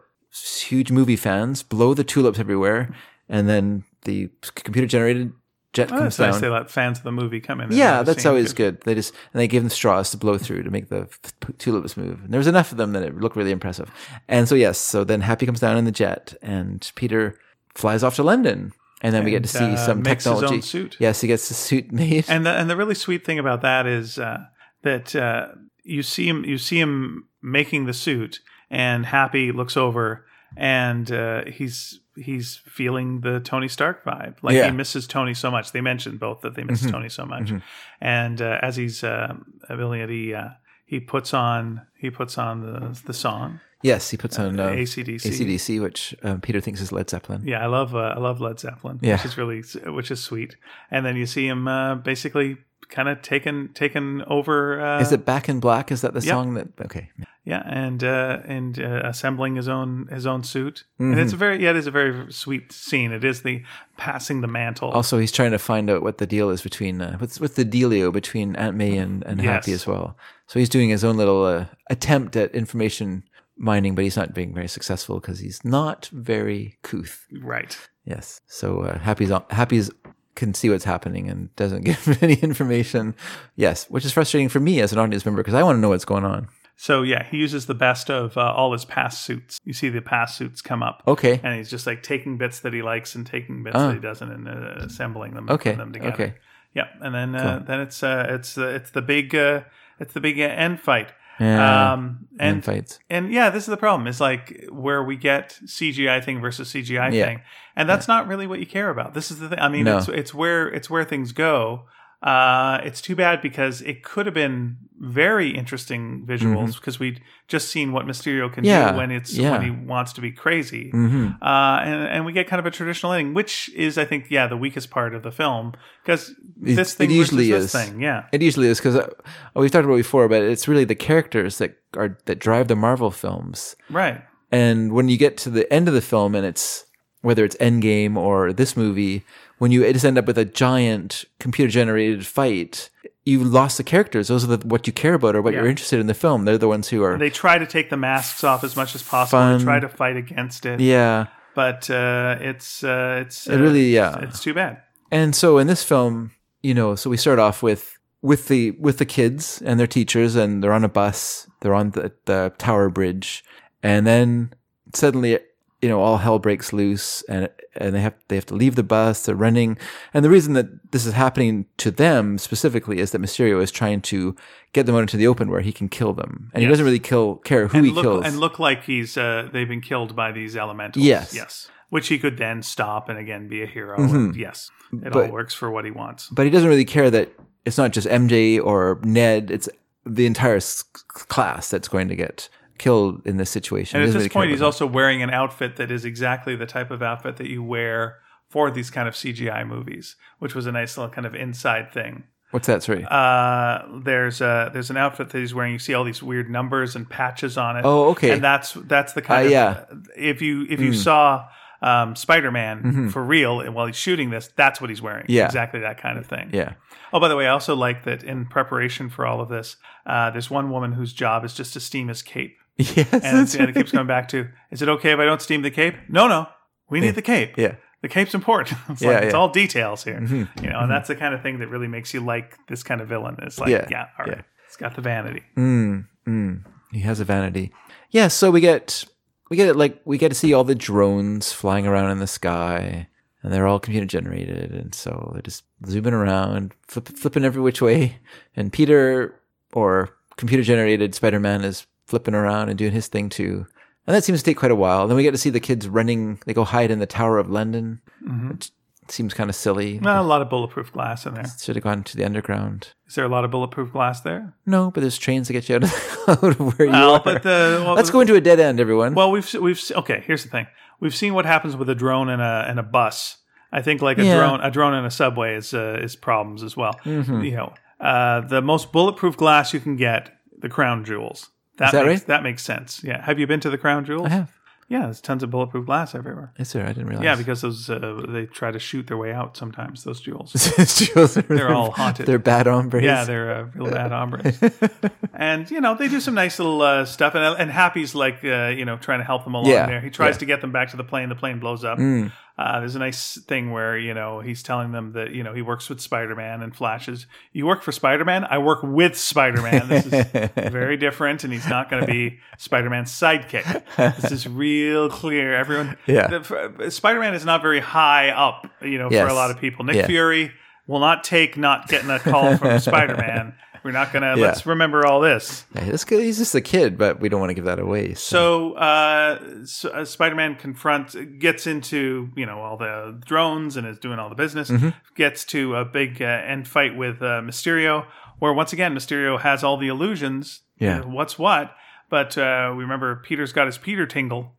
Speaker 4: huge movie fans blow the tulips everywhere, and then the computer generated jet
Speaker 3: Oh, that's
Speaker 4: comes down.
Speaker 3: nice. They let fans of the movie come in. and
Speaker 4: Yeah,
Speaker 3: have
Speaker 4: that's
Speaker 3: seen
Speaker 4: always
Speaker 3: it.
Speaker 4: good. They just and they gave them straws to blow through to make the f- p- tulips move. And there was enough of them that it looked really impressive. And so yes, so then Happy comes down in the jet, and Peter flies off to London, and then we get to see
Speaker 3: And, uh,
Speaker 4: some
Speaker 3: makes his own
Speaker 4: technology.
Speaker 3: suit.
Speaker 4: Yes, he gets the suit made.
Speaker 3: And the and the really sweet thing about that is uh, that uh, you see him you see him making the suit, and Happy looks over and uh, he's he's feeling the Tony Stark vibe. Like
Speaker 4: Yeah. Mm-hmm.
Speaker 3: he misses Tony so much. They mentioned both that they miss Tony so much. And uh, as he's uh, building it, he uh, he puts on he puts on the the song.
Speaker 4: yes, he puts on uh,
Speaker 3: AC/DC.
Speaker 4: AC/DC, which um, Peter thinks is Led Zeppelin.
Speaker 3: Yeah, I love uh, I love Led Zeppelin.
Speaker 4: Yeah.
Speaker 3: which is really which is sweet. And then you see him uh, basically kind of taken taken over. Uh,
Speaker 4: Is it Back in Black? Is that the
Speaker 3: yeah.
Speaker 4: song that? Okay,
Speaker 3: Yeah, and uh, and uh, assembling his own his own suit. And
Speaker 4: Mm-hmm.
Speaker 3: it's a very yeah, it is a very sweet scene. It is the passing the mantle.
Speaker 4: Also, he's trying to find out what the deal is between uh, what's what's the dealio between Aunt May and, and Happy
Speaker 3: Yes.
Speaker 4: as well. So he's doing his own little uh, attempt at information mining, but he's not being very successful because he's not very couth.
Speaker 3: right.
Speaker 4: Yes. So uh, Happy's on- Happy's can see what's happening and doesn't give any information. Yes, which is frustrating for me as an audience member because I want to know what's going on.
Speaker 3: So yeah, he uses the best of uh, all his past suits. You see the past suits come up.
Speaker 4: Okay.
Speaker 3: And he's just like taking bits that he likes and taking bits that he doesn't and uh, assembling them. and
Speaker 4: Ah. Okay.
Speaker 3: putting them together.
Speaker 4: Okay.
Speaker 3: Yeah, and then uh, then it's uh, it's uh, it's the big uh, it's the big uh, end fight.
Speaker 4: Yeah.
Speaker 3: Um,
Speaker 4: And,
Speaker 3: and
Speaker 4: fights.
Speaker 3: and yeah, this is the problem. It's like where we get CGI thing versus CGI
Speaker 4: Yeah.
Speaker 3: thing, and that's not really what you care about. This is the thing. I mean,
Speaker 4: No.
Speaker 3: it's it's where it's where things go. Uh, it's too bad because it could have been very interesting visuals because we'd just seen what Mysterio can
Speaker 4: Mm-hmm. Yeah.
Speaker 3: do when it's
Speaker 4: Yeah.
Speaker 3: when he wants to be crazy,
Speaker 4: Mhm.
Speaker 3: uh, and and we get kind of a traditional ending, which is I think yeah the weakest part of the film because
Speaker 4: It-
Speaker 3: this
Speaker 4: it
Speaker 3: thing
Speaker 4: usually
Speaker 3: versus
Speaker 4: is.
Speaker 3: this thing, yeah.
Speaker 4: It usually is because uh, we've talked about it before, but it's really the characters that are that drive the Marvel films.
Speaker 3: Right.
Speaker 4: And when you get to the end of the film, and it's whether it's Endgame or this movie, when you just end up with a giant computer generated fight, you lost the characters. Those are the, what you care about or what
Speaker 3: Yeah.
Speaker 4: you're interested in the film. They're the ones who are.
Speaker 3: They try to take the masks off as much as possible.
Speaker 4: Fun.
Speaker 3: They try to fight against it.
Speaker 4: yeah.
Speaker 3: but uh, it's uh, it's uh,
Speaker 4: It really, yeah.
Speaker 3: it's too bad.
Speaker 4: And so in this film, you know, so we start off with with the with the kids and their teachers, and they're on a bus, they're on the, the tower bridge, and then suddenly, you know, all hell breaks loose, and and they have they have to leave the bus. They're running, and the reason that this is happening to them specifically is that Mysterio is trying to get them out into the open where he can kill them, and he
Speaker 3: Yes.
Speaker 4: doesn't really kill care who
Speaker 3: and
Speaker 4: he
Speaker 3: look
Speaker 4: kills.
Speaker 3: and look like he's uh, they've been killed by these elementals.
Speaker 4: Yes.
Speaker 3: yes, which he could then stop and again be a hero. And yes, it
Speaker 4: Mm-hmm. But-
Speaker 3: all works for what he wants.
Speaker 4: but he doesn't really care that it's not just MJ or Ned; it's the entire s- class that's going to get killed in this situation.
Speaker 3: And
Speaker 4: He
Speaker 3: at
Speaker 4: doesn't
Speaker 3: this
Speaker 4: really care
Speaker 3: point, he's
Speaker 4: about
Speaker 3: also wearing an outfit that is exactly the type of outfit that you wear for these kind of CGI movies, which was a nice little kind of inside thing.
Speaker 4: What's that? Sorry.
Speaker 3: Uh, there's a there's an outfit that he's wearing. You see all these weird numbers and patches on it.
Speaker 4: Oh, okay.
Speaker 3: And that's that's the kind
Speaker 4: Uh,
Speaker 3: of
Speaker 4: yeah. Hmm.
Speaker 3: If you if you saw um, Spider Man for real, and while he's shooting this, that's what he's wearing.
Speaker 4: Mm-hmm. Yeah.
Speaker 3: exactly that kind of thing.
Speaker 4: yeah.
Speaker 3: Oh, by the way, I also like that in preparation for all of this, uh, there's one woman whose job is just to steam his cape,
Speaker 4: Yes.
Speaker 3: and, it's,
Speaker 4: that's
Speaker 3: and it
Speaker 4: right.
Speaker 3: keeps coming back to, "Is it okay if I don't steam the cape?" No, no, we need the cape.
Speaker 4: Yeah.
Speaker 3: The cape's important. It's,
Speaker 4: Yeah,
Speaker 3: like, it's
Speaker 4: yeah. Mm-hmm.
Speaker 3: all details here, you know, and that's the kind of thing that really makes you like this kind of villain. It's like, yeah,
Speaker 4: Yeah,
Speaker 3: all right,
Speaker 4: yeah.
Speaker 3: it's got the vanity.
Speaker 4: Mm, mm. He has a vanity. Yeah, so we get we get it like we get to see all the drones flying around in the sky, and they're all computer generated, and so they're just zooming around, flip, flipping every which way, and Peter or computer generated Spider Man is flipping around and doing his thing too. And that seems to take quite a while. Then we get to see the kids running. They go hide in the Tower of London,
Speaker 3: Mm-hmm.
Speaker 4: which seems kind of silly.
Speaker 3: Not a lot of bulletproof glass in there.
Speaker 4: Should have gone to the underground.
Speaker 3: Is there a lot of bulletproof glass there?
Speaker 4: No, but there's trains that get you out of, out of where you
Speaker 3: Well,
Speaker 4: are.
Speaker 3: but the well,
Speaker 4: Let's go into a dead end, everyone.
Speaker 3: Well, we've we've okay. Here's the thing: we've seen what happens with a drone and a and a bus. I think like a
Speaker 4: Yeah.
Speaker 3: drone, a drone and a subway is uh, is problems as well.
Speaker 4: Mm-hmm.
Speaker 3: You know, uh, the most bulletproof glass you can get, the crown jewels.
Speaker 4: that
Speaker 3: makes,
Speaker 4: right?
Speaker 3: That makes sense. Yeah. Have you been to the crown jewels?
Speaker 4: I have.
Speaker 3: Yeah, there's tons of bulletproof glass everywhere.
Speaker 4: Is there? I didn't realize.
Speaker 3: Yeah, because those uh, they try to shoot their way out sometimes. Those jewels.
Speaker 4: because
Speaker 3: They're all haunted.
Speaker 4: They're bad hombres.
Speaker 3: Yeah, they're uh, real bad hombres. and you know they do some nice little uh, stuff. And and Happy's like uh, you know trying to help them along
Speaker 4: Yeah,
Speaker 3: there. He tries
Speaker 4: yeah. Mm.
Speaker 3: to get them back to the plane. The plane blows up. Uh, there's a nice thing where you know he's telling them that you know he works with Spider Man and flashes. You work for Spider Man. I work with Spider Man. This is very different, and he's not going to be Spider Man's sidekick. This is real clear. Everyone,
Speaker 4: Yeah.
Speaker 3: Spider Man is not very high up, you know, for
Speaker 4: Yes.
Speaker 3: a lot of people. Nick
Speaker 4: Yeah.
Speaker 3: Fury will not take not getting a call from Spider Man. We're not gonna
Speaker 4: Yeah.
Speaker 3: let's remember all this.
Speaker 4: Yeah, this guy, he's just a kid, but we don't want to give that away. So,
Speaker 3: So, uh, S- uh, Spider-Man confronts, gets into you know all the drones and is doing all the business.
Speaker 4: Mm-hmm.
Speaker 3: Gets to a big uh, end fight with uh, Mysterio, where once again Mysterio has all the illusions.
Speaker 4: Yeah.
Speaker 3: You know, what's what? But uh, we remember Peter's got his Peter tingle,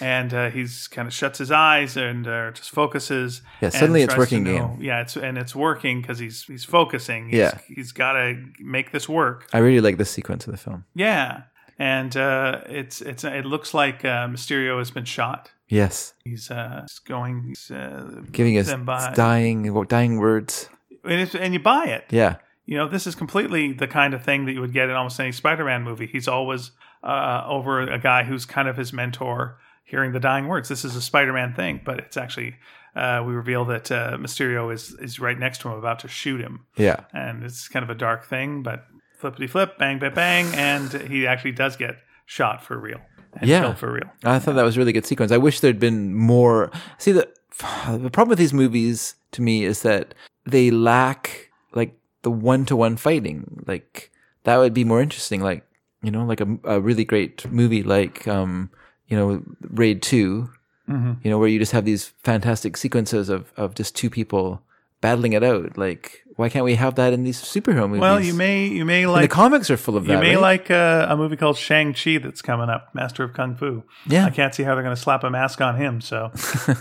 Speaker 3: and uh, he's kind of shuts his eyes and uh, just focuses.
Speaker 4: Yeah,
Speaker 3: and
Speaker 4: suddenly it's
Speaker 3: tries to
Speaker 4: working
Speaker 3: know-
Speaker 4: game.
Speaker 3: Yeah, it's and it's working because he's he's focusing. He's,
Speaker 4: Yeah.
Speaker 3: he's got to make this work.
Speaker 4: I really like this sequence of the film.
Speaker 3: Yeah, and uh, it's it's it looks like uh, Mysterio has been shot.
Speaker 4: Yes,
Speaker 3: He's uh, he's going, he's, uh,
Speaker 4: giving us
Speaker 3: Them by-
Speaker 4: dying wo- dying words.
Speaker 3: and, it's, and you buy it.
Speaker 4: Yeah,
Speaker 3: You know, this is completely the kind of thing that you would get in almost any Spider-Man movie. He's always uh, over a guy who's kind of his mentor, hearing the dying words. This is a Spider-Man thing, but it's actually uh, we reveal that uh, Mysterio is is right next to him, about to shoot him,
Speaker 4: yeah,
Speaker 3: and it's kind of a dark thing. But flippity flip, bang, bang, bang, and he actually does get shot for real and
Speaker 4: Yeah.
Speaker 3: killed for real.
Speaker 4: I thought that was a really good sequence. I wish there'd been more. See, the the problem with these movies to me is that they lack like the one to one fighting. Like that would be more interesting. Like you know, like a, a really great movie like um you know Raid 2
Speaker 3: Mm-hmm.
Speaker 4: You know where you just have these fantastic sequences of of just two people battling it out. Like why can't we have that in these superhero movies?
Speaker 3: Well, you may you may
Speaker 4: And
Speaker 3: like
Speaker 4: the comics are full of that.
Speaker 3: you may
Speaker 4: right?
Speaker 3: like uh, a movie called Shang Chi that's coming up, Master of Kung Fu.
Speaker 4: Yeah.
Speaker 3: I can't see how they're going to slap a mask on him. So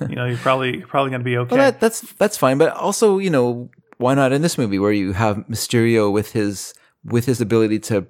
Speaker 3: you know you're probably you're probably going to be okay.
Speaker 4: Well, that, that's that's fine, but also you know why not in this movie where you have Mysterio with his with his ability to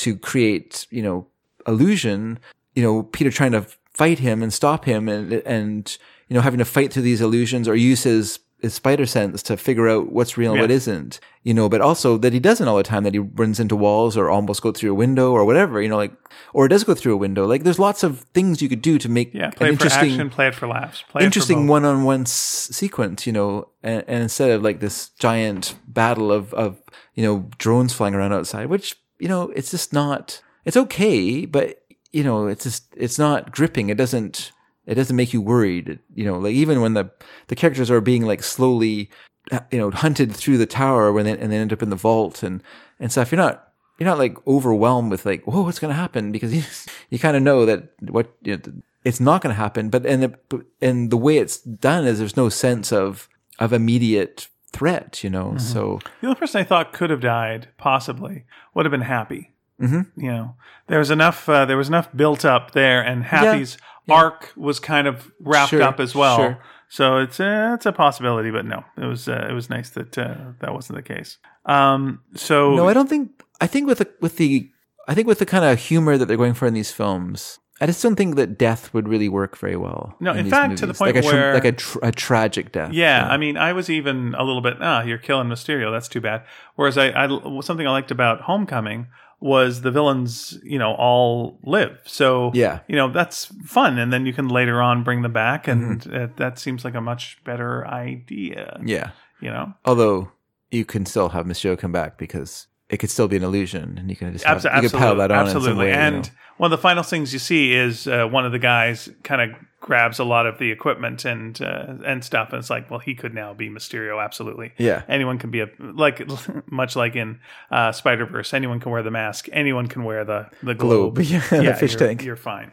Speaker 4: to create you know illusion, you know Peter trying to fight him and stop him and and you know having to fight through these illusions or use his his spider sense to figure out what's real and what
Speaker 3: Yeah.
Speaker 4: isn't, you know, but also that he doesn't all the time, that he runs into walls or almost go through a window or whatever, you know, like, or does go through a window. Like there's lots of things you could do to make
Speaker 3: yeah,
Speaker 4: an
Speaker 3: play it for
Speaker 4: interesting
Speaker 3: action, play it for laughs. Play
Speaker 4: interesting
Speaker 3: It for
Speaker 4: one-on-one s- sequence, you know, and, and instead of like this giant battle of of you know drones flying around outside, which you know it's just not. It's okay, but you know it's just it's not gripping. It doesn't it doesn't make you worried. You know, like even when the the characters are being like slowly uh, you know hunted through the tower when they, and they end up in the vault and and stuff, you're not. You're not like overwhelmed with like, whoa, what's going to happen? Because you, you kind of know that what you know, it's not going to happen. But and the but- and the way it's done is there's no sense of of immediate threat, you know. So
Speaker 3: both. The only person I thought could have died possibly would have been Happy. Mm-hmm. You know, there was enough uh, there was enough built up there, and Happy's arc was kind of wrapped
Speaker 4: Sure,
Speaker 3: up as well.
Speaker 4: sure,
Speaker 3: So it's uh, it's a possibility, but no, it was uh, it was nice that uh, that wasn't the case. Um, so
Speaker 4: No, I don't think. I think with the with the I think with the kind of humor that they're going for in these films, I just don't think that death would really work very well.
Speaker 3: No, in
Speaker 4: these
Speaker 3: fact, to the point
Speaker 4: like a, tra-
Speaker 3: where-
Speaker 4: like a, tr a tragic death.
Speaker 3: Yeah, I mean, I was even a little bit. Ah, you're killing Mysterio. That's too bad. Whereas I, I something I liked about Homecoming was the villains, you know, all live. So
Speaker 4: Yeah.
Speaker 3: you know, that's fun, and then you can later on bring them back, and
Speaker 4: Mm-hmm.
Speaker 3: uh, that seems like a much better idea.
Speaker 4: yeah.
Speaker 3: You know,
Speaker 4: Although you can still have Mysterio come back because it could still be an illusion, and you can just have,
Speaker 3: Abso-
Speaker 4: you could pile
Speaker 3: absolutely,
Speaker 4: that on in some
Speaker 3: absolutely.
Speaker 4: way, you
Speaker 3: and
Speaker 4: know.
Speaker 3: one of the final things you see is uh, one of the guys kind of grabs a lot of the equipment and uh, and stuff, and it's like, well, he could now be Mysterio, absolutely.
Speaker 4: yeah,
Speaker 3: anyone can be a like much like in uh, Spider Verse. Anyone can wear the mask. Anyone can wear the the globe.
Speaker 4: globe, yeah, the fish
Speaker 3: you're,
Speaker 4: tank.
Speaker 3: You're fine.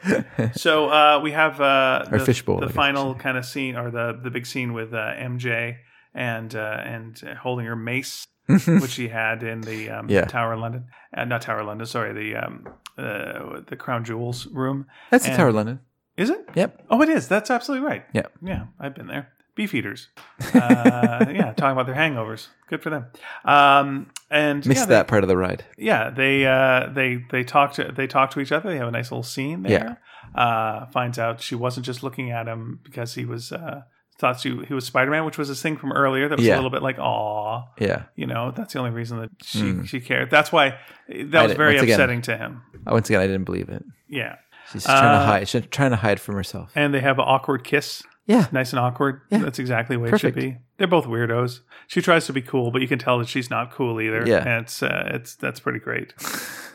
Speaker 3: so uh, we have uh,
Speaker 4: Or
Speaker 3: the,
Speaker 4: fishbowl, I
Speaker 3: the
Speaker 4: guess.
Speaker 3: final kind of scene or the the big scene with uh, MJ and uh, and holding her mace, which she had in the um,
Speaker 4: Yeah.
Speaker 3: Tower of London, uh, not Tower of London. Sorry, the um, uh, the Crown Jewels room.
Speaker 4: That's the
Speaker 3: and-
Speaker 4: Tower of London.
Speaker 3: Is it?
Speaker 4: Yep.
Speaker 3: Oh, it is. That's absolutely right.
Speaker 4: Yeah.
Speaker 3: Yeah, I've been there. Beefeaters. Uh, yeah, talking about their hangovers. Good for them. Um, and
Speaker 4: Missed
Speaker 3: yeah, they,
Speaker 4: that part of the ride.
Speaker 3: Yeah, they uh, they they talk to they talk to each other. They have a nice little scene there. Yeah. Uh, finds out she wasn't just looking at him because he was uh, thought she, he was Spider Man, which was this thing from earlier that was
Speaker 4: Yeah.
Speaker 3: a little bit like aw.
Speaker 4: Yeah.
Speaker 3: You know, that's the only reason that she she cared. That's why eh, that was
Speaker 4: Hmm. did-
Speaker 3: very
Speaker 4: once again.
Speaker 3: upsetting to him.
Speaker 4: Uh, Once again, I didn't believe it.
Speaker 3: Yeah,
Speaker 4: She's trying to
Speaker 3: Uh,
Speaker 4: hide. She's trying to hide from herself.
Speaker 3: and they have an awkward kiss.
Speaker 4: Yeah.
Speaker 3: nice and awkward.
Speaker 4: Yeah.
Speaker 3: That's exactly the way
Speaker 4: Perfect.
Speaker 3: it should be. They're both weirdos. She tries to be cool, but you can tell that she's not cool either.
Speaker 4: Yeah.
Speaker 3: and it's uh, it's that's pretty great.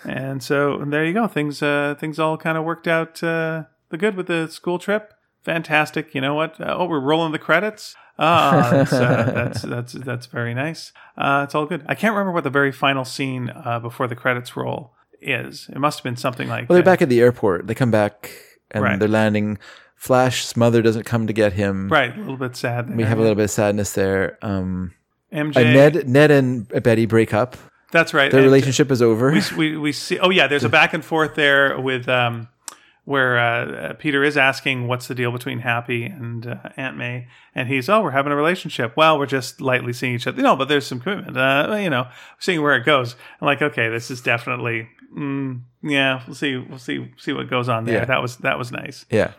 Speaker 3: and so and there you go. Things uh, things all kind of worked out uh, the good with the school trip. Fantastic. You know what? Uh, oh, we're rolling the credits. Ah, that's, uh, that's that's that's very nice. Uh, it's all good. I can't remember what the very final scene uh, before the credits roll is. It must have been something like
Speaker 4: Well, they're
Speaker 3: that.
Speaker 4: back at the airport. They come back and
Speaker 3: Right.
Speaker 4: they're landing. Flash, Smother doesn't come to get him.
Speaker 3: right. A little bit sad.
Speaker 4: We
Speaker 3: there.
Speaker 4: have a little bit of sadness there. Um,
Speaker 3: MJ.
Speaker 4: uh, Ned, Ned and Betty break up.
Speaker 3: that's right.
Speaker 4: Their
Speaker 3: MJ.
Speaker 4: relationship is over.
Speaker 3: we we see. Oh yeah, there's a back and forth there with um, where uh, Peter is asking what's the deal between Happy and uh, Aunt May, and he's oh we're having a relationship. Well, we're just lightly seeing each other. No, but there's some commitment. Uh, well, you know, seeing where it goes. I'm like, okay, this is definitely. Mm, yeah, we'll see. We'll see. See what goes on there.
Speaker 4: Yeah.
Speaker 3: That was that was nice.
Speaker 4: Yeah.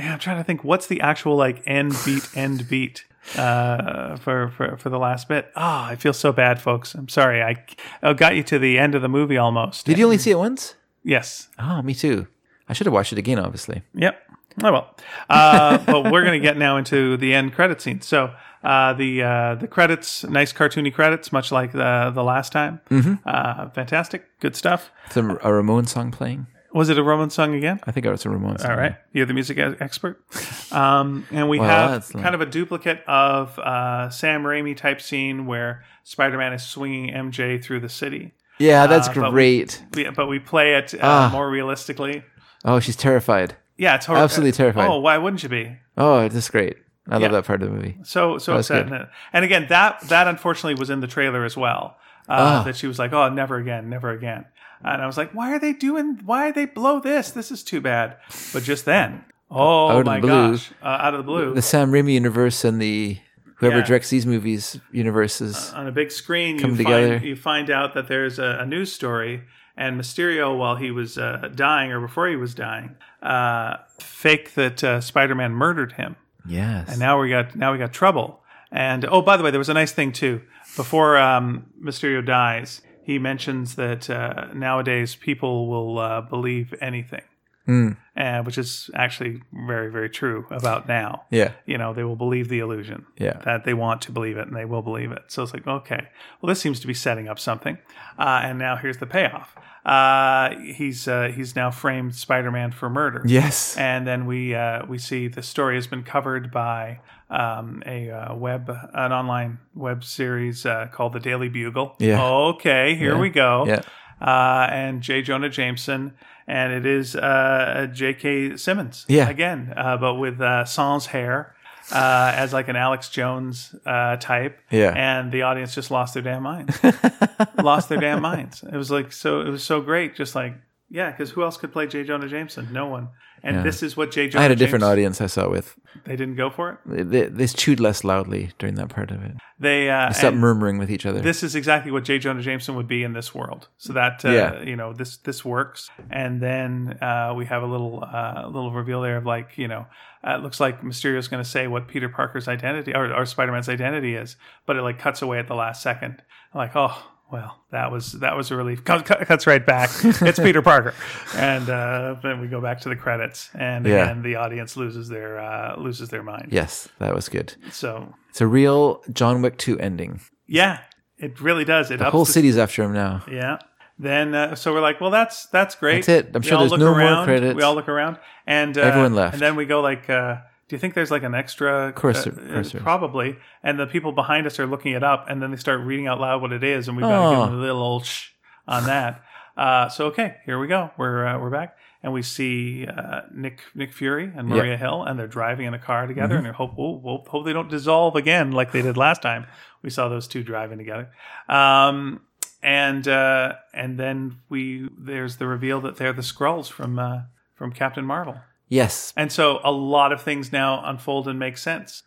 Speaker 3: Yeah, I'm trying to think. What's the actual like end beat end beat uh, for for for the last bit? Ah, I feel so bad, folks. I'm sorry. I, I got you to the end of the movie almost.
Speaker 4: Did you only see it once?
Speaker 3: Yes.
Speaker 4: Oh, me too. I should have watched it again, obviously.
Speaker 3: Yep. Oh well. Uh, but we're gonna get now into the end credit scene. So uh, the uh, the credits, nice cartoony credits, much like the the last time.
Speaker 4: Mm-hmm.
Speaker 3: Uh, fantastic, good stuff.
Speaker 4: Some a Ramon song playing.
Speaker 3: Was it a Roman song again?
Speaker 4: I think it was a Ramon song.
Speaker 3: All right, you're the music e- expert. Um, and we
Speaker 4: Well,
Speaker 3: have
Speaker 4: that's
Speaker 3: kind of a duplicate of uh, Sam Raimi type scene where Spider-Man is swinging MJ through the city.
Speaker 4: Yeah, that's
Speaker 3: Uh, but we-
Speaker 4: great.
Speaker 3: We, but we play it uh,
Speaker 4: Ah.
Speaker 3: more realistically.
Speaker 4: Oh, she's terrified.
Speaker 3: Yeah, it's horrible.
Speaker 4: Absolutely terrifying.
Speaker 3: Oh, why wouldn't you be?
Speaker 4: Oh, this is great. I
Speaker 3: Yeah.
Speaker 4: love that part of the movie.
Speaker 3: So so
Speaker 4: That was
Speaker 3: upset. And again, that that unfortunately was in the trailer as well. Uh,
Speaker 4: Ah.
Speaker 3: That she was like, "Oh, never again, never again." And I was like, "Why are they doing? Why they blow this? This is too bad." But just then, oh
Speaker 4: Out of
Speaker 3: my
Speaker 4: the blue.
Speaker 3: gosh, uh, out of the blue,
Speaker 4: The Sam Raimi universe and the whoever
Speaker 3: Yeah. Uh,
Speaker 4: directs these movies universes.
Speaker 3: on a big screen, you
Speaker 4: Come
Speaker 3: find,
Speaker 4: together.
Speaker 3: you find out that there's a, a news story, and Mysterio, while he was uh, dying or before he was dying, uh, faked that uh, Spider-Man murdered him.
Speaker 4: yes.
Speaker 3: And now we got now we got trouble. And oh, by the way, there was a nice thing too. Before um, Mysterio dies, he mentions that uh, nowadays people will uh, believe anything, uh, which is actually very very true about now.
Speaker 4: yeah.
Speaker 3: You know, they will believe the illusion
Speaker 4: Yeah.
Speaker 3: that they want to believe it, and they will believe it. So it's like, okay, well, this seems to be setting up something, uh, and now here's the payoff. Uh, he's uh, he's now framed Spider-Man for murder.
Speaker 4: Yes.
Speaker 3: And then we uh, we see the story has been covered by um, a uh, web an online web series uh, called The Daily Bugle.
Speaker 4: Yeah.
Speaker 3: Okay, here we go.
Speaker 4: Yeah.
Speaker 3: Uh, and J. Jonah Jameson, and it is uh, J.K. Simmons.
Speaker 4: Yeah.
Speaker 3: Again, uh, but with uh, sans hair. Uh, as like an Alex Jones uh, type,
Speaker 4: Yeah.
Speaker 3: and the audience just lost their damn minds lost their damn minds. It was like so. It was so great. Just like Yeah, because who else could play J. Jonah Jameson? No one. And
Speaker 4: Yeah.
Speaker 3: this is what J. Jonah
Speaker 4: I had a different
Speaker 3: Jameson-
Speaker 4: audience I saw with.
Speaker 3: They didn't go for it.
Speaker 4: They, they, they chewed less loudly during that part of it.
Speaker 3: They uh,
Speaker 4: They stopped
Speaker 3: and
Speaker 4: murmuring with each other.
Speaker 3: this is exactly what J. Jonah Jameson would be in this world. So that uh,
Speaker 4: Yeah.
Speaker 3: you know this this works. And then uh, we have a little uh, little reveal there of like you know uh, it looks like Mysterio's going to say what Peter Parker's identity or, or Spider Man's identity is, but it like cuts away at the last second. I'm like oh. Well, that was that was a relief. Cut, cut, cuts right back. It's Peter Parker, and uh, then we go back to the credits, and
Speaker 4: Yeah.
Speaker 3: again the audience loses their uh, loses their mind.
Speaker 4: yes, that was good.
Speaker 3: So
Speaker 4: It's a real John Wick 2 ending.
Speaker 3: yeah, it really does. It
Speaker 4: The
Speaker 3: ups
Speaker 4: whole
Speaker 3: the-
Speaker 4: city's after him now.
Speaker 3: Yeah. Then uh, so we're like, well, that's that's great.
Speaker 4: That's it. I'm sure
Speaker 3: all
Speaker 4: there's
Speaker 3: look
Speaker 4: no more
Speaker 3: around.
Speaker 4: credits.
Speaker 3: We all look around, and uh,
Speaker 4: Everyone left.
Speaker 3: And then we go like, uh, do you think there's like an extra?
Speaker 4: course there-
Speaker 3: uh,
Speaker 4: of course there is.
Speaker 3: probably. And the people behind us are looking it up, and then they start reading out loud what it is, and we've got to give
Speaker 4: Oh.
Speaker 3: them a little old shh on that. uh, so okay, here we go. We're uh, we're back. And we see uh, Nick Nick Fury and Maria Hill, and they're driving in a car together, and they hope oh, well, hope they don't dissolve again like they did last time. We saw those two driving together. Um, and uh, and then we there's the reveal that they're the scrolls from uh, from Captain Marvel.
Speaker 4: Yes.
Speaker 3: And so a lot of things now unfold and make sense.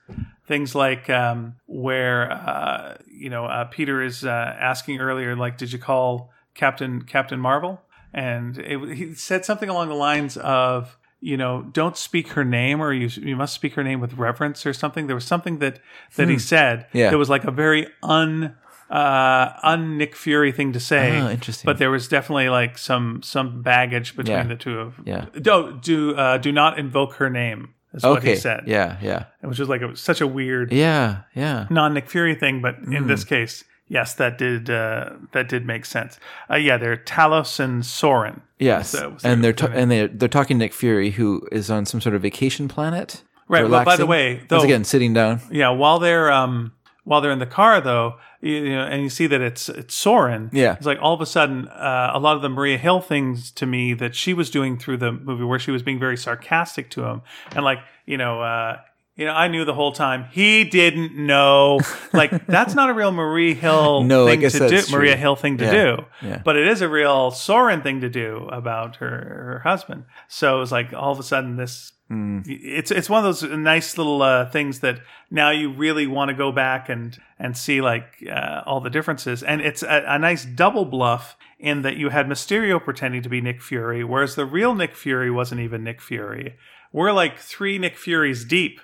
Speaker 3: Things like um, where uh, you know uh, Peter is uh, asking earlier, like, did you call Captain Captain Marvel? And it, he said something along the lines of, you know, don't speak her name, or you you must speak her name with reverence, or something. There was something that that he said
Speaker 4: Hmm. Yeah.
Speaker 3: that was like a very un uh, un Nick Fury thing to say.
Speaker 4: Oh, interesting.
Speaker 3: But there was definitely like some some baggage between
Speaker 4: Yeah.
Speaker 3: the two of
Speaker 4: Yeah.
Speaker 3: do do uh, do not invoke her name is what
Speaker 4: Okay.
Speaker 3: he said
Speaker 4: Yeah, yeah.
Speaker 3: which was like it was such a weird
Speaker 4: Yeah, yeah.
Speaker 3: non nick fury thing but in
Speaker 4: Hmm.
Speaker 3: this case yes that did uh, that did make sense uh, yeah they're talos and soren
Speaker 4: Yes,
Speaker 3: So it was
Speaker 4: and they're
Speaker 3: their-
Speaker 4: ta-
Speaker 3: their name.
Speaker 4: and they're they're talking to Nick Fury, who is on some sort of vacation planet.
Speaker 3: Right, well, by the
Speaker 4: relaxing.
Speaker 3: way, though-
Speaker 4: once again, sitting down.
Speaker 3: yeah while they're um while they're in the car though you, you know and you see that it's it's soren
Speaker 4: Yeah.
Speaker 3: it's like all of a sudden uh, a lot of the maria hill things to me that she was doing through the movie where she was being very sarcastic to him and like you know uh you know, I knew the whole time he didn't know. Like that's not a real Maria Hill
Speaker 4: No, I
Speaker 3: thing
Speaker 4: guess
Speaker 3: to do.
Speaker 4: that's
Speaker 3: Maria
Speaker 4: true.
Speaker 3: Hill thing to
Speaker 4: Yeah.
Speaker 3: do,
Speaker 4: Yeah.
Speaker 3: but it is a real Soren thing to do about her her husband. So it was like all of a sudden this Mm. it's it's one of those nice little uh, things that now you really want to go back and and see like uh, all the differences and it's a, a nice double bluff in that you had Mysterio pretending to be Nick Fury whereas the real Nick Fury wasn't even Nick Fury we're like three Nick Furies deep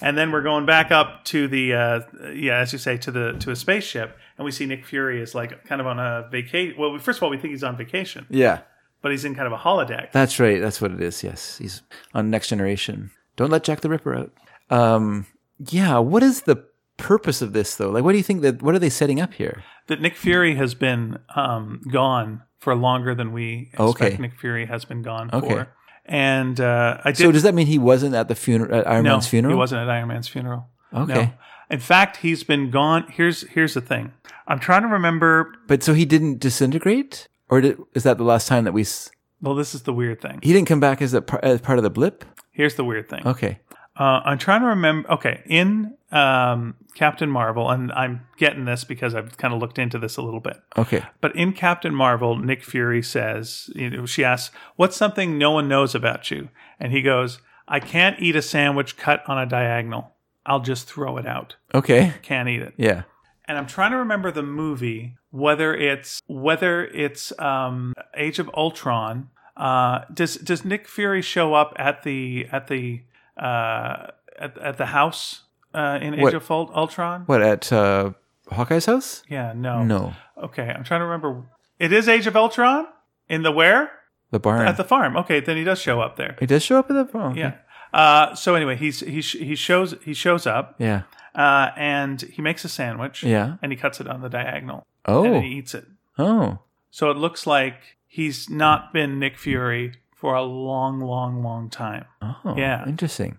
Speaker 3: and then we're going back up to the uh, yeah as you say to the to a spaceship and we see Nick Fury is like kind of on a vacation well first of all we think he's on vacation
Speaker 4: Yeah,
Speaker 3: but he's in kind of a holodeck
Speaker 4: that's right. That's what it is. Yes, he's on Next Generation. Don't let Jack the Ripper out. Um, yeah. What is the purpose of this though? Like, what do you think that? What are they setting up here?
Speaker 3: that Nick Fury has been um, gone for longer than we expect.
Speaker 4: Okay.
Speaker 3: Nick Fury has been gone
Speaker 4: Okay.
Speaker 3: for, and uh, I did.
Speaker 4: so does that mean he wasn't at the funeral at Iron
Speaker 3: no,
Speaker 4: Man's funeral?
Speaker 3: he wasn't at Iron Man's funeral.
Speaker 4: Okay.
Speaker 3: No. In fact, he's been gone. Here's here's the thing. I'm trying to remember.
Speaker 4: But so he didn't disintegrate, or did, is that the last time that we? s-
Speaker 3: Well, this is the weird thing.
Speaker 4: He didn't come back as a par- as part of the blip.
Speaker 3: Here's the weird thing.
Speaker 4: Okay.
Speaker 3: Uh, I'm trying to remember. Okay, in um, Captain Marvel, and I'm getting this because I've kind of looked into this a little bit.
Speaker 4: Okay.
Speaker 3: But in Captain Marvel, Nick Fury says, you know, she asks, What's something no one knows about you? And he goes, I can't eat a sandwich cut on a diagonal. I'll just throw it out.
Speaker 4: Okay.
Speaker 3: Can't eat it.
Speaker 4: Yeah.
Speaker 3: And I'm trying to remember the movie, whether it's whether it's um, Age of Ultron. Uh, does does Nick Fury show up at the at the uh, at, at the house uh, in Age
Speaker 4: What?
Speaker 3: of Ult- Ultron?
Speaker 4: What at uh, Hawkeye's house?
Speaker 3: Yeah, no.
Speaker 4: No,
Speaker 3: Okay, I'm trying to remember. It is Age of Ultron in the where
Speaker 4: the barn.
Speaker 3: at the farm. Okay, then he does show up there.
Speaker 4: it does show up at the farm.
Speaker 3: Yeah. Uh, so anyway, he's he sh- he shows he shows up
Speaker 4: Yeah.
Speaker 3: uh, and he makes a sandwich.
Speaker 4: Yeah.
Speaker 3: And he cuts it on the diagonal and then
Speaker 4: Oh.
Speaker 3: he eats it.
Speaker 4: Oh.
Speaker 3: So it looks like he's not been Nick Fury for a long, long, long time.
Speaker 4: Oh.
Speaker 3: Yeah.
Speaker 4: Interesting.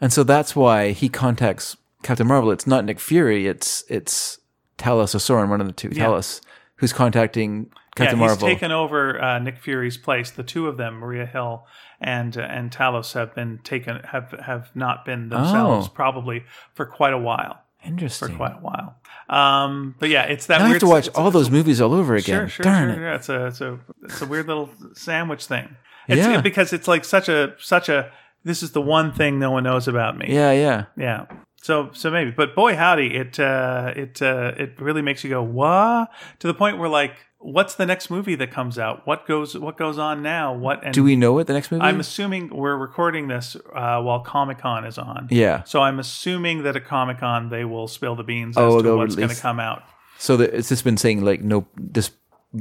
Speaker 4: And so that's why he contacts Captain Marvel. It's not Nick Fury. It's it's Talos or Soren, one of the two.
Speaker 3: Yeah.
Speaker 4: Talos, who's contacting Captain
Speaker 3: yeah, he's
Speaker 4: Marvel.
Speaker 3: taken over uh, Nick Fury's place. The two of them, Maria Hill and uh, and Talos, have been taken have have not been themselves
Speaker 4: Oh.
Speaker 3: probably for quite a while. for
Speaker 4: Interesting.
Speaker 3: quite a while. Um, but yeah, it's that.
Speaker 4: Now I
Speaker 3: weird
Speaker 4: have to watch
Speaker 3: it's a-
Speaker 4: all those movies all over
Speaker 3: Sure,
Speaker 4: again.
Speaker 3: sure,
Speaker 4: Darn
Speaker 3: sure.
Speaker 4: it.
Speaker 3: Yeah, it's a it's a it's a weird little sandwich thing. It's,
Speaker 4: Yeah.
Speaker 3: because it's like such a such a this is the one thing no one knows about me.
Speaker 4: Yeah, yeah.
Speaker 3: Yeah. So so maybe, but boy howdy, it uh, it uh, it really makes you go wah to the point where like, what's the next movie that comes out? What goes what goes on now? What and
Speaker 4: Do we know what the next movie?
Speaker 3: I'm
Speaker 4: is?
Speaker 3: assuming we're recording this uh, while Comic Con is on.
Speaker 4: yeah.
Speaker 3: So I'm assuming that at Comic Con they will spill the beans
Speaker 4: Oh,
Speaker 3: as to
Speaker 4: they'll
Speaker 3: what's going to
Speaker 4: release-
Speaker 3: come out.
Speaker 4: So the, it's just been saying like no, just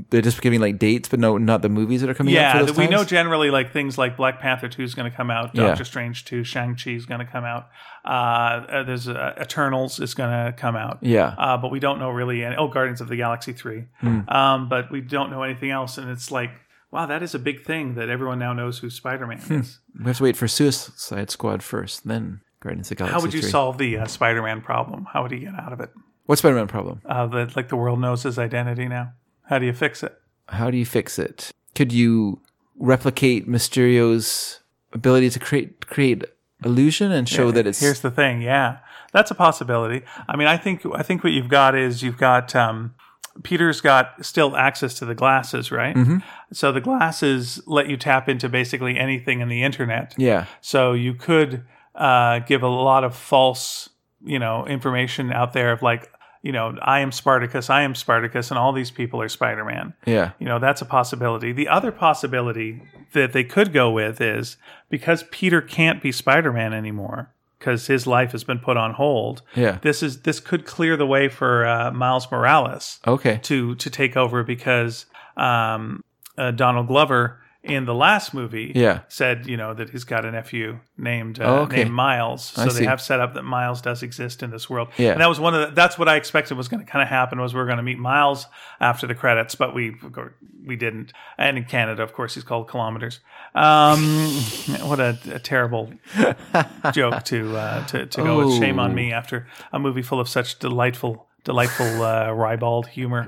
Speaker 4: they're just giving like dates, but no, not the movies that are coming. out
Speaker 3: Yeah, that
Speaker 4: for those
Speaker 3: we know
Speaker 4: times?
Speaker 3: generally like things like Black Panther two is going to come out,
Speaker 4: Yeah.
Speaker 3: Doctor Strange two, Shang Chi is going to come out. Uh, uh, there's uh, Eternals is going to come out.
Speaker 4: Yeah. Hmm.
Speaker 3: uh, but we don't know really. Any, oh, Guardians of the Galaxy three, um, but we don't know anything else. And it's like, wow, that is a big thing that everyone now knows who Spider Man
Speaker 4: Hmm.
Speaker 3: is.
Speaker 4: we have to wait for Suicide Squad first, then Guardians of the Galaxy.
Speaker 3: How would you
Speaker 4: 3.
Speaker 3: solve the uh, Spider Man problem? How would he get out of it?
Speaker 4: What's Spider-Man problem?
Speaker 3: Uh, that like the world knows his identity now. How do you fix it?
Speaker 4: How do you fix it? Could you replicate Mysterio's ability to create create illusion and show that it's
Speaker 3: Here's the thing, yeah, that's a possibility. I mean, I think I think what you've got is you've got um, Peter's got still access to the glasses, right?
Speaker 4: Mm-hmm.
Speaker 3: So the glasses let you tap into basically anything in the internet.
Speaker 4: yeah
Speaker 3: So you could uh, give a lot of false, you know, information out there of like, you know, I am Spartacus, I am Spartacus, and all these people are Spider Man.
Speaker 4: yeah
Speaker 3: You know, that's a possibility. The other possibility that they could go with is because Peter can't be Spider-Man anymore because his life has been put on hold.
Speaker 4: yeah
Speaker 3: This is this could clear the way for uh, Miles Morales
Speaker 4: okay
Speaker 3: to to take over because um, uh, Donald Glover in the last movie
Speaker 4: yeah
Speaker 3: said you know that he's got a nephew named uh,
Speaker 4: Oh, okay.
Speaker 3: named Miles, so
Speaker 4: I
Speaker 3: they
Speaker 4: see.
Speaker 3: have set up that Miles does exist in this world.
Speaker 4: Yeah.
Speaker 3: and that was one of the, that's what I expected was going to kind of happen was we are going to meet Miles after the credits, but we we didn't. And in Canada, of course, he's called Kilometers. Um, what a, a terrible joke to uh, to to go with. Shame on
Speaker 4: Oh.
Speaker 3: me after a movie full of such delightful delightful uh, ribald humor.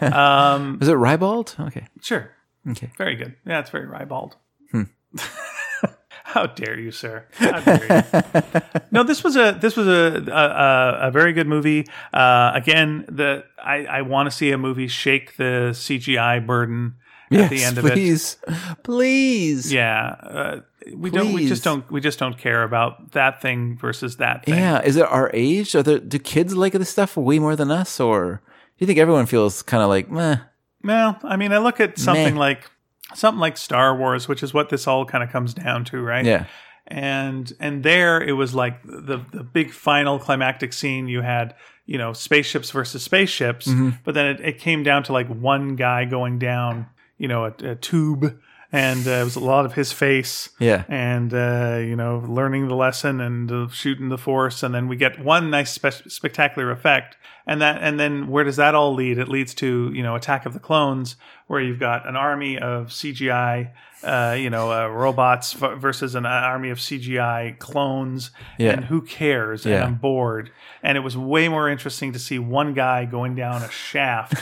Speaker 3: Um,
Speaker 4: is it Ribald okay
Speaker 3: sure.
Speaker 4: okay Hmm.
Speaker 3: Very good. Yeah, it's very ribald. How dare you, sir? How dare you? no, this was a this was a a, a, a very good movie. Uh, again, the I, I want to see a movie shake the CGI burden
Speaker 4: yes,
Speaker 3: at the end of it.
Speaker 4: please please
Speaker 3: Yeah, uh, we don't. We
Speaker 4: Please.
Speaker 3: just don't. We just don't care about that thing versus that thing.
Speaker 4: yeah is it our age are there do kids like this stuff way more than us or do you think everyone feels kind of like meh
Speaker 3: Well, I mean, I look at something
Speaker 4: Meh.
Speaker 3: like something like Star Wars, which is what this all kind of comes down to, right?
Speaker 4: yeah
Speaker 3: and and there it was like the the big final climactic scene you had you know spaceships versus spaceships but then it, it came down to like one guy going down you know a, a tube and uh, it was a lot of his face
Speaker 4: yeah
Speaker 3: and uh, you know learning the lesson and uh, shooting the force and then we get one nice spe- spectacular effect and that and then where does that all lead it leads to you know attack of the clones where you've got an army of cgi uh, you know uh, robots v- versus an uh, army of cgi clones
Speaker 4: Yeah.
Speaker 3: and who cares and
Speaker 4: Yeah.
Speaker 3: i'm bored and it was way more interesting to see one guy going down a shaft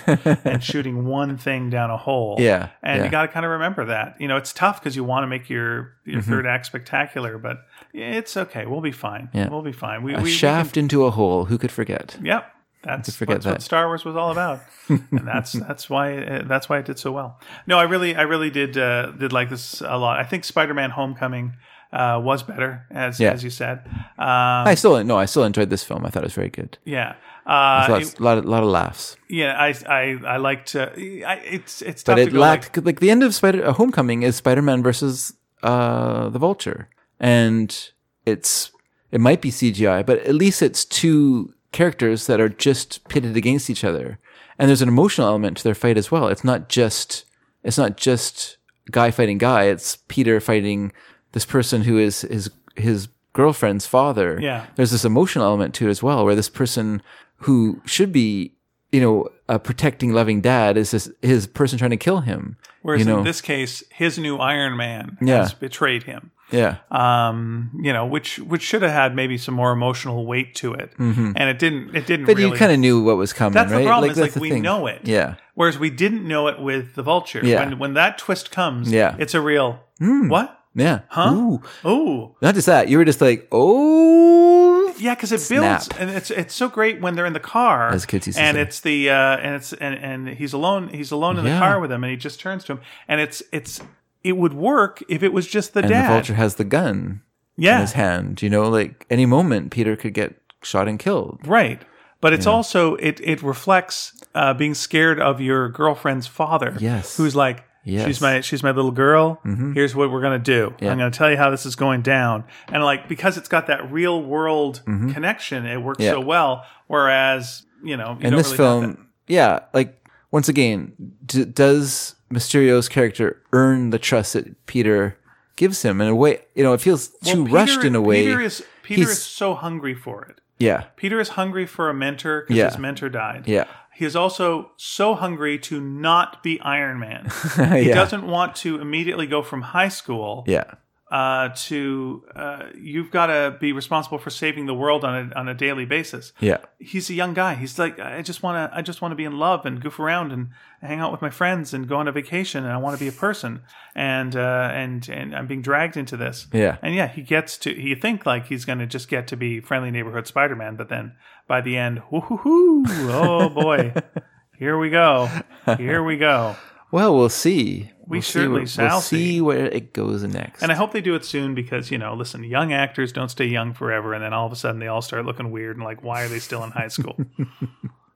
Speaker 3: and shooting one thing down a hole
Speaker 4: Yeah,
Speaker 3: and you
Speaker 4: yeah.
Speaker 3: got to kind of remember that. You know, it's tough because you want to make your your
Speaker 4: Mm-hmm.
Speaker 3: third act spectacular, but it's okay. We'll be fine.
Speaker 4: Yeah.
Speaker 3: We'll be fine. We,
Speaker 4: a
Speaker 3: we- we
Speaker 4: shaft into a hole who could forget
Speaker 3: Can, yep. That's,
Speaker 4: forget
Speaker 3: that's
Speaker 4: that.
Speaker 3: what Star Wars was all about, and that's that's why uh, that's why it did so well. No, I really I really did uh, did like this a lot. I think Spider Man Homecoming uh, was better, as
Speaker 4: Yeah.
Speaker 3: as you said. Um,
Speaker 4: I still no I still enjoyed this film I thought it was very good
Speaker 3: yeah,
Speaker 4: a
Speaker 3: uh,
Speaker 4: lot,
Speaker 3: it-
Speaker 4: lot, of, lot of laughs
Speaker 3: yeah. I I I liked. Uh, I, it's it's tough
Speaker 4: but
Speaker 3: to
Speaker 4: it
Speaker 3: go
Speaker 4: lacked like, the end of Spider uh, Homecoming is Spider Man versus uh, the Vulture, and it's it might be CGI, but at least it's two characters that are just pitted against each other, and there's an emotional element to their fight as well. It's not just it's not just guy fighting guy. It's Peter fighting this person who is his his girlfriend's father.
Speaker 3: Yeah.
Speaker 4: there's this emotional element to it as well, where this person who should be you know a protecting, loving dad is this his person trying to kill him.
Speaker 3: Whereas
Speaker 4: you know,
Speaker 3: in this case, his new Iron Man
Speaker 4: Yeah.
Speaker 3: has betrayed him.
Speaker 4: yeah,
Speaker 3: Um, you know, which which should have had maybe some more emotional weight to it, and it didn't. It didn't.
Speaker 4: Mm-hmm. but
Speaker 3: really.
Speaker 4: you kind of knew what was coming.
Speaker 3: That's the
Speaker 4: right?
Speaker 3: problem, is, like,
Speaker 4: the
Speaker 3: we know it.
Speaker 4: Yeah,
Speaker 3: Whereas we didn't know it with the Vulture.
Speaker 4: Yeah.
Speaker 3: When when that twist comes,
Speaker 4: Yeah.
Speaker 3: it's a real what?
Speaker 4: yeah.
Speaker 3: Huh?
Speaker 4: Ooh.
Speaker 3: Oh,
Speaker 4: Not just that, you were just like, oh,
Speaker 3: Yeah, because it builds,
Speaker 4: Snap.
Speaker 3: and it's it's so great when they're in the car.
Speaker 4: As Kitty says
Speaker 3: and
Speaker 4: there.
Speaker 3: it's the uh, and it's and, and he's alone. He's alone in the
Speaker 4: Yeah.
Speaker 3: car with him, and he just turns to him, and it's it's it would work if it was just the
Speaker 4: and
Speaker 3: dad.
Speaker 4: the vulture has the gun in
Speaker 3: yeah,
Speaker 4: his hand. You know, like any moment Peter could get shot and killed.
Speaker 3: right. But it's also it it reflects uh, being scared of your girlfriend's father.
Speaker 4: Yes.
Speaker 3: who's like.
Speaker 4: Yes. Mm-hmm.
Speaker 3: She's my she's my little girl. Here's what we're gonna do.
Speaker 4: Yeah.
Speaker 3: I'm gonna tell you how this is going down. And like because it's got that real world connection, it works
Speaker 4: Mm-hmm. Yeah.
Speaker 3: so well. Whereas you know, you
Speaker 4: in
Speaker 3: don't
Speaker 4: this
Speaker 3: really have that.
Speaker 4: film, yeah, like once again, d- does Mysterio's character earn the trust that Peter gives him? In a way, you know, it feels
Speaker 3: Well,
Speaker 4: too
Speaker 3: Peter-
Speaker 4: rushed in a way.
Speaker 3: Peter is Peter
Speaker 4: He's-
Speaker 3: is so hungry for it.
Speaker 4: yeah,
Speaker 3: Peter is hungry for a mentor because
Speaker 4: Yeah.
Speaker 3: his mentor died.
Speaker 4: Yeah.
Speaker 3: He is also so hungry to not be Iron Man. He
Speaker 4: yeah,
Speaker 3: doesn't want to immediately go from high school
Speaker 4: yeah,
Speaker 3: uh, to uh, you've got to be responsible for saving the world on a, on a daily basis.
Speaker 4: yeah,
Speaker 3: He's a young guy. He's like I just want to I just want to be in love and goof around and hang out with my friends and go on a vacation and I want to be a person and uh, and and I'm being dragged into this.
Speaker 4: yeah.
Speaker 3: And yeah, he gets to. You think like he's going to just get to be friendly neighborhood Spider-Man, but then by the end, whoo-hoo-hoo, oh boy, here we go, here we go.
Speaker 4: Well, we'll see.
Speaker 3: We
Speaker 4: We'll see
Speaker 3: certainly
Speaker 4: where-
Speaker 3: shall
Speaker 4: we'll see where it goes next.
Speaker 3: And I hope they do it soon because you know, listen, young actors don't stay young forever, and then all of a sudden they all start looking weird and like, why are they still in high school?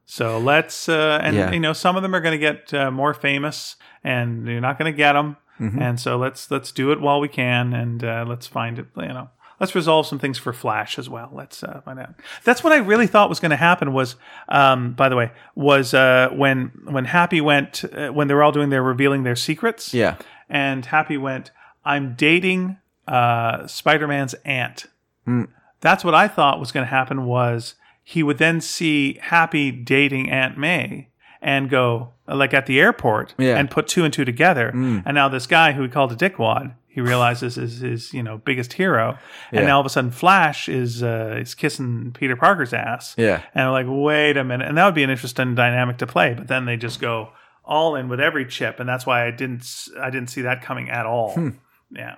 Speaker 3: so let's, uh, and
Speaker 4: Yeah.
Speaker 3: you know, some of them are going to get uh, more famous, and you're not going to get them.
Speaker 4: Mm-hmm.
Speaker 3: And so let's let's do it while we can, and uh, let's find it. You know, let's resolve some things for Flash as well. Let's uh, find out. That's what I really thought was going to happen. Was um, by the way, was uh, when when Happy went uh, when they were all doing their revealing their secrets
Speaker 4: yeah,
Speaker 3: and Happy went, "I'm dating uh, Spider-Man's aunt."
Speaker 4: Hmm.
Speaker 3: That's what I thought was going to happen. Was he would then see Happy dating Aunt May and go uh, like at the airport
Speaker 4: Yeah. Hmm.
Speaker 3: and put two and two together. And now this guy who he called a dickwad, he realizes is his you know biggest hero. And
Speaker 4: Yeah.
Speaker 3: now all of a sudden, Flash is uh, is kissing Peter Parker's ass.
Speaker 4: Yeah.
Speaker 3: And I'm like, wait a minute. And that would be an interesting dynamic to play. But then they just go all in with every chip, and that's why I didn't s- I didn't see that coming at all.
Speaker 4: Hmm.
Speaker 3: Yeah.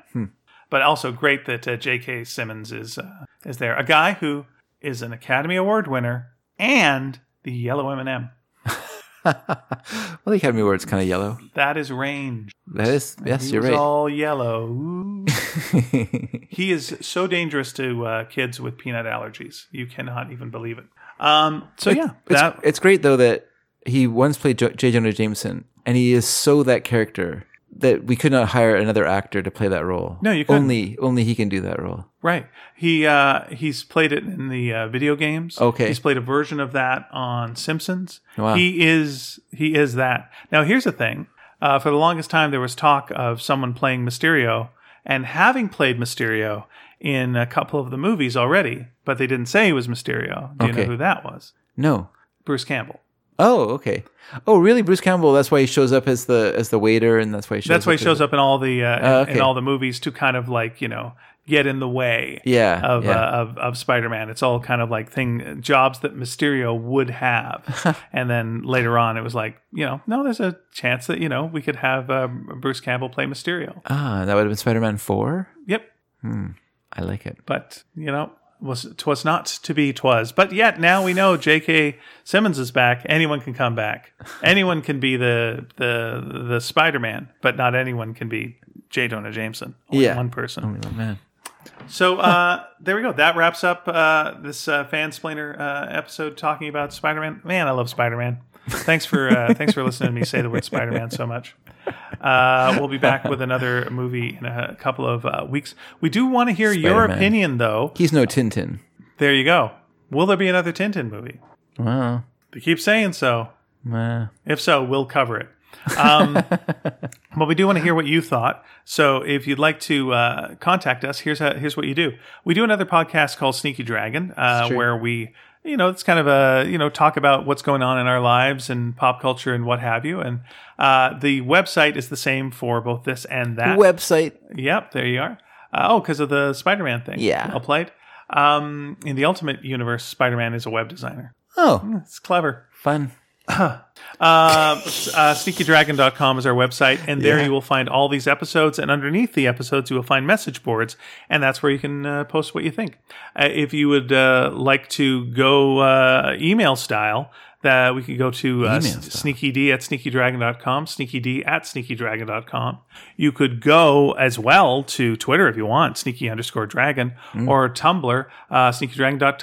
Speaker 3: But also great that uh, J.K. Simmons is uh, is there, a guy who is an Academy Award winner and the yellow M&M.
Speaker 4: well, the Academy Award's kind of yellow.
Speaker 3: That is range.
Speaker 4: That is, yes,
Speaker 3: He
Speaker 4: you're
Speaker 3: was
Speaker 4: right.
Speaker 3: all yellow. Ooh. he is so dangerous to uh, kids with peanut allergies. You cannot even believe it. Um, so yeah,
Speaker 4: It's,
Speaker 3: that
Speaker 4: it's great though that he once played jo- J. Jonah Jameson, and he is so that character that we could not hire another actor to play that role.
Speaker 3: No, you couldn't.
Speaker 4: only only he can do that role.
Speaker 3: Right. He uh, he's played it in the uh, video games.
Speaker 4: Okay.
Speaker 3: He's played a version of that on Simpsons.
Speaker 4: Wow.
Speaker 3: He is he is that. Now here's the thing. Uh, for the longest time, there was talk of someone playing Mysterio and having played Mysterio in a couple of the movies already, but they didn't say he was Mysterio. Do you
Speaker 4: Okay.
Speaker 3: know who that was?
Speaker 4: No.
Speaker 3: Bruce Campbell.
Speaker 4: Oh, okay. Oh, really? Bruce Campbell. That's why he shows up as the as the waiter, and that's why he shows
Speaker 3: That's
Speaker 4: up
Speaker 3: why he shows
Speaker 4: as-
Speaker 3: up in all the uh,
Speaker 4: Oh,
Speaker 3: in
Speaker 4: okay.
Speaker 3: all the movies to kind of like you know get in the way.
Speaker 4: Yeah,
Speaker 3: of
Speaker 4: yeah.
Speaker 3: Uh, of of Spider Man. It's all kind of like thing jobs that Mysterio would have, and then later on it was like you know no, there's a chance that you know we could have uh, Bruce Campbell play Mysterio.
Speaker 4: Ah, that would have been Spider Man Four.
Speaker 3: Yep,
Speaker 4: I like it.
Speaker 3: but you know was twas not to be twas but yet now we know jk simmons is back anyone can come back anyone can be the the the spider-man but not anyone can be j Jonah jameson only
Speaker 4: Yeah.
Speaker 3: one person
Speaker 4: Only one man.
Speaker 3: so uh, there we go. That wraps up uh, this uh, fansplainer uh, episode talking about Spider Man. Man, I love Spider Man. Thanks for uh, thanks for listening to me say the word Spider Man so much. Uh, we'll be back with another movie in a couple of uh, weeks. We do want to hear your
Speaker 4: Spider-Man.
Speaker 3: opinion, though.
Speaker 4: He's no Tintin.
Speaker 3: There you go. Will there be another Tintin movie?
Speaker 4: Wow.
Speaker 3: They keep saying so.
Speaker 4: Wow.
Speaker 3: If so, we'll cover it. Um, but we do want to hear what you thought. So if you'd like to uh, contact us, here's how, here's what you do. We do another podcast called Sneaky Dragon, uh, where we you know it's kind of a you know talk about what's going on in our lives and pop culture and what have you. And uh, the website is the same for both this and that.
Speaker 4: Website.
Speaker 3: Yep, there you are. Uh, oh, because of the Spider-Man thing.
Speaker 4: Yeah.
Speaker 3: well played. Um, in the Ultimate Universe, Spider-Man is a web designer.
Speaker 4: Oh,
Speaker 3: It's clever.
Speaker 4: fun.
Speaker 3: Uh, s- uh, sneakydragon.com is our website, and there you will find all these episodes. And underneath the episodes, you will find message boards, and that's where you can uh, post what you think. Uh, if you would uh, like to go uh, email style, that we could go to uh,
Speaker 4: Email
Speaker 3: s- sneakyd at sneakydragon.com, sneakyd at sneakydragon.com. You could go as well to Twitter if you want, sneaky underscore dragon,
Speaker 4: Mm.
Speaker 3: or Tumblr, uh,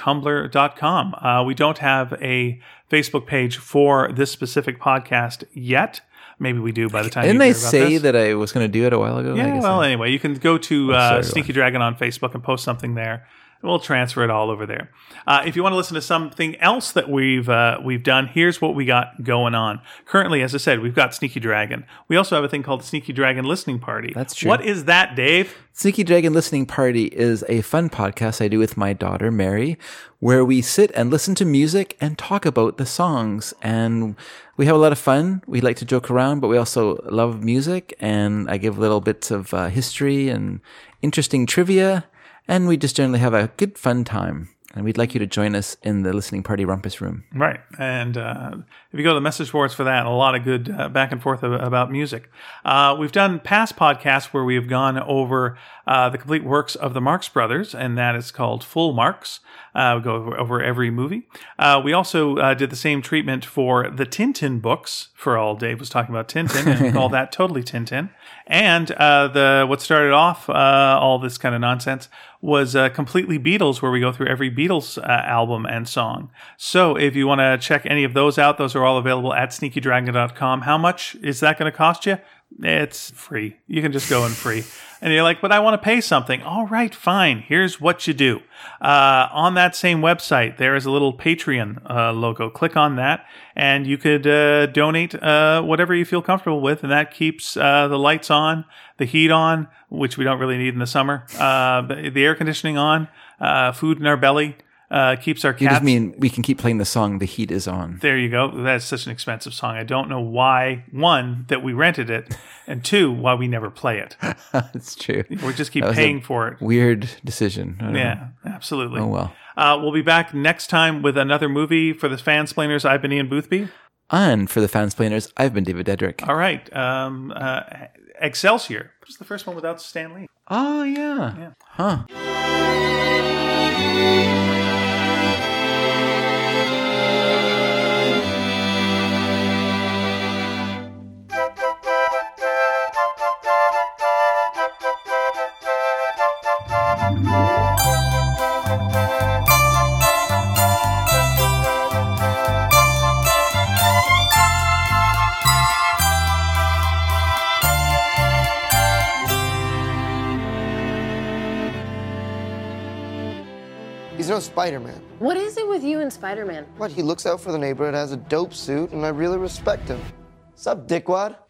Speaker 3: sneakydragon.tumblr.com. Uh, we don't have a Facebook page for this specific podcast yet. Maybe we do by the time.
Speaker 4: Didn't
Speaker 3: you
Speaker 4: I
Speaker 3: hear about
Speaker 4: say
Speaker 3: this.
Speaker 4: that I was going to do it a while ago? I
Speaker 3: Yeah.
Speaker 4: guess
Speaker 3: Well,
Speaker 4: I-
Speaker 3: anyway, you can go to uh,
Speaker 4: sorry,
Speaker 3: Sneaky Dragon on Facebook and post something there. and We'll transfer it all over there. Uh, if you want to listen to something else that we've uh, we've done, here's what we got going on currently. As I said, we've got Sneaky Dragon. We also have a thing called the Sneaky Dragon Listening Party.
Speaker 4: That's true.
Speaker 3: What is that, Dave?
Speaker 4: Sneaky Dragon Listening Party is a fun podcast I do with my daughter, Mary, where we sit and listen to music and talk about the songs. And we have a lot of fun. We like to joke around, but we also love music. And I give little bits of uh, history and interesting trivia. And we just generally have a good, fun time. And we'd like you to join us in the Listening Party Rumpus Room.
Speaker 3: Right. And uh, if you go to the message boards for that, a lot of good uh, back and forth ab- about music. Uh, we've done past podcasts where we have gone over uh, the complete works of the Marx Brothers, and that is called Full Marx. Uh, we go over, over every movie. Uh, we also uh, did the same treatment for the Tintin books, for all Dave was talking about Tintin, and all that totally Tintin. And uh, the what started off uh, all this kind of nonsense was uh, completely Beatles, where we go through every Beatles uh, album and song. So if you want to check any of those out, those are all available at sneakydragon.com. How much is that going to cost you? It's free. You can just go in free. And you're like, but I want to pay something. All right, fine. Here's what you do. Uh, on that same website, there is a little Patreon uh, logo. Click on that, and you could uh, donate uh, whatever you feel comfortable with. And that keeps uh, the lights on, the heat on, which we don't really need in the summer, uh, the the air conditioning on, uh, food in our belly, uh, keeps our
Speaker 4: You
Speaker 3: cats
Speaker 4: just mean we can keep playing the song The Heat Is On.
Speaker 3: there you go. That's such an expensive song. I don't know why, one, that we rented it, and two, why we never play it.
Speaker 4: That's true.
Speaker 3: We just keep
Speaker 4: was a-
Speaker 3: paying for it.
Speaker 4: Weird decision. I don't know.
Speaker 3: Yeah, absolutely.
Speaker 4: Oh, well.
Speaker 3: Uh, we'll be back next time with another movie for the fansplainers. I've been Ian Boothby.
Speaker 4: And for the fansplainers, I've been David Dedrick.
Speaker 3: All right. Um, uh, Excelsior. It was the first one without Stan Lee.
Speaker 4: Oh yeah. Huh.
Speaker 5: He's no Spider-Man.
Speaker 6: What is it with you and Spider-Man?
Speaker 5: What? He looks out for the neighborhood, has a dope suit, and I really respect him. Sup, dickwad?